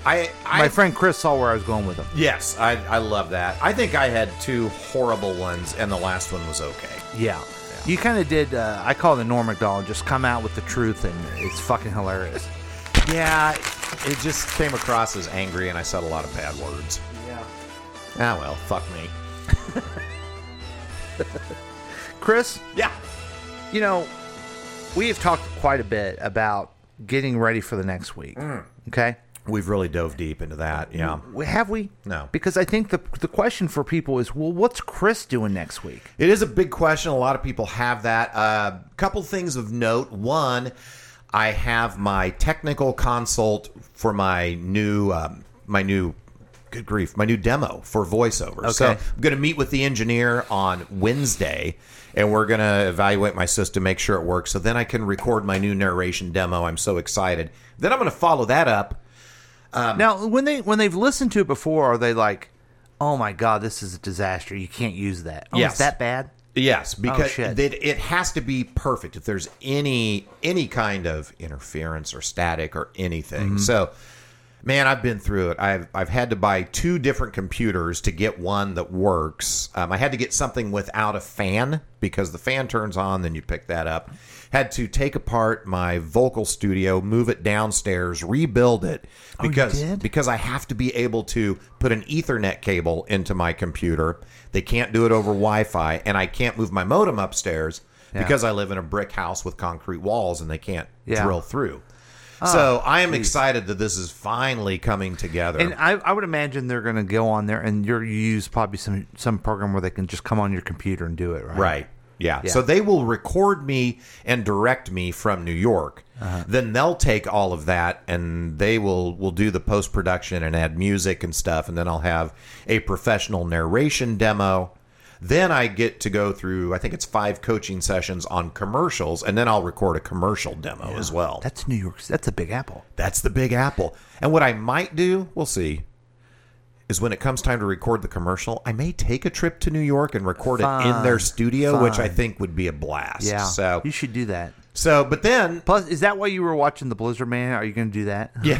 [SPEAKER 3] I, I
[SPEAKER 2] my friend Chris saw where I was going with him.
[SPEAKER 3] Yes, I, I love that. I think I had two horrible ones, and the last one was okay.
[SPEAKER 2] Yeah. You kind of did. Uh, I call it the Norm Macdonald. Just come out with the truth, and it's fucking hilarious.
[SPEAKER 3] Yeah, it just came across as angry, and I said a lot of bad words.
[SPEAKER 2] Yeah.
[SPEAKER 3] Ah, well, fuck me.
[SPEAKER 2] Chris?
[SPEAKER 3] Yeah.
[SPEAKER 2] You know, we have talked quite a bit about getting ready for the next week. Okay.
[SPEAKER 3] We've really dove deep into that. Yeah.
[SPEAKER 2] W- Have we?
[SPEAKER 3] No.
[SPEAKER 2] Because I think the the question for people is, well, what's Chris doing next week?
[SPEAKER 3] It is a big question. A lot of people have that. A uh, couple things of note. One, I have my technical consult for my new um, my new good grief my new demo for voiceover. So
[SPEAKER 2] Okay.
[SPEAKER 3] I'm going to meet with the engineer on Wednesday, and we're going to evaluate my system, make sure it works. So then I can record my new narration demo. I'm so excited. Then I'm going to follow that up. Um,
[SPEAKER 2] now, when they when they've listened to it before, are they like, oh my god, this is a disaster. You can't use that. Oh,
[SPEAKER 3] Yes.
[SPEAKER 2] Is that bad?
[SPEAKER 3] Yes,
[SPEAKER 2] Oh,
[SPEAKER 3] because
[SPEAKER 2] shit.
[SPEAKER 3] that it has to be perfect. If there's any any kind of interference or static or anything,
[SPEAKER 2] Mhm.
[SPEAKER 3] so man, I've been through it. I've I've had to buy two different computers to get one that works. Um, I had to get something without a fan because the fan turns on, then you pick that up. Had to take apart my vocal studio, move it downstairs, rebuild it
[SPEAKER 2] Oh, you
[SPEAKER 3] because
[SPEAKER 2] did?
[SPEAKER 3] because I have to be able to put an Ethernet cable into my computer. They can't do it over Wi-Fi, and I can't move my modem upstairs
[SPEAKER 2] Yeah.
[SPEAKER 3] because I live in a brick house with concrete walls, and they can't
[SPEAKER 2] Yeah.
[SPEAKER 3] drill through.
[SPEAKER 2] Ah,
[SPEAKER 3] so I am
[SPEAKER 2] geez.
[SPEAKER 3] excited that this is finally coming together.
[SPEAKER 2] And I, I would imagine they're going to go on there and you're, you use probably some some program where they can just come on your computer and do it, right?
[SPEAKER 3] Right. Yeah. So they will record me and direct me from New York. Then they'll take all of that and they will will do the post production and add music and stuff and then I'll have a professional narration demo. Then I get to go through I think it's 5 coaching sessions on commercials and then I'll record a commercial demo as well.
[SPEAKER 2] That's New York. That's a big apple.
[SPEAKER 3] That's the big apple. And what I might do, we'll see, is when it comes time to record the commercial, I may take a trip to New York and record it in their
[SPEAKER 2] Fun,
[SPEAKER 3] studio, which I
[SPEAKER 2] fun.
[SPEAKER 3] think would be a blast.
[SPEAKER 2] Yeah.
[SPEAKER 3] So
[SPEAKER 2] you should do that.
[SPEAKER 3] So, but then
[SPEAKER 2] plus, is that why you were watching the Blizzard Man? Are you going to do that?
[SPEAKER 3] Yeah.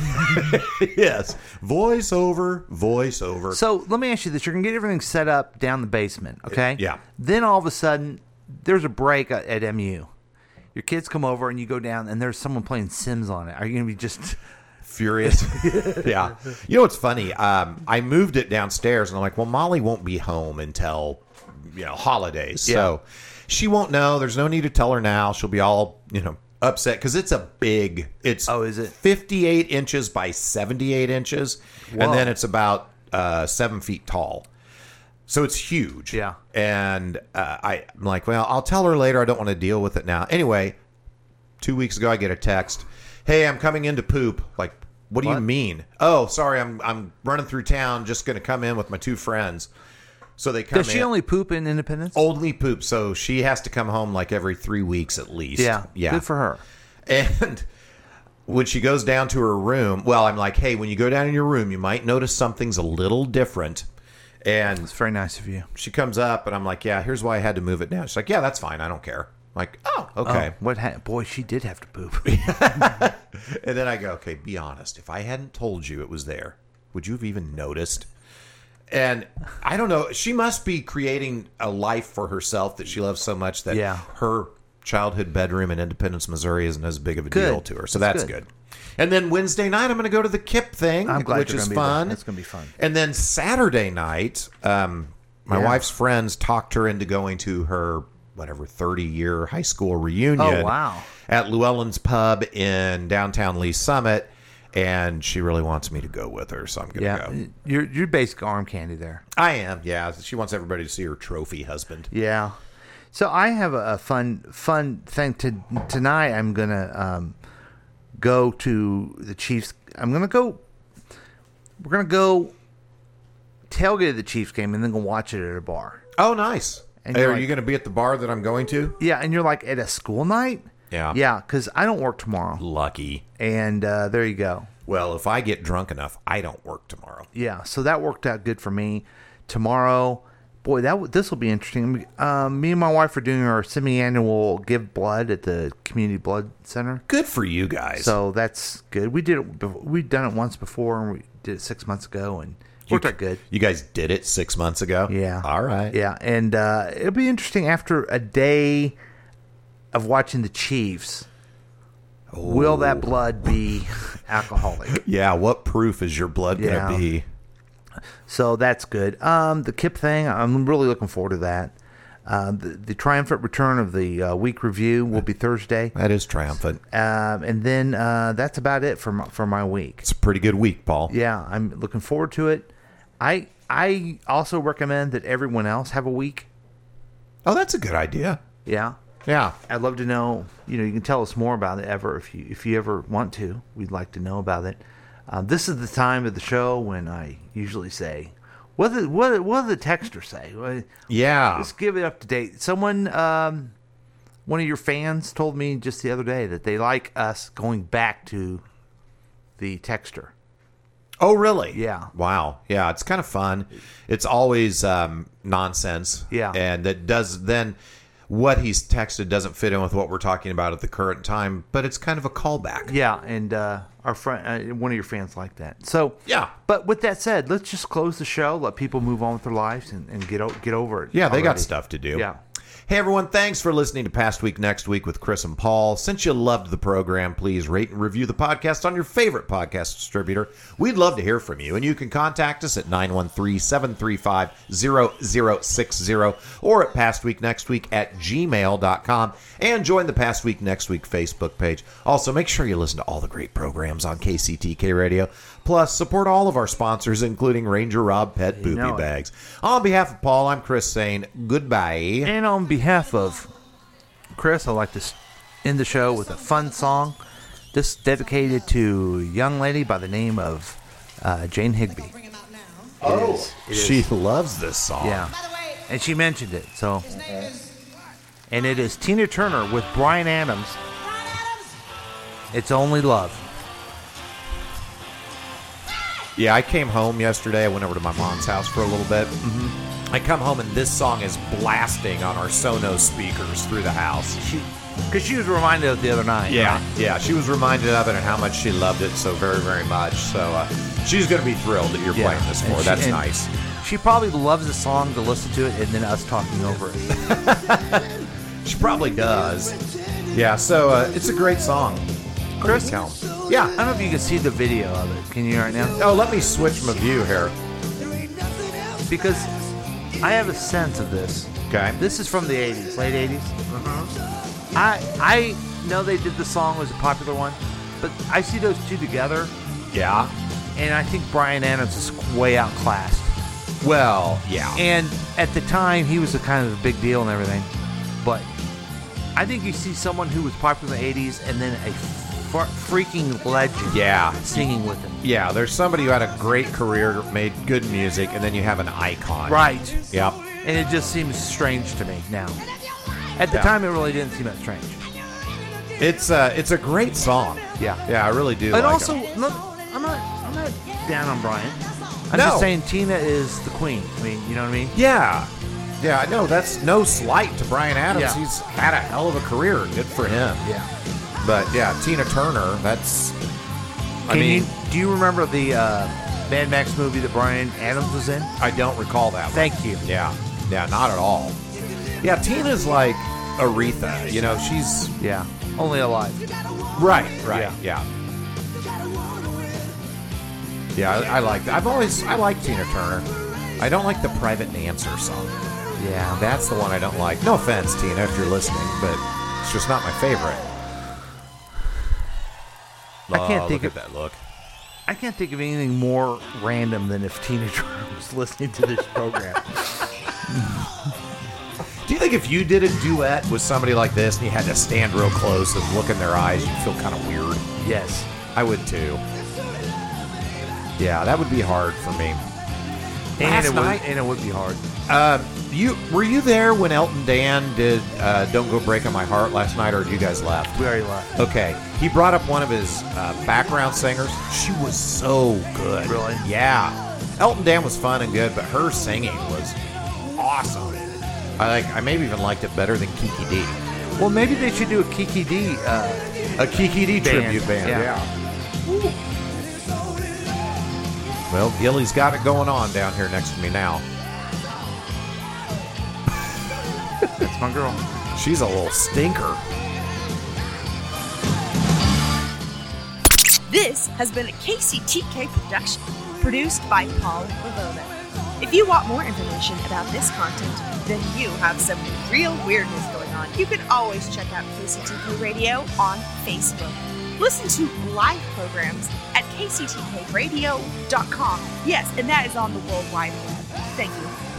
[SPEAKER 3] yes. Voiceover, voiceover.
[SPEAKER 2] So let me ask you this: You're going to get everything set up down the basement, okay?
[SPEAKER 3] Uh, Yeah.
[SPEAKER 2] Then all of a sudden, there's a break at, at MU. Your kids come over and you go down, and there's someone playing Sims on it. Are you going to be just?
[SPEAKER 3] furious. yeah. You know what's funny? Um, I moved it downstairs and I'm like, well, Molly won't be home until, you know, holidays. So she won't know. There's no need to tell her now. She'll be all, you know, upset because it's a big, it's, oh, is it 58 inches by 78 inches.
[SPEAKER 2] Whoa.
[SPEAKER 3] And then it's about uh, seven feet tall. So it's huge. Yeah. And uh, I, I'm like, well, I'll tell her later. I don't want to deal with it now. Anyway, two weeks ago, I get a text. Hey, I'm coming in to poop. Like, what do you
[SPEAKER 2] What?
[SPEAKER 3] mean? Oh, sorry, I'm I'm running through town. Just gonna come in with my two friends. So they come.
[SPEAKER 2] Does she
[SPEAKER 3] in-
[SPEAKER 2] only poop in Independence?
[SPEAKER 3] only poop? So she has to come home like every three weeks at least.
[SPEAKER 2] Yeah,
[SPEAKER 3] yeah.
[SPEAKER 2] good for her.
[SPEAKER 3] And when she goes down to her room, well, I'm like, hey, when you go down in your room, you might notice something's a little different. And it's
[SPEAKER 2] very nice of you.
[SPEAKER 3] She comes up, and I'm like, yeah, here's why I had to move it down. She's like, yeah, that's fine. I don't care. I'm like, oh, okay.
[SPEAKER 2] Oh, what? Ha- boy, she did have to poop.
[SPEAKER 3] And then I go, okay, be honest. If I hadn't told you it was there, would you have even noticed? And I don't know. She must be creating a life for herself that she loves so much that
[SPEAKER 2] Yeah.
[SPEAKER 3] her childhood bedroom in Independence, Missouri isn't as big of a
[SPEAKER 2] Good.
[SPEAKER 3] deal to her. So
[SPEAKER 2] That's
[SPEAKER 3] that's,
[SPEAKER 2] good.
[SPEAKER 3] good. And then Wednesday night, I'm going to go to the Kip thing,
[SPEAKER 2] I'm glad
[SPEAKER 3] which
[SPEAKER 2] you're
[SPEAKER 3] is
[SPEAKER 2] gonna be
[SPEAKER 3] fun.
[SPEAKER 2] There. It's going to be fun.
[SPEAKER 3] And then Saturday night, um, my
[SPEAKER 2] Yeah.
[SPEAKER 3] wife's friends talked her into going to her whatever 30 year high school reunion.
[SPEAKER 2] Oh, wow.
[SPEAKER 3] At Llewellyn's Pub in downtown Lee Summit, and she really wants me to go with her, so I'm gonna
[SPEAKER 2] Yeah,
[SPEAKER 3] go.
[SPEAKER 2] you're you're basic arm candy there.
[SPEAKER 3] I am, yeah. She wants everybody to see her trophy husband.
[SPEAKER 2] Yeah. So I have a, a fun fun thing to tonight. I'm gonna um, go to the Chiefs. I'm gonna go. We're gonna go tailgate the Chiefs game and then go watch it at a bar.
[SPEAKER 3] Oh, nice.
[SPEAKER 2] And
[SPEAKER 3] Hey,
[SPEAKER 2] you're
[SPEAKER 3] are you
[SPEAKER 2] like-
[SPEAKER 3] gonna be at the bar that I'm going to?
[SPEAKER 2] Yeah, and you're like at a school night.
[SPEAKER 3] Yeah.
[SPEAKER 2] Yeah, because I don't work tomorrow.
[SPEAKER 3] Lucky.
[SPEAKER 2] And uh, there you go.
[SPEAKER 3] Well, if I get drunk enough, I don't work tomorrow.
[SPEAKER 2] Yeah, so that worked out good for me. Tomorrow, Boy, that this will be interesting. Um, me and my wife are doing our semi-annual give blood at the community blood center.
[SPEAKER 3] Good for you guys.
[SPEAKER 2] So that's good. We did it. bef- We've done it once before, and we did it six months ago, and worked out good.
[SPEAKER 3] You guys did it six months ago.
[SPEAKER 2] Yeah.
[SPEAKER 3] All right.
[SPEAKER 2] Yeah, and uh, it'll be interesting after a day of watching the Chiefs. Will that blood be alcoholic?
[SPEAKER 3] Yeah. What proof is your blood
[SPEAKER 2] Yeah.
[SPEAKER 3] gonna be?
[SPEAKER 2] So that's good. Um, the Kip thing, I'm really looking forward to that. Uh, the, the triumphant return of the uh, week review will be Thursday,
[SPEAKER 3] That is triumphant.
[SPEAKER 2] um, and then uh, that's about it for my, for my week.
[SPEAKER 3] It's a pretty good week, Paul.
[SPEAKER 2] Yeah, I'm looking forward to it. I I also recommend that everyone else have a week.
[SPEAKER 3] Oh, that's a good idea.
[SPEAKER 2] Yeah,
[SPEAKER 3] yeah.
[SPEAKER 2] I'd love to know. You know, you can tell us more about it ever if you if you ever want to. We'd like to know about it. Uh, this is the time of the show when I usually say, "What did what did- what did the texter say?" What-
[SPEAKER 3] Yeah.
[SPEAKER 2] Let's give it up to date. Someone, um, one of your fans told me just the other day that they like us going back to the texter.
[SPEAKER 3] Oh, really?
[SPEAKER 2] Yeah.
[SPEAKER 3] Wow. Yeah, it's kind of fun. It's always um, nonsense.
[SPEAKER 2] Yeah.
[SPEAKER 3] And that does then what he's texted doesn't fit in with what we're talking about at the current time, but it's kind of a callback.
[SPEAKER 2] Yeah, and uh, our friend, uh, one of your fans like that. So
[SPEAKER 3] Yeah.
[SPEAKER 2] But with that said, let's just close the show. Let people move on with their lives and, and get o- get over it.
[SPEAKER 3] Yeah, they got
[SPEAKER 2] already.
[SPEAKER 3] stuff to do.
[SPEAKER 2] Yeah.
[SPEAKER 3] Hey everyone, thanks for listening to Past Week Next Week with Chris and Paul. Since you loved the program, please rate and review the podcast on your favorite podcast distributor. We'd love to hear from you, and you can contact us at 913-735-0060 or at pastweeknextweek at gmail.com and join the Past Week Next Week Facebook page. Also, make sure you listen to all the great programs on KCTK Radio. Plus, support all of our sponsors, including Ranger Rob Pet Boopy
[SPEAKER 2] know it.
[SPEAKER 3] Bags. On behalf of Paul, I'm Chris saying goodbye.
[SPEAKER 2] And on behalf of Chris, I'd like to s- end the show with a fun song. This dedicated to a young lady by the name of uh, Jane Higby.
[SPEAKER 3] Oh,
[SPEAKER 2] is. It
[SPEAKER 3] she
[SPEAKER 2] is.
[SPEAKER 3] loves this song.
[SPEAKER 2] Yeah. And she mentioned it. So. And it is Tina Turner with Brian Adams. It's only love.
[SPEAKER 3] Yeah, I came home yesterday. I went over to my mom's house for a little bit. Mm-hmm. I come home and this song is blasting on our Sonos speakers through the house.
[SPEAKER 2] Because she was reminded of the other night.
[SPEAKER 3] Yeah,
[SPEAKER 2] right?
[SPEAKER 3] yeah. She was reminded of it and how much she loved it so very, very much. So uh, she's going to be thrilled that you're
[SPEAKER 2] Yeah.
[SPEAKER 3] playing this for.
[SPEAKER 2] And
[SPEAKER 3] her.
[SPEAKER 2] she-
[SPEAKER 3] That's
[SPEAKER 2] and
[SPEAKER 3] nice.
[SPEAKER 2] She probably loves the song to listen to it and then us talking over it.
[SPEAKER 3] She probably does. Yeah, so uh, it's a great song.
[SPEAKER 2] Chris?
[SPEAKER 3] Tell 'em. Yeah.
[SPEAKER 2] I don't know if you can see the video of it. Can you right now?
[SPEAKER 3] Oh, let me switch my view here.
[SPEAKER 2] Because I have a sense of this.
[SPEAKER 3] Okay.
[SPEAKER 2] This is from the 80s, late 80s.
[SPEAKER 3] Uh-huh.
[SPEAKER 2] I I know they did the song was a popular one, but I see those two together,
[SPEAKER 3] Yeah.
[SPEAKER 2] and I think Brian Adams is way outclassed.
[SPEAKER 3] Well, yeah.
[SPEAKER 2] And at the time, he was a kind of a big deal and everything. But I think you see someone who was popular in the 80s and then a f- freaking legend
[SPEAKER 3] Yeah.
[SPEAKER 2] singing with him.
[SPEAKER 3] Yeah, there's somebody who had a great career, made good music, and then you have an icon.
[SPEAKER 2] Right.
[SPEAKER 3] Yep.
[SPEAKER 2] And it just seems strange to me now. At the
[SPEAKER 3] Yeah.
[SPEAKER 2] time, it really didn't seem that strange.
[SPEAKER 3] It's uh, it's a great song.
[SPEAKER 2] Yeah.
[SPEAKER 3] Yeah, I really do.
[SPEAKER 2] And
[SPEAKER 3] like
[SPEAKER 2] also,
[SPEAKER 3] it.
[SPEAKER 2] look, I'm not, I'm not down on Brian. I'm
[SPEAKER 3] No.
[SPEAKER 2] just saying Tina is the queen. I mean, you know what I mean?
[SPEAKER 3] yeah, yeah, I know that's no slight to Brian Adams.
[SPEAKER 2] Yeah.
[SPEAKER 3] He's had a hell of a career. Good for him.
[SPEAKER 2] Yeah.
[SPEAKER 3] But yeah, Tina Turner. That's.
[SPEAKER 2] Can
[SPEAKER 3] I mean,
[SPEAKER 2] you, do you remember the uh, Mad Max movie that Brian Adams was in?
[SPEAKER 3] I don't recall that. one.
[SPEAKER 2] Thank you.
[SPEAKER 3] Yeah. Yeah, not at all. Yeah, Tina's like Aretha. You know, she's
[SPEAKER 2] Yeah. Only alive.
[SPEAKER 3] Right, right, yeah. Yeah, I, I like that. I've always I like Tina Turner. I don't like the Private Dancer song.
[SPEAKER 2] Yeah.
[SPEAKER 3] That's the one I don't like. No offense, Tina, if you're listening, but it's just not my favorite.
[SPEAKER 2] I can't
[SPEAKER 3] Oh,
[SPEAKER 2] think
[SPEAKER 3] look
[SPEAKER 2] of-
[SPEAKER 3] at that look.
[SPEAKER 2] I can't think of anything more random than if Tina Turner was listening to this program.
[SPEAKER 3] Do you think if you did a duet with somebody like this and you had to stand real close and look in their eyes, you'd feel kind of weird?
[SPEAKER 2] yes.
[SPEAKER 3] I would too. Yeah, that would be hard for me.
[SPEAKER 2] And
[SPEAKER 3] Last
[SPEAKER 2] it would,
[SPEAKER 3] night-
[SPEAKER 2] and it would be hard.
[SPEAKER 3] Uh, you were you there when Elton Dan did uh, "Don't Go Breaking My Heart" last night, or you guys left?
[SPEAKER 2] Very left.
[SPEAKER 3] Okay, he brought up one of his uh, background singers. She was so good.
[SPEAKER 2] Really?
[SPEAKER 3] Yeah. Elton Dan was fun and good, but her singing was awesome. I like. I maybe even liked it better than Kiki D.
[SPEAKER 2] Well, maybe they should do a Kiki D. Uh,
[SPEAKER 3] a Kiki D tribute band. Well, Gilly's got it going on down here next to me now.
[SPEAKER 2] That's my girl.
[SPEAKER 3] She's a little stinker.
[SPEAKER 17] This has been a KCTK production, produced by Paul Lavona. If you want more information about this content, then you have some real weirdness going on. You can always check out KCTK Radio on Facebook. Listen to live programs at kctkradio.com. Yes, and that is on the World Wide Web. Thank you.